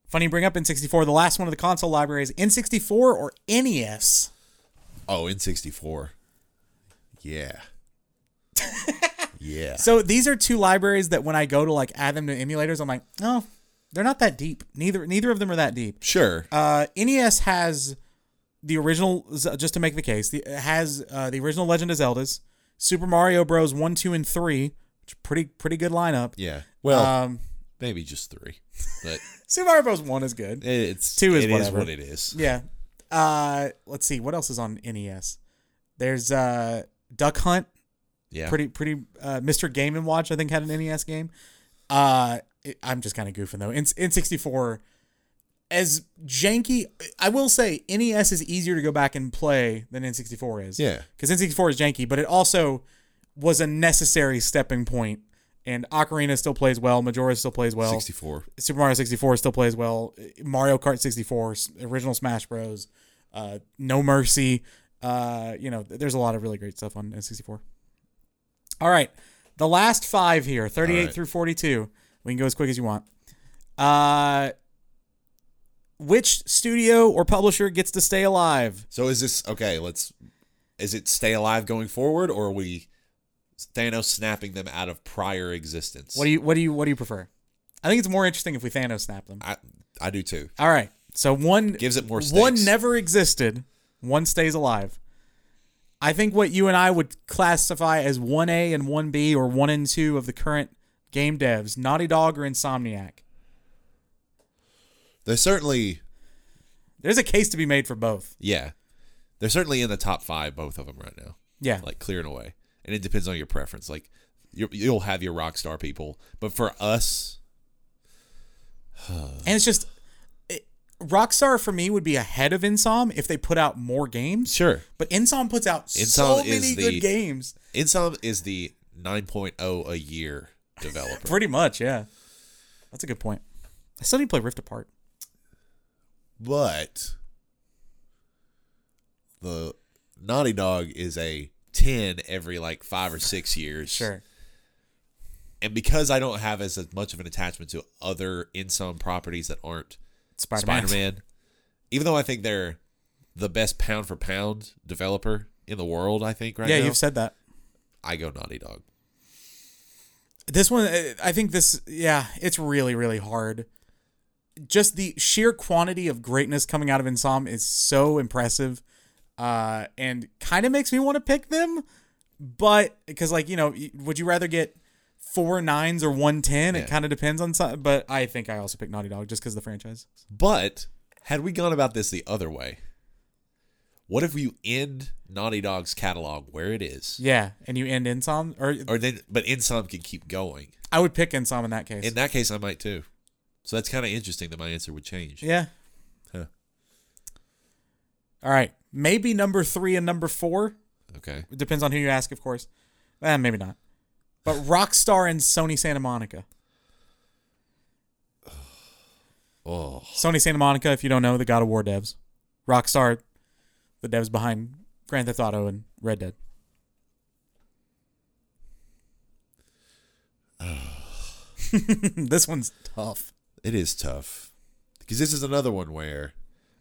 B: Funny you bring up N64. The last one of the console libraries, N64 or E NES.
A: Oh, N64. Yeah. yeah.
B: So these are two libraries that when I go to like add them to emulators, I'm like, oh, they're not that deep. Neither neither of them are that deep.
A: Sure.
B: Uh, NES has the original, Z- just to make the case, the, it has uh, the original Legend of Zelda's, Super Mario Bros. one, two, and three, which are pretty pretty good lineup.
A: Yeah. Well,
B: Um,
A: maybe just three, but
B: Super Mario Bros. one is good.
A: it's
B: Two is
A: it
B: whatever.
A: what it is.
B: Yeah. Uh, let's see what else is on NES. There's uh, Duck Hunt.
A: Yeah.
B: Pretty pretty. Uh, Mr. Game and Watch I think had an NES game. Uh, it- I'm just kind of goofing though. In N64, as janky, I will say NES is easier to go back and play than N64 is.
A: Yeah.
B: Because N64 is janky, but it also was a necessary stepping point. And Ocarina still plays well. Majora still plays well.
A: 64.
B: Super Mario 64 still plays well. Mario Kart 64, s- original Smash Bros, uh, No Mercy. Uh, you know, th- there's a lot of really great stuff on N64. All right. The last five here, 38
A: All right.
B: through 42. We can go as quick as you want. Uh, which studio or publisher gets to stay alive?
A: So is this okay? Let's. Is it stay alive going forward, or are we Thanos snapping them out of prior existence?
B: What do you what do you what do you prefer? I think it's more interesting if we Thanos snap them.
A: I I do too.
B: All right. So one
A: Gives it more
B: One
A: stakes.
B: never existed. One stays alive. I think what you and I would classify as one A and one B or one and two of the current game devs, Naughty Dog or Insomniac?
A: They're certainly,
B: There's a case to be made for both.
A: yeah, they're certainly in the top five, both of them right now.
B: Yeah.
A: like clear and away. And it depends on your preference. Like you you'll have your rock star people, but for us,
B: and it's just it, Rockstar for me would be ahead of Insom if they put out more games.
A: sure,
B: But Insom puts out so
A: Insom
B: many
A: is the-
B: good games.
A: Insom is the 9.0 a year developer.
B: Pretty much, yeah. That's a good point. I still need to play Rift Apart.
A: but the Naughty Dog is a 10 every like 5 or 6 years.
B: Sure.
A: And because I don't have as much of an attachment to other Insom properties that aren't
B: Spider
A: Spider
B: Man.
A: Man. Even though I think they're the best pound for pound developer in the world, I think right
B: Yeah,
A: now.
B: you've said that.
A: I go Naughty Dog.
B: This one, uh, I think this, yeah, it's really, really hard. Just the sheer quantity of greatness coming out of Insom is so impressive, uh, and kind of makes me want to pick them. But because, like, you know, y- would you rather get four nines or one ten? It
A: Yeah.
B: kind of depends on. Some, but I think I also pick Naughty Dog just because the franchise.
A: But had we gone about this the other way, what if you end Naughty Dog's catalog where it is,
B: Yeah, and you end Insom, or
A: or then but Insom can keep going?
B: I would pick Insom in that case.
A: In that case, I might too. So that's kind of interesting that my answer would change.
B: yeah.
A: Huh.
B: All right, maybe number three and number four.
A: Okay.
B: It depends on who you ask, of course. Eh, maybe not. But Rockstar and Sony Santa Monica.
A: Oh,
B: Sony Santa Monica, if you don't know, the God of War devs. Rockstar, the devs behind Grand Theft Auto and Red Dead. this one's tough.
A: it is tough because this is another one where,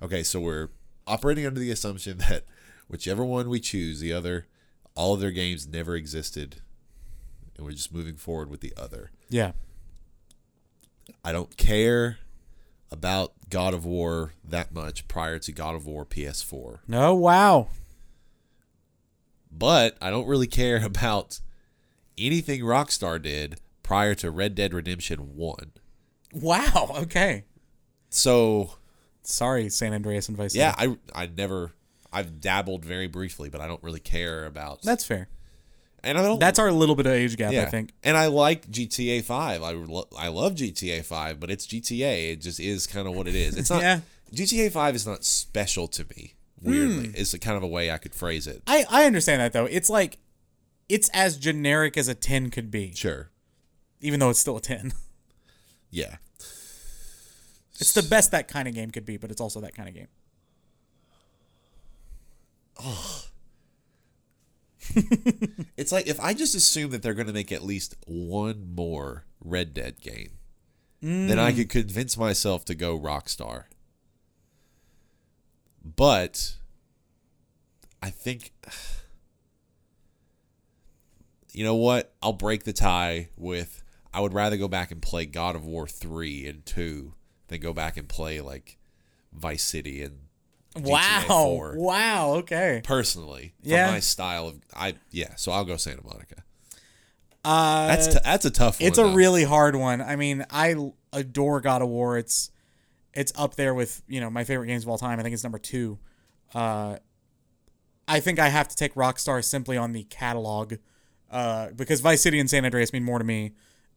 A: okay, so we're operating under the assumption that whichever one we choose, the other, all of their games never existed, and we're just moving forward with the other.
B: Yeah.
A: I don't care about God of War that much prior to God of War PS4.
B: No, wow.
A: But I don't really care about anything Rockstar did prior to Red Dead Redemption 1.
B: Wow. Okay.
A: So,
B: Sorry, San Andreas and Vice.
A: yeah,
B: City.
A: I I never I've dabbled very briefly, but I don't really care about
B: That's fair.
A: And I don't
B: That's our little bit of age gap,
A: yeah.
B: I think.
A: And I like GTA 5. I lo- I love GTA 5, but it's GTA. It just is kind of what it is. It's not
B: Yeah.
A: GTA 5 is not special to me. Weirdly,
B: Hmm.
A: it's the kind of a way I could phrase it.
B: I, I understand that though. It's like it's as generic as a 10 could be,
A: Sure.
B: even though it's still a 10.
A: Yeah.
B: It's the best that kind of game could be, but it's also that kind of game.
A: It's like if I just assume that they're going to make at least one more Red Dead game, then
B: Mm.
A: I could convince myself to go Rockstar. But I think you know what? I'll break the tie with I would rather go back and play God of War 3 and 2 than go back and play like Vice City and
B: wow.
A: 4.
B: Wow, okay.
A: personally for
B: Yeah.
A: my style of I yeah so I'll go Santa Monica
B: Uh
A: that's t- that's a tough one
B: it's a
A: though.
B: really hard one. I mean, I l- adore God of War. It's it's up there with, you know, my favorite games of all time. I think it's number 2. Uh I think I have to take Rockstar simply on the catalog uh because Vice City and San Andreas mean more to me.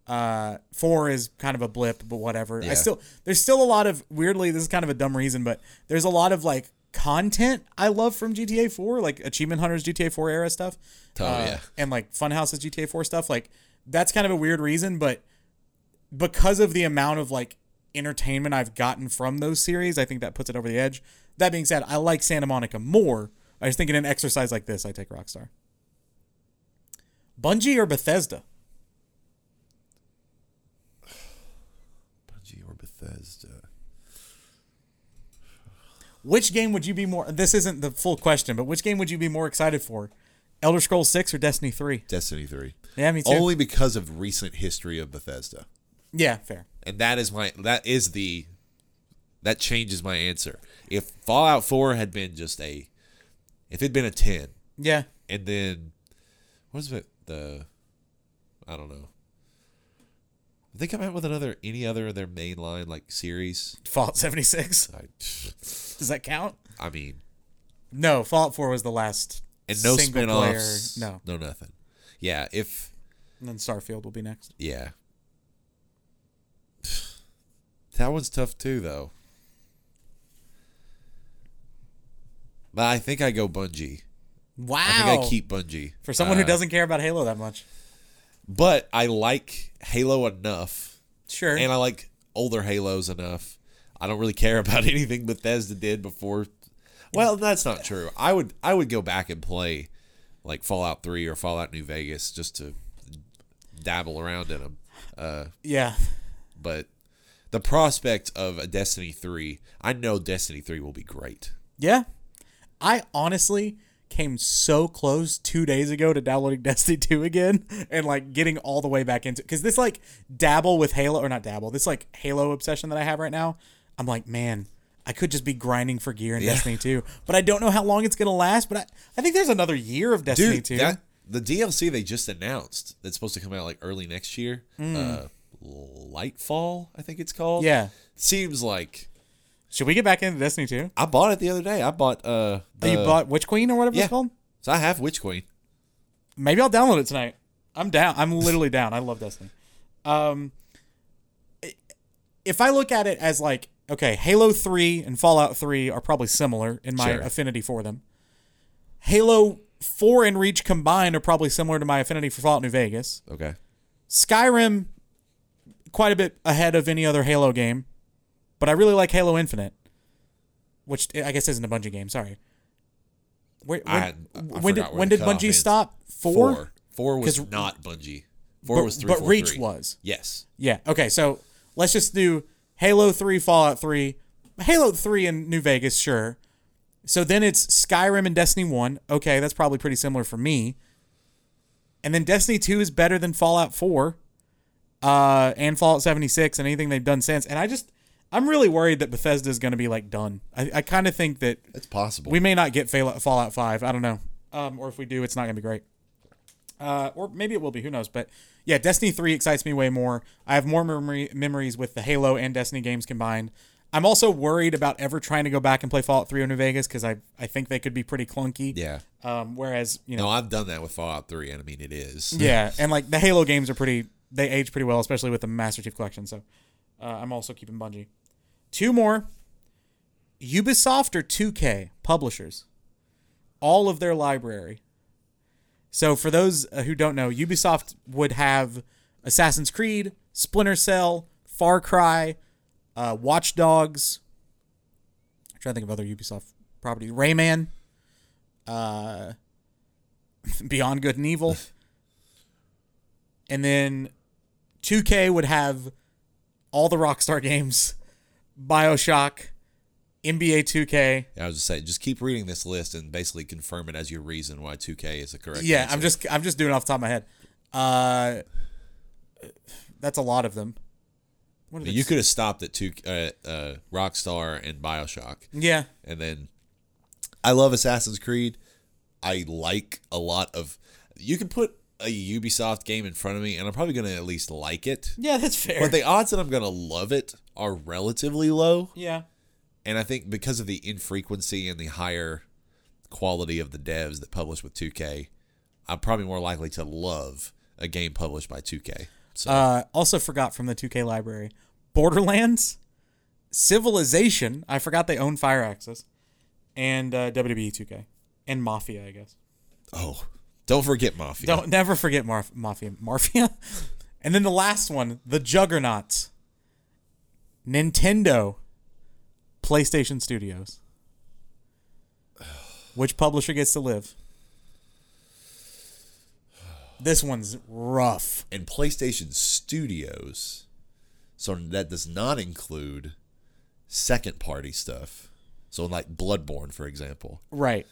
B: Uh, four is kind of a blip, but whatever. I
A: Yeah.
B: still there's still a lot of weirdly this is kind of a dumb reason, but there's a lot of like content I love from GTA Four, like Achievement Hunters GTA Four era stuff.
A: Oh,
B: uh,
A: yeah.
B: and like Funhouse's GTA Four stuff. Like that's kind of a weird reason, but because of the amount of like entertainment I've gotten from those series, I think that puts it over the edge. That being said, I like Santa Monica more. I just think in an exercise like this, I take Rockstar. Bungie or Bethesda?
A: Bungie or Bethesda.
B: Which game would you be more? This isn't the full question, but which game would you be more excited for? Elder Scrolls Six or Destiny Three?
A: Destiny 3.
B: Yeah, me too.
A: Only because of recent history of Bethesda.
B: yeah, fair.
A: And that is my that is the that changes my answer. If Fallout 4 had been just a if it'd been a 10
B: Yeah,
A: and then what is it the I don't know. Did they come out with another any other of their mainline like series?
B: Fallout 76.
A: I,
B: Does that count?
A: I mean,
B: No, Fallout 4 was the last.
A: and no
B: single
A: spinoffs,
B: player- No.
A: no nothing. Yeah, if
B: And then Starfield will be next.
A: yeah, that one's tough too though. But I think I go Bungie.
B: Wow.
A: I think I keep Bungie
B: For someone who
A: Uh,
B: doesn't care about Halo that much.
A: But I like Halo enough,
B: Sure.
A: and I like older Halos enough. I don't really care about anything Bethesda did before. Well, that's not true. I would I would go back and play like Fallout Three or Fallout New Vegas just to dabble around in them. Uh,
B: yeah.
A: but the prospect of a Destiny Three, I know Destiny Three will be great.
B: Yeah. I honestly came so close two days ago to downloading Destiny 2 again and like getting all the way back into because this like dabble with Halo or not dabble, this like Halo obsession that I have right now, I'm like, man, I could just be grinding for gear in Destiny 2. But I don't know how long it's gonna last, but I, I think there's another year of Destiny
A: Dude,
B: 2.
A: that the DLC they just announced that's supposed to come out like early next year. Uh, Lightfall, I think it's called.
B: Hmm. Yeah.
A: seems like
B: Should we get back into Destiny 2?
A: I bought it the other day. I bought uh,
B: Oh, you
A: the-
B: bought Witch Queen or whatever
A: yeah.
B: it's called?
A: So I have Witch Queen.
B: Maybe I'll download it tonight. I'm down. I'm literally down. I love Destiny. Um, i- if I look at it as like, okay, Halo 3 and Fallout 3 are probably similar in my
A: Sure.
B: affinity for them. Halo 4 and Reach combined are probably similar to my affinity for Fallout New Vegas.
A: Okay.
B: Skyrim, quite a bit ahead of any other Halo game, but I really like Halo Infinite, which eh, I guess isn't a Bungie game. Sorry. Where, when,
A: I had- I
B: when did
A: forgot where
B: when
A: the
B: did
A: cutoff
B: Bungie
A: is.
B: stop? Four.
A: Four. Four
B: 'Cause-
A: was not Bungie. Four
B: But-
A: was three.
B: but
A: four,
B: Reach
A: three.
B: was.
A: Yes.
B: Yeah. Okay. So let's just do Halo 3, Fallout 3, Halo 3 in New Vegas, sure. So then it's Skyrim and Destiny 1. Okay. That's probably pretty similar for me. And then Destiny 2 is better than Fallout 4 uh, and Fallout 76 and anything they've done since. And I just, I'm really worried that Bethesda is going to be like done. I, I kind of think that
A: It's possible.
B: we may not get Fallout Fallout 5. I don't know. Um, or if we do, it's not going to be great. Uh, or maybe it will be. Who knows? But yeah, Destiny 3 excites me way more. I have more memory, memories with the Halo and Destiny games combined. I'm also worried about ever trying to go back and play Fallout 3 or New Vegas because I, I think they could be pretty clunky.
A: yeah.
B: Um, whereas, you know,
A: No, I've done that with Fallout Three, and I mean it is.
B: yeah. And like the Halo games are pretty, they age pretty well, especially with the Master Chief Collection. So uh, I'm also keeping Bungie. Two more Ubisoft or 2K publishers, all of their library. So for those uh, who don't know, Ubisoft would have Assassin's Creed, Splinter Cell, Far Cry, uh, Watch Dogs. I'm trying to think of other Ubisoft properties. Rayman, uh, Beyond Good and Evil, and then 2K would have all the Rockstar games, Bioshock, NBA 2K.
A: I was just saying, just keep reading this list and basically confirm it as your reason why 2K is the correct.
B: Yeah,
A: answer.
B: I'm just I'm just doing it off the top of my head. Uh, that's a lot of them. What are they-
A: You could have stopped at two uh, uh, Rockstar and Bioshock,
B: Yeah,
A: and then I love Assassin's Creed. I like a lot of. You can put a Ubisoft game in front of me, and I'm probably gonna at least like it.
B: yeah, that's fair.
A: But the odds that I'm gonna love it are relatively low,
B: yeah,
A: and I think because of the infrequency and the higher quality of the devs that publish with 2K, I'm probably more likely to love a game published by 2K. So
B: Uh, also forgot from the 2K library Borderlands, Civilization. I forgot they own Fire Access, and uh, WWE 2K and Mafia. I guess
A: oh, don't forget Mafia.
B: don't never forget Marf- Mafia, Mafia, and then the last one, the Juggernauts, Nintendo, PlayStation Studios. Which publisher gets to live? This one's rough.
A: and PlayStation Studios. So that does not include second party stuff. So like Bloodborne, for example.
B: Right.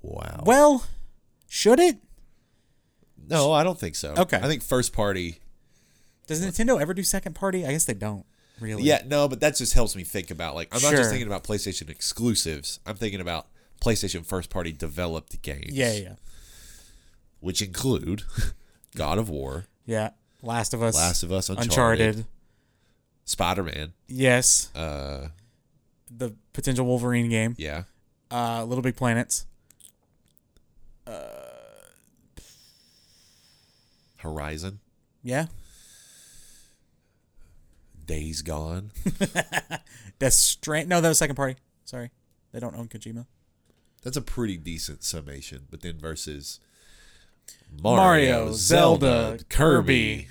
A: Wow.
B: Well, should it?
A: No, I don't think so.
B: Okay.
A: I think first party.
B: Does Nintendo ever do second party? I guess they don't. Really?
A: Yeah, no, but that just helps me think about like I'm not
B: Sure.
A: just thinking about PlayStation exclusives. I'm thinking about PlayStation first party developed games.
B: Yeah, yeah.
A: Which include God of War,
B: Yeah. Last of Us.
A: Last of Us,
B: Uncharted.
A: Uncharted, Spider Man.
B: Yes.
A: Uh,
B: The potential Wolverine game.
A: yeah,
B: Uh, Little Big Planets.
A: Horizon,
B: Yeah.
A: Days Gone.
B: Death Strand. No, that was second party. Sorry. They don't own Kojima.
A: That's a pretty decent summation. But then versus
B: Mario, Zelda, Kirby.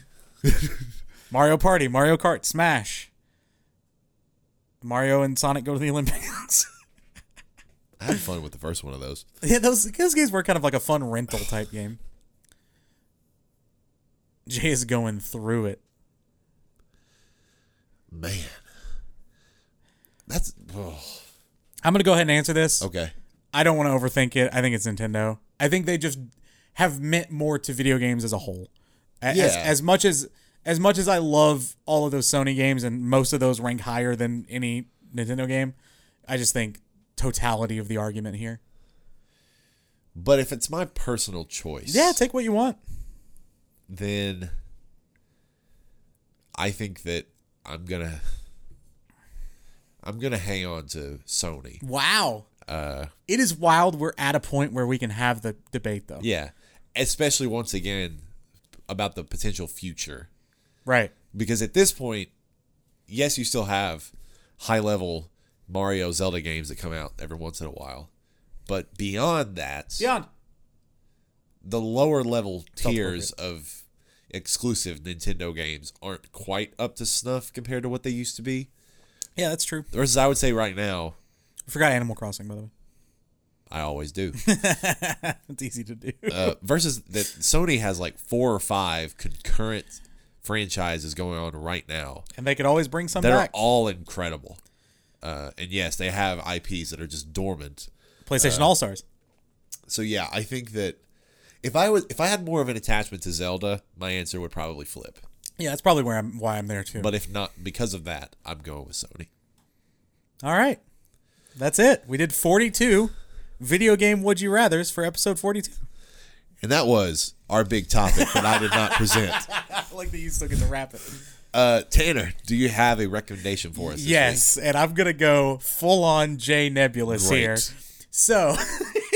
B: Mario Party, Mario Kart, Smash. Mario and Sonic go to the Olympics.
A: I had fun with the first one of those.
B: yeah, those, those games were kind of like a fun rental type game. Jay is going through it.
A: Man, that's oh,
B: I'm going to go ahead and answer this.
A: okay.
B: I don't want to overthink it. I think it's Nintendo. I think they just have meant more to video games as a whole. A-
A: Yeah.
B: As, as much as as much as I love all of those Sony games and most of those rank higher than any Nintendo game, I just think totality of the argument here.
A: But if it's my personal choice,
B: Yeah, take what you want.
A: then I think that I'm gonna I'm gonna hang on to Sony.
B: Wow.
A: Uh,
B: It is wild we're at a point where we can have the debate though.
A: yeah, especially once again about the potential future
B: Right.
A: because at this point, yes, you still have high level Mario Zelda games that come out every once in a while, but beyond that,
B: Beyond.
A: the lower level
B: Sounds
A: tiers of exclusive Nintendo games aren't quite up to snuff compared to what they used to be.
B: Yeah, that's true.
A: Versus, I would say right now,
B: I forgot Animal Crossing by the way.
A: I always do.
B: it's easy to do.
A: Uh, versus that Sony has like four or five concurrent franchises going on right now
B: and they could always bring some
A: that are
B: back.
A: all incredible. Uh, and yes, they have IPs that are just dormant.
B: PlayStation
A: uh,
B: All-Stars.
A: So yeah, I think that if I was if I had more of an attachment to Zelda, my answer would probably flip.
B: Yeah, that's probably where I'm why I'm there too.
A: But if not because of that, I'm going with Sony.
B: All right. That's it. We did 42 video game would you rathers for episode 42.
A: And that was our big topic that I did not present.
B: I like that you still get to wrap it.
A: Uh, Tanner, do you have a recommendation for us? this week?
B: Yes, and I'm going to go full on J Nebulous
A: Great.
B: here. So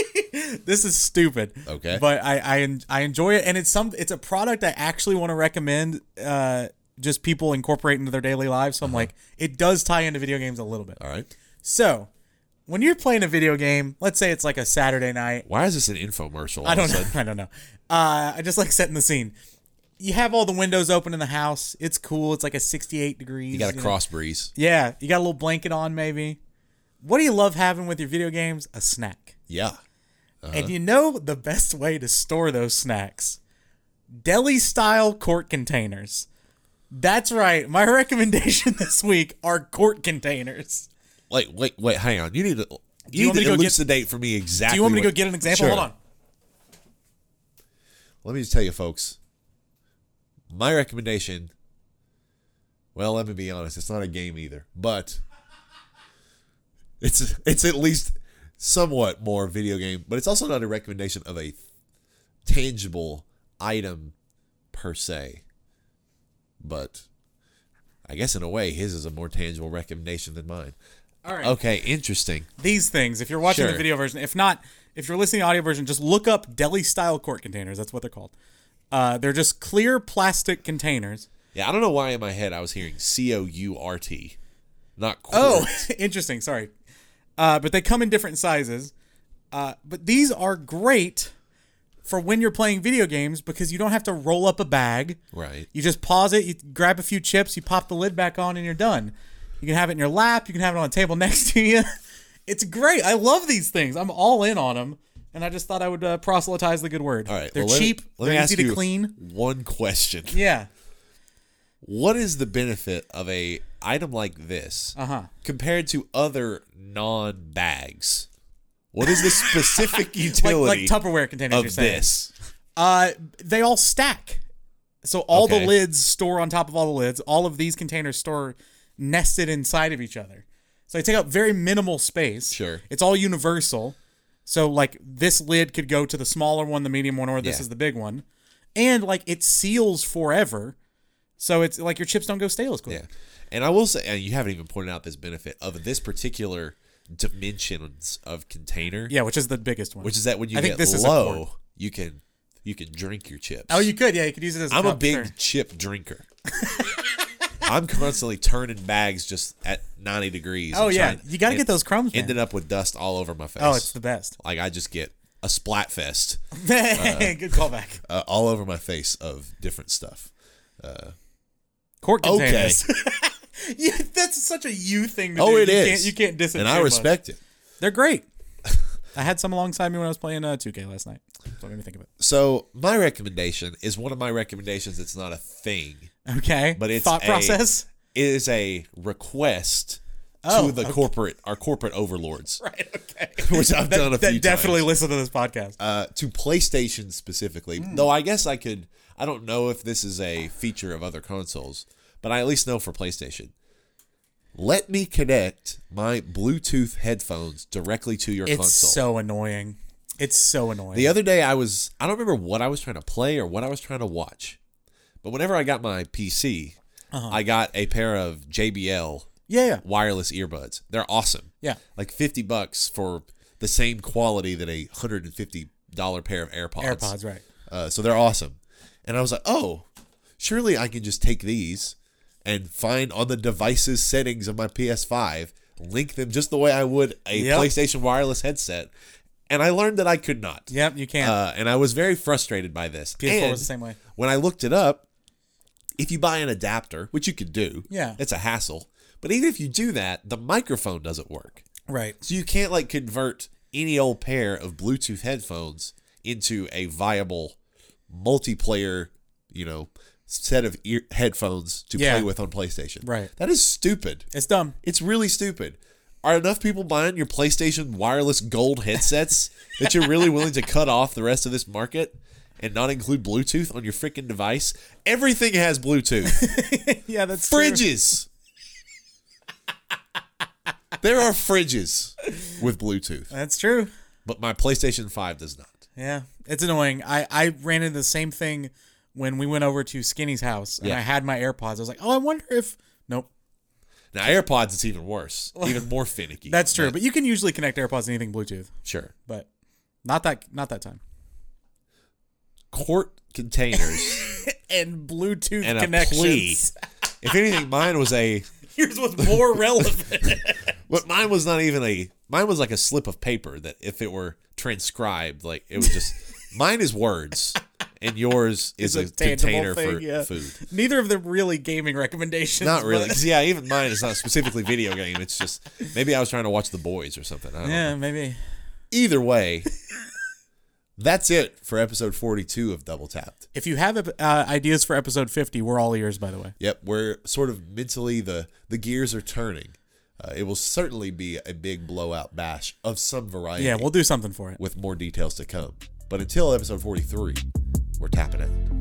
B: this is stupid.
A: Okay.
B: But I I, en- I enjoy it and it's some it's a product I actually want to recommend uh just people incorporate into their daily lives. So I'm like it does tie into video games a little bit.
A: All right.
B: So, when you're playing a video game, let's say it's like a Saturday night
A: Why is this an infomercial? all
B: I
A: of a
B: don't
A: sudden?
B: know. I don't know. Uh, I just like setting the scene. You have all the windows open in the house. It's cool. It's like a 68 degrees.
A: You got a
B: know.
A: cross breeze.
B: Yeah, you got a little blanket on maybe. What do you love having with your video games? A snack.
A: Yeah. Uh-huh.
B: And you know the best way to store those snacks? Deli style quart containers. That's right. My recommendation this week are quart containers.
A: Like, wait, wait, hang on. You need to. You,
B: you
A: need
B: want me
A: to
B: to go get-
A: elucidate for me exactly.
B: Do you want me to go
A: what-
B: get an example?
A: Sure.
B: Hold on.
A: Let me just tell you, folks. My recommendation. Well, let me be honest. It's not a game either, but it's it's at least somewhat more video game. But it's also not a recommendation of a tangible item per se. But I guess in a way, his is a more tangible recommendation than mine.
B: All right.
A: Okay, interesting.
B: these things if you're watching the
A: Sure.
B: video version if not if you're listening to the audio version just look up deli style quart containers that's what they're called uh, they're just clear plastic containers
A: Yeah, I don't know why in my head I was hearing C O U R T, not quart.
B: oh interesting sorry uh, but they come in different sizes uh, but these are great for when you're playing video games because you don't have to roll up a bag
A: right.
B: you just pause it you grab a few chips you pop the lid back on and you're done you can have it in your lap you can have it on a table next to you it's great i love these things i'm all in on them and i just thought i would uh, proselytize the good word
A: All right.
B: they're
A: well, let me-
B: cheap
A: Let me,
B: they're
A: ask
B: easy to
A: you
B: clean
A: One question:
B: yeah
A: What is the benefit of a item like this
B: Uh-huh.
A: compared to other non bags? What is the specific
B: like,
A: utility
B: like tupperware containers you're
A: of
B: saying
A: this?
B: uh they all stack so all
A: Okay.
B: the lids store on top of all the lids all of these containers store nested inside of each other so they take up very minimal space
A: Sure.
B: it's all universal so like this lid could go to the smaller one the medium one or this
A: Yeah.
B: is the big one and like it seals forever, so it's like your chips don't go stale as quick.
A: Yeah. And I will say, and you haven't even pointed out this benefit of this particular dimensions of container,
B: Yeah, which is the biggest one.
A: which is that when you
B: I think
A: get
B: this is a quart.
A: low, you can you can drink your chips.
B: oh, you could yeah, you could use it as. i
A: I'm a big chip drinker. I'm constantly turning bags just at 90 degrees.
B: Oh,
A: and
B: yeah.
A: trying-
B: You gotta
A: and
B: get those crumbs, man.
A: Ended up with dust all over my face.
B: Oh, it's the best.
A: like I just get a splat fest
B: Good callback.
A: uh, all over my face of different stuff.
B: Court
C: Okay.
B: containers. yeah, that's such a you thing. To
C: Oh,
B: do.
C: it
B: you
C: is.
B: Can't, you can't diss it.
C: And I
B: too much.
C: respect it.
B: They're great. I had some alongside me when I was playing uh, 2K last night. That's what made me think of it.
A: So my recommendation is one of my recommendations. It's not a thing.
B: Okay.
A: But it's
B: thought
A: a-
B: process.
A: It is a request
B: Oh,
A: to the
B: okay.
A: corporate our corporate overlords,
B: Right. Okay.
A: which I've done a
B: that
A: few
B: definitely
A: times.
B: listen to this podcast.
A: uh, to PlayStation specifically.
B: Hmm.
A: Though I guess I could. I don't know if this is a feature of other consoles, but I at least know for PlayStation. Let me connect my Bluetooth headphones directly to your
B: it's
A: console.
B: so annoying. It's so annoying.
A: The other day, I was, I don't remember what I was trying to play or what I was trying to watch, but whenever I got my PC,
B: Uh-huh.
A: I got a pair of JBL
B: yeah, yeah,
A: wireless earbuds. They're awesome.
B: yeah.
A: Like 50 bucks for the same quality that a $150 pair of AirPods.
B: AirPods, right?
A: Uh, so they're awesome. And I was like, oh, surely I can just take these and find on the device's settings of my PS5, link them just the way I would a
B: Yep.
A: PlayStation wireless headset. And I learned that I could not.
B: Yep, you can.
A: Uh, and I was very frustrated by this.
B: PS4
A: And
B: was the same way.
A: When I looked it up, if you buy an adapter, which you could do,
B: Yeah.
A: it's a hassle. But even if you do that, the microphone doesn't work,
B: right.
A: so you can't like convert any old pair of Bluetooth headphones into a viable multiplayer, you know, set of ear headphones to
B: Yeah.
A: play with on PlayStation.
B: Right.
A: That is stupid.
B: It's dumb.
A: It's really stupid. Are enough people buying your PlayStation wireless gold headsets that you're really willing to cut off the rest of this market and not include Bluetooth on your freaking device? Everything has Bluetooth.
B: yeah, that's true.
A: fridges. there are fridges with Bluetooth,
B: That's true.
A: but my PlayStation 5 does not.
B: Yeah, it's annoying. I I ran into the same thing when we went over to Skinny's house and
A: Yeah.
B: I had my AirPods. I was like, oh, I wonder if nope.
A: Now AirPods it's even worse, even more finicky.
B: That's true. But you can usually connect AirPods to anything Bluetooth,
A: sure.
B: but not that not that time.
A: Court containers.
B: And Bluetooth
A: And a
B: connections.
A: if anything, mine was a
B: Here's what's more relevant.
A: But mine was not even a. Mine was like a slip of paper that if it were transcribed, like it was just. mine is words, and yours is
B: It's
A: a,
B: a tangible
A: container for
B: thing, yeah.
A: food.
B: Neither of them really gaming recommendations.
A: Not really.
B: but-
A: 'cause, yeah, even mine is not specifically video game. It's just maybe I was trying to watch The Boys or something. I don't know.
B: Yeah, maybe.
A: Either way, that's it for episode forty-two of Double Tapped.
B: If you have uh, ideas for episode 50, we're all ears, by the way.
A: Yep, we're sort of mentally the the gears are turning. Uh, it will certainly be a big blowout bash of some variety.
B: Yeah, we'll do something for it.
A: with more details to come. But until episode 43, we're tapping out.